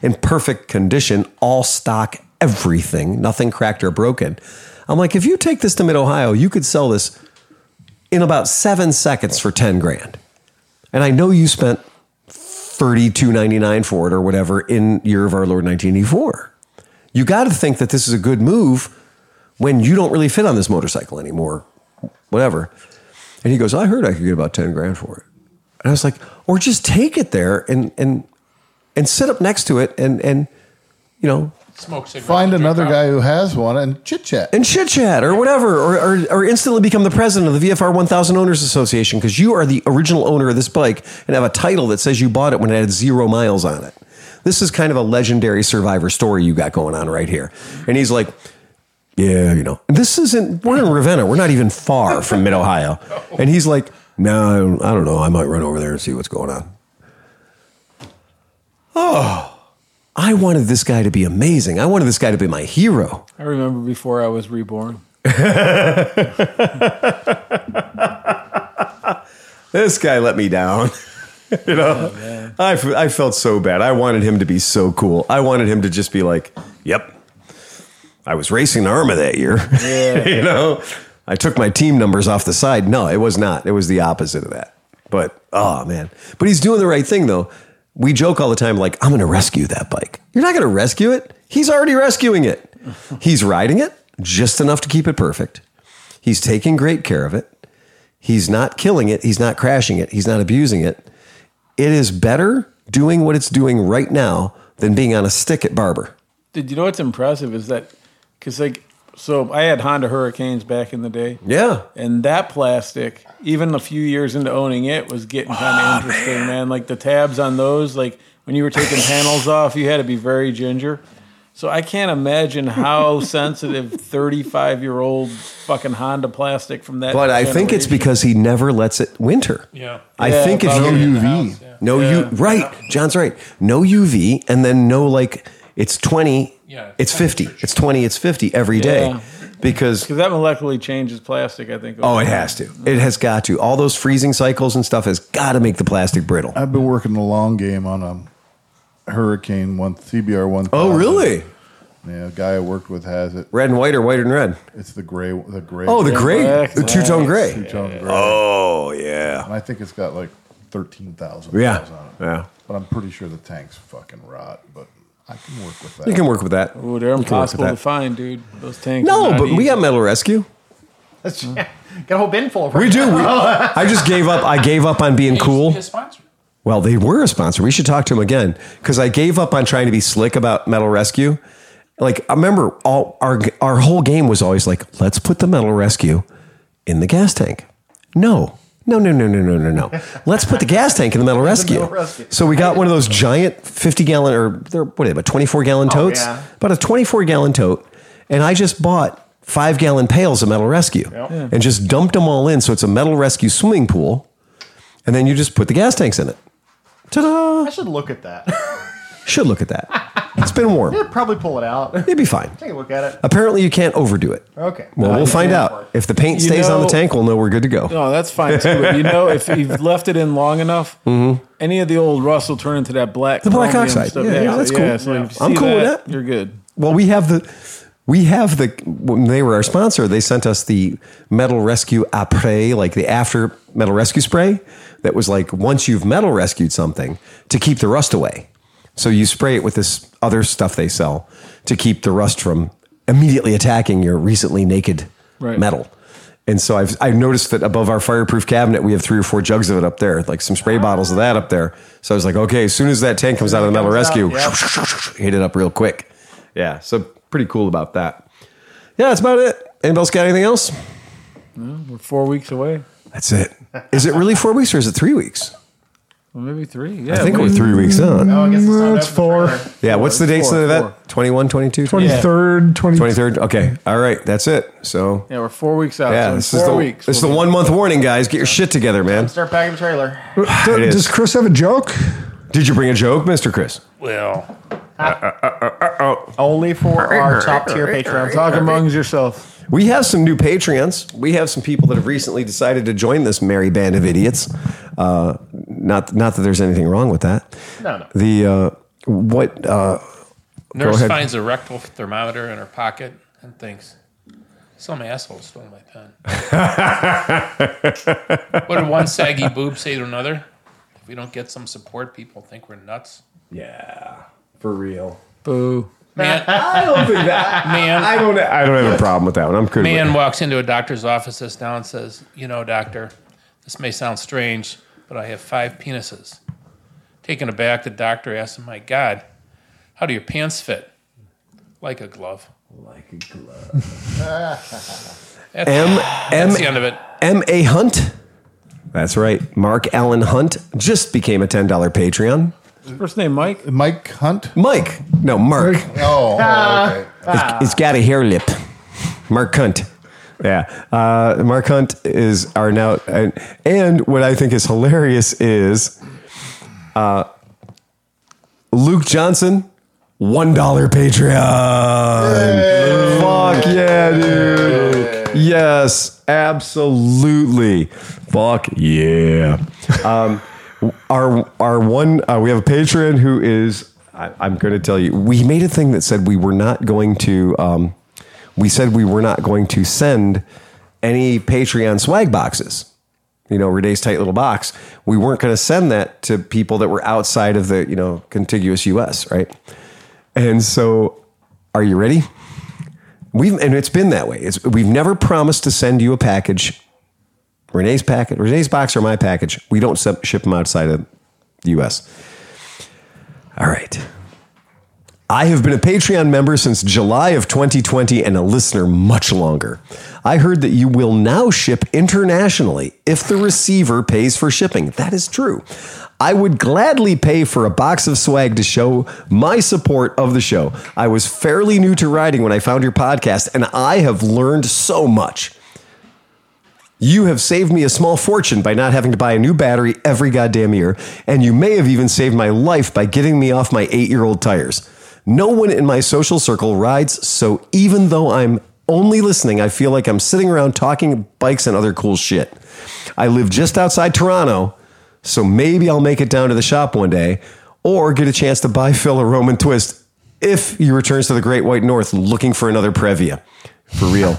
in perfect condition, all stock, everything, nothing cracked or broken. I'm like, if you take this to Mid Ohio, you could sell this in about seven seconds for 10 grand. And I know you spent thirty-two ninety-nine for it or whatever in year of our Lord nineteen eighty-four. You got to think that this is a good move when you don't really fit on this motorcycle anymore, whatever. And he goes, I heard I could get about ten grand for it, and I was like, or just take it there and and and sit up next to it and and you know Smoke cigarettes. Find drink another coffee. guy who has one and chit chat. and chit chat or whatever, or, or, or instantly become the president of the VFR 1000 Owners Association because you are the original owner of this bike and have a title that says you bought it when it had zero miles on it. This is kind of a legendary survivor story you got going on right here. And he's like, yeah, you know, this isn't, we're in Ravenna. We're not even far from mid Ohio. And he's like, No, I don't- I don't know. I might run over there and see what's going on. Oh, I wanted this guy to be amazing. I wanted this guy to be my hero. I remember before I was reborn. This guy let me down. you know, I, f- I felt so bad. I wanted him to be so cool. I wanted him to just be like, yep, I was racing the Arma that year. you know, I took my team numbers off the side. No, it was not. It was the opposite of that. But oh man, but he's doing the right thing though. We joke all the time, like I'm going to rescue that bike. You're not going to rescue it. He's already rescuing it. He's riding it just enough to keep it perfect. He's taking great care of it. He's not killing it. He's not crashing it. He's not abusing it. It is better doing what it's doing right now than being on a stick at Barber. Did you know what's impressive is that because like so I had Honda Hurricanes back in the day. Yeah. And that plastic, even a few years into owning it, was getting Ah, kind of interesting, man. Like the tabs on those, like when you were taking panels off, you had to be very ginger. So I can't imagine how sensitive 35 year old fucking Honda plastic from that. But I think it's generation- because he never lets it winter. Yeah. I Yeah, think if probably. No you UV. no you Yeah. right, John's right. No UV and then no like it's 20, Yeah, it's 50. It's 20, it's 50 every day Yeah. because 'Cause that molecularly changes plastic, I think. oh it has to. It has got to. All those freezing cycles and stuff has got to make the plastic brittle. Uh, I've been working the long game on a Hurricane one CBR one. Oh, Yeah, a guy I worked with has it. Red and white or white and red? It's the gray. The gray. Oh, the one. gray, black, the two tone gray. Two-tone gray. Oh yeah, And I think it's got like thirteen thousand. yeah, on it. yeah. But I'm pretty sure the tanks fucking rot. But I can work with that. You can work with that. Ooh, they're You can work with impossible that. to find, dude. Those tanks. are No, not but we easy. got metal rescue. That's, Hmm. got a whole bin full of We do. We, I just gave up. I gave up on being cool. His sponsor. Well, they were a sponsor. We should talk to them again because I gave up on trying to be slick about Metal Rescue. Like I remember, all our our whole game was always like, let's put the Metal Rescue in the gas tank. No, no, no, no, no, no, no, no. Let's put the gas tank in the Metal Rescue. Metal Rescue. So we got one of those giant fifty gallon or they're what are they, about twenty four gallon totes, Oh, yeah. about a twenty four gallon tote, and I just bought. Five gallon pails of metal rescue and just dumped them all in. So it's a metal rescue swimming pool. And then you just put the gas tanks in it. Ta-da! I should look at that. Should look at that. It's been warm. Probably pull it out. It'd be fine. Take a look at it. Apparently, you can't overdo it. Okay. Well, we'll find part. out. If the paint You stays on the know- tank, we'll know we're good to go. No, that's fine too. But you know, if you've left it in long enough, Mm-hmm. any of the old rust will turn into that black. The black oxide. Yeah, yeah, that's cool. I'm cool with that. You're good. Well, we have the. We have the when they were our sponsor, they sent us the metal rescue après, like the after metal rescue spray that was like once you've metal rescued something to keep the rust away. So you spray it with this other stuff they sell to keep the rust from immediately attacking your recently naked Right. metal. And so I've I've noticed that above our fireproof cabinet we have three or four jugs of it up there, like some spray bottles of that up there. So I was like, okay, as soon as that tank comes out of the metal Comes out, rescue, yeah. hit it up real quick. Yeah, so pretty cool about that. Yeah, that's about it. Anybody else got anything else? We're four weeks away. That's it. Is it really four weeks or is it three weeks? Well, maybe three. Yeah, I think we- we're three weeks on. Oh, I guess it's, Mm, not it's open four. trailer. Yeah, what's the dates four, of four. that? 21, 22, 23rd, 20, 23rd? Okay, all right, that's it. So, yeah, we're four weeks out. yeah, so in this four is the, weeks. this is the we'll- one month warning, guys. Get your shit together, man. Start packing the trailer. It is. Does Chris have a joke? Did you bring a joke, Mr. Chris? Well, Only for our top tier Patreon. Talk amongst yourself. We have some new Patreons. We have some people that have recently decided to join this merry band of idiots. Uh, not, not that there's anything wrong with that. No, no. The uh, what? Uh, nurse ahead. finds a rectal thermometer in her pocket and thinks, "Some asshole stole my pen." what did one saggy boob say to another? If we don't get some support, people think we're nuts. yeah, for real. Boo. Man, I don't think that. man, I don't. I don't have a problem with that one. I'm good. with man it. walks into a doctor's office this now and says, You know, doctor, this may sound strange, but I have five penises. Taken aback, the doctor asks him, My God, how do your pants fit? Like a glove. Like a glove. that's, M that's the end of it. M A Hunt. That's right. Mark Allen Hunt just became a ten dollar Patreon. First name Mike. Mike Hunt. Mike. No, Mark. Oh, oh, okay. He's got a hair lip. Mark Hunt. Yeah. Uh, Mark Hunt is are now, and, and what I think is hilarious is uh, Luke Johnson, $1 Patreon. Fuck yeah, dude. Yes, absolutely. Fuck yeah. Um, our, our one, uh, we have a patron who is, I, I'm going to tell you, we made a thing that said we were not going to, um, we said we were not going to send any Patreon swag boxes. You know, Renee's tight little box. We weren't going to send that to people that were outside of the, you know, contiguous US, right? And so, are you ready? We've, and it's been that way. It's, we've never promised to send you a package, Renee's packet, Renee's box or my package. We don't sep- ship them outside of the US. All right. I have been a Patreon member since July of 2020 and a listener much longer. I heard that you will now ship internationally if the receiver pays for shipping. That is true. I would gladly pay for a box of swag to show my support of the show. I was fairly new to writing when I found your podcast, and I have learned so much. You have saved me a small fortune by not having to buy a new battery every goddamn year, and you may have even saved my life by getting me off my eight year old tires. No one in my social circle rides, so even though I'm only listening, I feel like I'm sitting around talking bikes and other cool shit. I live just outside Toronto, so maybe I'll make it down to the shop one day or get a chance to buy Phil a Roman twist if he returns to the Great White North looking for another Previa. For real.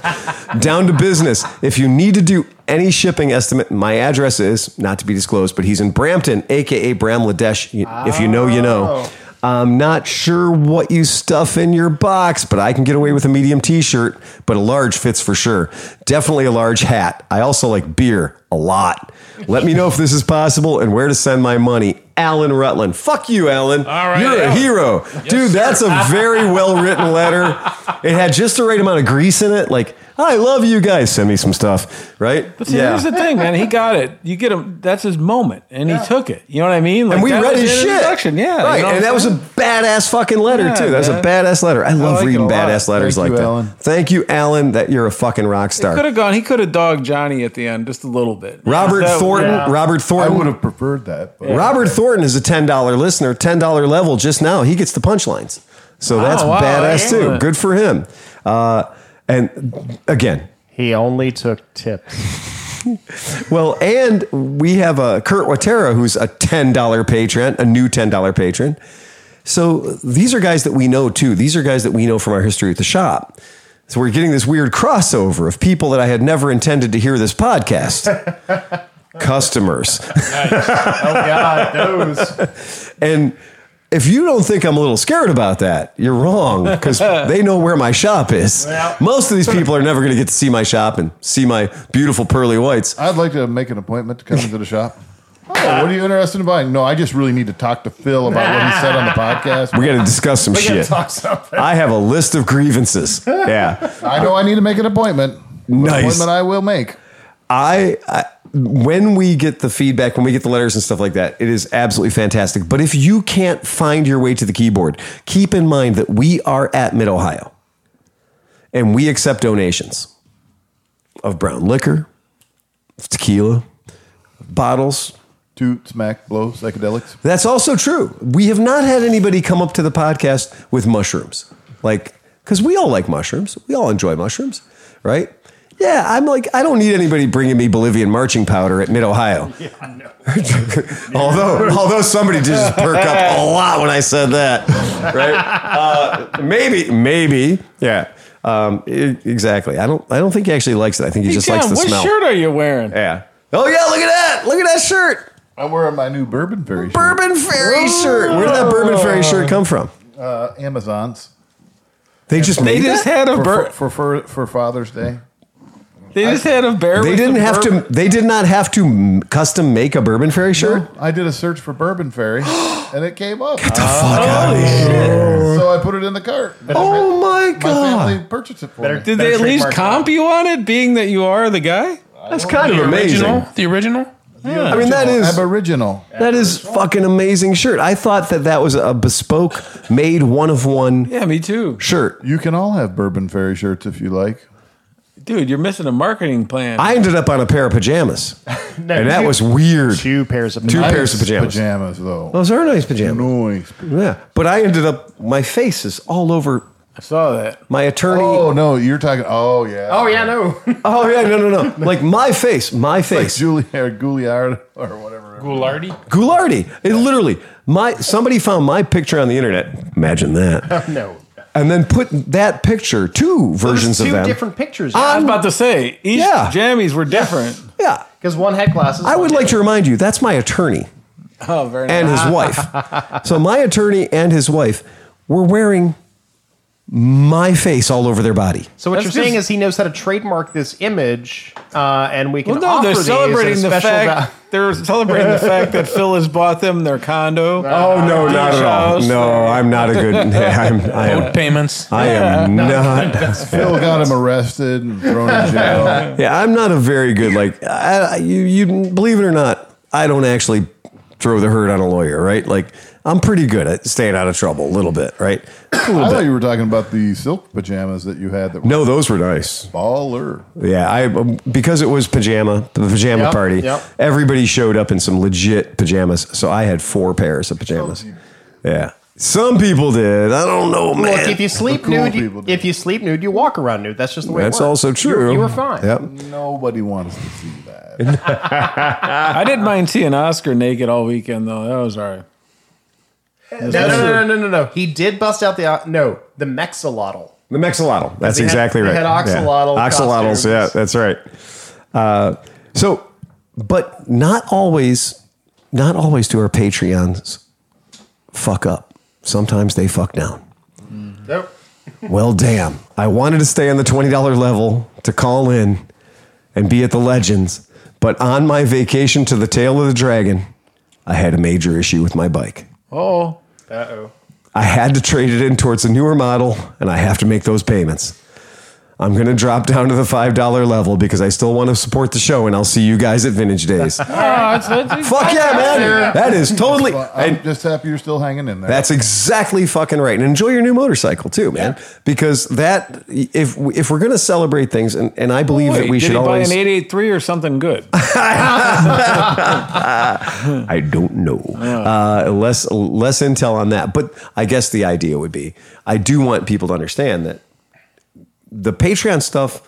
Down to business. If you need to do any shipping estimate, my address is not to be disclosed, but he's in Brampton, aka Bram Ladesh. You- If you know, you know. I'm not sure what you stuff in your box, but I can get away with a medium t shirt, but a large fits for sure. Definitely a large hat. I also like beer a lot. Let me know if this is possible and where to send my money. Alan Rutland. Fuck you, Alan. All right, You're a Alan. hero. Dude, that's a very well written letter. It had just the right amount of grease in it. Like, I love you guys. Send me some stuff, right? See, Here's the thing, man. He got it. You get him. That's his moment, and he took it. You know what I mean? Like, and we that read was his an shit. introduction. Yeah, you right. know what and I'm that was a saying? badass fucking letter Yeah, too. That was a man. badass letter. I love like it reading a lot. badass letters Thank like you, that. Alan. Thank you, Alan. That you're a fucking rock could star. have gone. He could have dogged Johnny at the end just a little bit. Robert That- Thornton. yeah. Robert I would Thornton. have preferred that. But Robert Thornton is a ten dollar listener, ten dollar level just now. He gets the punchlines, so that's wow, badass yeah. too. Good for him. Uh, and again, He only took tips. Well, and we have a Kurt Watera who's a $10 patron, a new $10 patron. So these are guys that we know too. These are guys that we know from our history at the shop. So we're getting this weird crossover of people that I had never intended to hear this podcast. Customers. Oh God, those. And if you don't think I'm a little scared about that, you're wrong because they know where my shop is. Yeah. Most of these people are never going to get to see my shop and see my beautiful pearly whites. I'd like to make an appointment to come into the shop. Oh, what are you interested in buying? No, I just really need to talk to Phil about what he said on the podcast. We got to discuss some We gotta shit. talk something. I have a list of grievances. Yeah. I know I need to make an appointment. But an Nice. appointment I will make. I, I when we get the feedback, when we get the letters and stuff like that, it is absolutely fantastic. But if you can't find your way to the keyboard, keep in mind that we are at Mid Ohio, and we accept donations of brown liquor, of tequila, bottles. Toot, smack, blow, psychedelics. That's also true. We have not had anybody come up to the podcast with mushrooms, like because we all like mushrooms. We all enjoy mushrooms, right? Yeah, I'm like I don't need anybody bringing me Bolivian marching powder at Mid Ohio. although although somebody did just perk up a lot when I said that, right? Uh, maybe maybe yeah. Um, e- exactly. I don't. I don't think he actually likes it. I think he Hey, just John, likes the what smell. shirt are you wearing? Yeah. Oh yeah! Look at that! Look at that shirt! I'm wearing my new Bourbon Berry shirt. Bourbon Fairy shirt. Where did that Bourbon Fairy shirt come from? Uh, Amazon's. They just They made just had that? a For, bur- for, for, for Father's Day. They just had a bear. They with didn't a have bourbon. to. They did not have to m- custom make a Bourbon Fairy shirt. I did a search for Bourbon Fairy and it came up. Ah. Get the Oh. fuck out of here! so I put it in the cart. Oh my My god! family purchased it for Better- me. Did they at least trademark comp you on it, being that you are the guy? That's kind of amazing. Original, the original. I mean, that is Aboriginal. that is fucking amazing shirt. I thought that that was a bespoke, made one of one Yeah, me too. shirt. You can all have Bourbon Fairy shirts if you like. Dude, you're missing a marketing plan. I ended up on a pair of pajamas, and that was weird. two pairs of Two Nice pairs of pajamas. Pajamas, though. Those are nice pajamas. Noise. Yeah, but I ended up. My face is all over. I saw that. My attorney. Oh no, you're talking. Oh yeah. Oh yeah, no. Oh yeah, no, no, no. Like my face, my Like face. Julia or Gouliard or whatever. Goulardi? Goulardi. It literally. My somebody found my picture on the internet. Imagine that. no. And then put that picture, two versions two of them. different pictures. I was Um, about to say, each Yeah. jammies were different. yeah. Because one had glasses. I one would like didn't. to remind you that's my attorney Oh, very and nice. his wife. So my attorney and his wife were wearing my face all over their body. So what That's you're saying just- is he knows how to trademark this image, uh, and we can Well, no, offer they're these at celebrating a the special fact they're celebrating the fact that Phil has bought them their condo. Oh no, not at all. No, I'm not a good. I'm, I Owed am. payments. I am not. Phil got him arrested and thrown in jail. Yeah, I'm not a very good like. I, I- you, you believe it or not, I don't actually throw the hurt on a lawyer, right? Like I'm pretty good at staying out of trouble a little bit, right? A I little thought bit. you were talking about the silk pajamas that you had that were No, those were nice. baller. Yeah, I um, because it was pajama the pajama Yep, party. yep. Everybody showed up in some legit pajamas, so I had four pairs of pajamas. Yeah, some people did. I don't know, man. Look, if you sleep cool nude, you, people do. if you sleep nude, you walk around nude. That's just the way. That's it works. also true. You, you were fine. Yep. Nobody wants to see that. I didn't mind seeing Oscar naked all weekend though. That was all right. No, no, no, no, no, no, no. He did bust out the uh, no the Mexolotl. The Mexolotl. That's They had- exactly they right. had axolotl Yeah. costumes. Axolotls. Yeah, that's right. Uh, so, but not always, not always do our Patreons fuck up. Sometimes they fuck down. Nope. Well, damn. I wanted to stay on the $20 level to call in and be at the Legends, but on my vacation to the Tail of the Dragon, I had a major issue with my bike. Oh, Uh oh. I had to trade it in towards a newer model, and I have to make those payments. I'm going to drop down to the $5 level because I still want to support the show, and I'll see you guys at Vintage Days. Oh, Fuck yeah, man. That is totally. Well, I'm and just happy you're still hanging in there. that's exactly fucking right. And enjoy your new motorcycle too, man. Because that, if if we're going to celebrate things, and, and I believe that wait, we did should he always. buy an 883 or something good? I don't know. Uh, less less intel on that, but I guess the idea would be I do want people to understand that the Patreon stuff.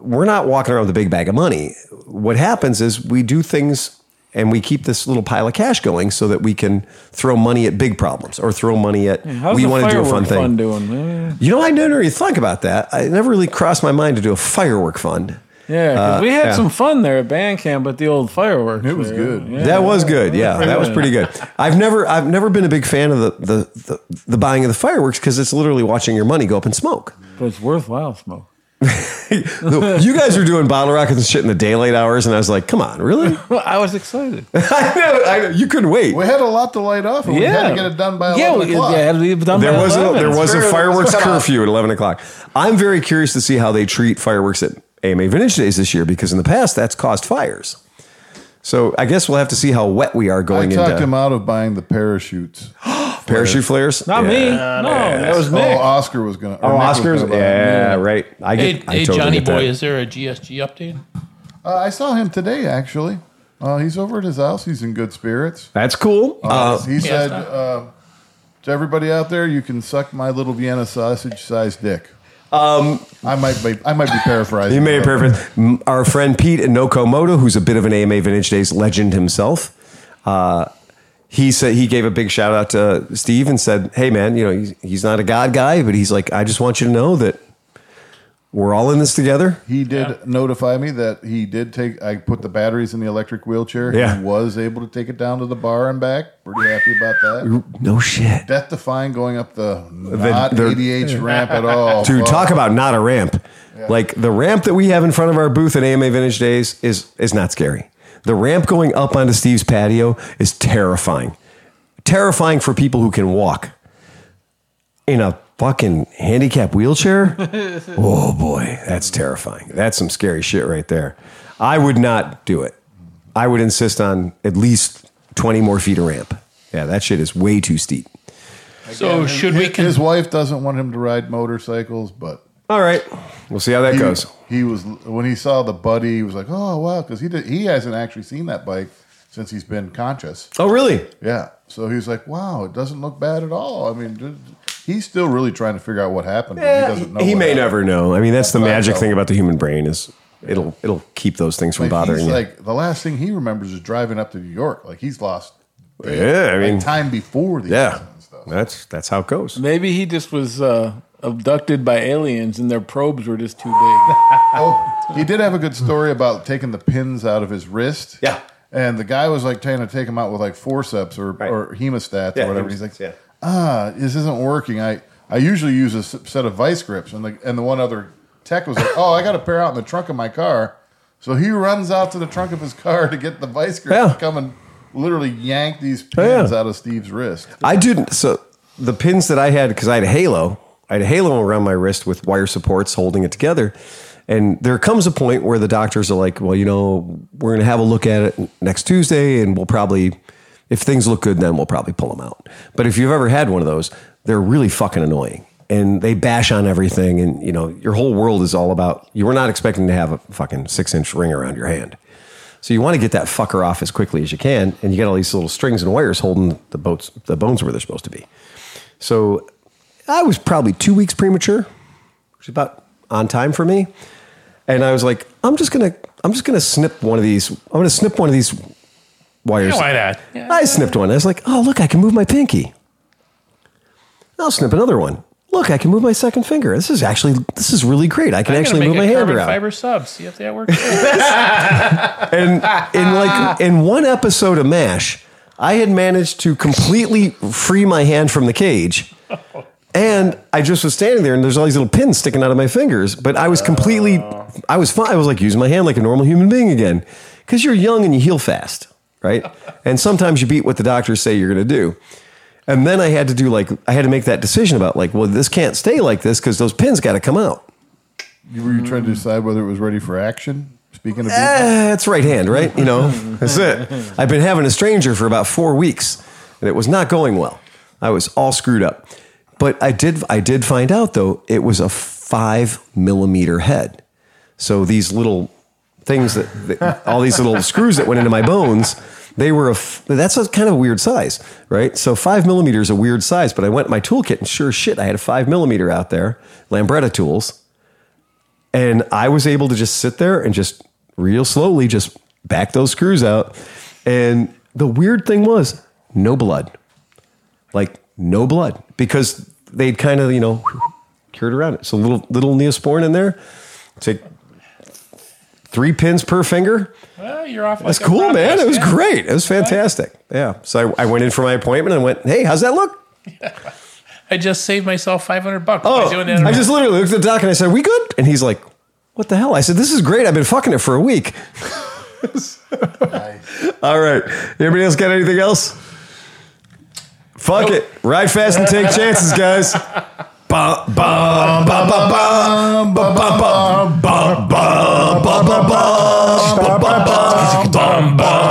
We're not walking around with a big bag of money. What happens is we do things and we keep this little pile of cash going so that we can throw money at big problems or throw money at How's we the want to do a firework fun thing. fund doing? Eh. You know, I never really thought about that. I it never really crossed my mind to do a firework fund. Yeah, 'cause we had yeah. some fun there at band camp at the old fireworks. Uh, It was there. good. Yeah. That was good. Yeah, pretty that was good. pretty good. I've never, I've never been a big fan of the the the, the buying of the fireworks because it's literally watching your money go up in smoke. But it's worthwhile smoke. you guys were doing bottle rockets and shit in the daylight hours, and I was like, come on, really? Well, I was excited. I know, I know, you couldn't wait. We had a lot to light up, and we had to get it done by yeah, 11 we- o'clock. Yeah, it'll be done by There was a, 11. there It's was true. a fireworks curfew at eleven o'clock. I'm very curious to see how they treat fireworks at AMA Vintage Days this year because in the past that's caused fires. So I guess we'll have to see how wet we are I going talked into him out of buying the parachutes. parachute flares. Not me. Yeah. No, that was Oh, Nick. Oscar was gonna. Oh, or Nick was Oscars. gonna buy them. Yeah, right. I Hey, get. I hey totally Johnny get that. Boy, is there a GSG update? Uh, I saw him today, actually. Uh, he's over at his house. He's in good spirits. That's cool. Uh, Uh, he said stop. uh, to everybody out there, "You can suck my little Vienna sausage-sized dick." Um, I might be, I might be paraphrasing. he made it but- perfect. M- Our friend Pete Inokomoto, who's a bit of an AMA Vintage Days legend himself, uh, he said he gave a big shout out to Steve and said, "Hey, man, you know he's, he's not a god guy, but he's like, I just want you to know that we're all in this together." He did notify me that he did take. I put the batteries in the electric wheelchair. Yeah. He was able to take it down to the bar and back. Pretty happy about that. No shit. Death defying going up the not the- ADH ramp at all. To Fuck. talk about not a ramp, like the ramp that we have in front of our booth at AMA Vintage Days is is not scary. The ramp going up onto Steve's patio is terrifying, terrifying for people who can walk in a fucking handicap wheelchair. oh boy, that's terrifying. That's some scary shit right there. I would not do it. I would insist on at least twenty more feet of ramp. Yeah, that shit is way too steep. So should we his con- wife doesn't want him to ride motorcycles, but All right, we'll see how that he, goes. he he was when he saw the buddy, he was like, "Oh wow," because he did, he hasn't actually seen that bike since he's been conscious. Oh, really? Yeah, so he was like, "Wow, it doesn't look bad at all." I mean, dude, he's still really trying to figure out what happened. but he doesn't know. he what may happened. never know. I mean, that's the what I magic felt. thing about the human brain is it'll it'll keep those things from Like, bothering he's you. like the last thing he remembers is driving up to New York. Like he's lost. Yeah, I like, mean- time before the yeah, accident and stuff. that's that's how it goes. Maybe he just was uh, abducted by aliens and their probes were just too big. Oh, he did have a good story about taking the pins out of his wrist. Yeah. And the guy was like trying to take him out with like forceps or, or hemostats Yeah, or whatever. hemostats, He's like, yeah. ah, this isn't working. I, I usually use a s- set of vice grips. And the, and the one other tech was like, oh, I got a pair out in the trunk of my car. So he runs out to the trunk of his car to get the vice grips Yeah. to come and literally yank these yeah. pins out of Steve's wrist. I didn't. So the pins that I had, because I had a halo, I had a halo around my wrist with wire supports holding it together. And there comes a point where the doctors are like, well, you know, we're going to have a look at it next Tuesday and we'll probably, if things look good, then we'll probably pull them out. But if you've ever had one of those, they're really fucking annoying and they bash on everything. And, you know, your whole world is all about, you were not expecting to have a fucking six inch ring around your hand. So you want to get that fucker off as quickly as you can, and you got all these little strings and wires holding the boats, the bones where they're supposed to be. So I was probably two weeks premature, which is about on time for me. And I was like, I'm just gonna, I'm just gonna snip one of these. I'm gonna snip one of these wires. Yeah, why not? Yeah. I snipped one. I was like, oh look, I can move my pinky. I'll snip another one. Look, I can move my second finger. This is actually, this is really great. I can I'm gonna actually make move a my hand carbon around. Fiber sub. See if that works. and in like in one episode of mash i had managed to completely free my hand from the cage and i just was standing there and there's all these little pins sticking out of my fingers but i was completely i was fine i was like using my hand like a normal human being again because you're young and you heal fast right and sometimes you beat what the doctors say you're going to do and then i had to do like i had to make that decision about like well this can't stay like this because those pins got to come out You were you trying to decide whether it was ready for action? Speaking of, being- Eh, it's right hand, right? You know, that's it. I've been having a stranger for about four weeks, and it was not going well. I was all screwed up. But I did, I did find out though, it was a five millimeter head. So these little things that, that- all these little screws that went into my bones, they were a f- that's a kind of a weird size, right? So five millimeter is a weird size. But I went in my toolkit, and sure as shit, I had a five millimeter out there, Lambretta tools, and I was able to just sit there and just real slowly just back those screws out. And the weird thing was no blood, like no blood, because they'd kind of you know cured around it. So little little neosporin in there. Take three pins per finger. well, you're off. That's like a cool, rocket, man. It was yeah. great. It was fantastic. Yeah. So I, I went in for my appointment and went, hey, how's that look? I just saved myself 500 bucks Oh, by doing that. I just literally looked at the doc and I said, "We good?" And he's like, "What the hell?" I said, "This is great. I've been fucking it for a week." All right. Anybody else got anything else? Fuck it. Ride fast and take chances, guys. Ba, ba, ba, ba, ba, ba, ba, ba, ba, ba, ba, ba, ba, ba, ba, ba, ba, ba,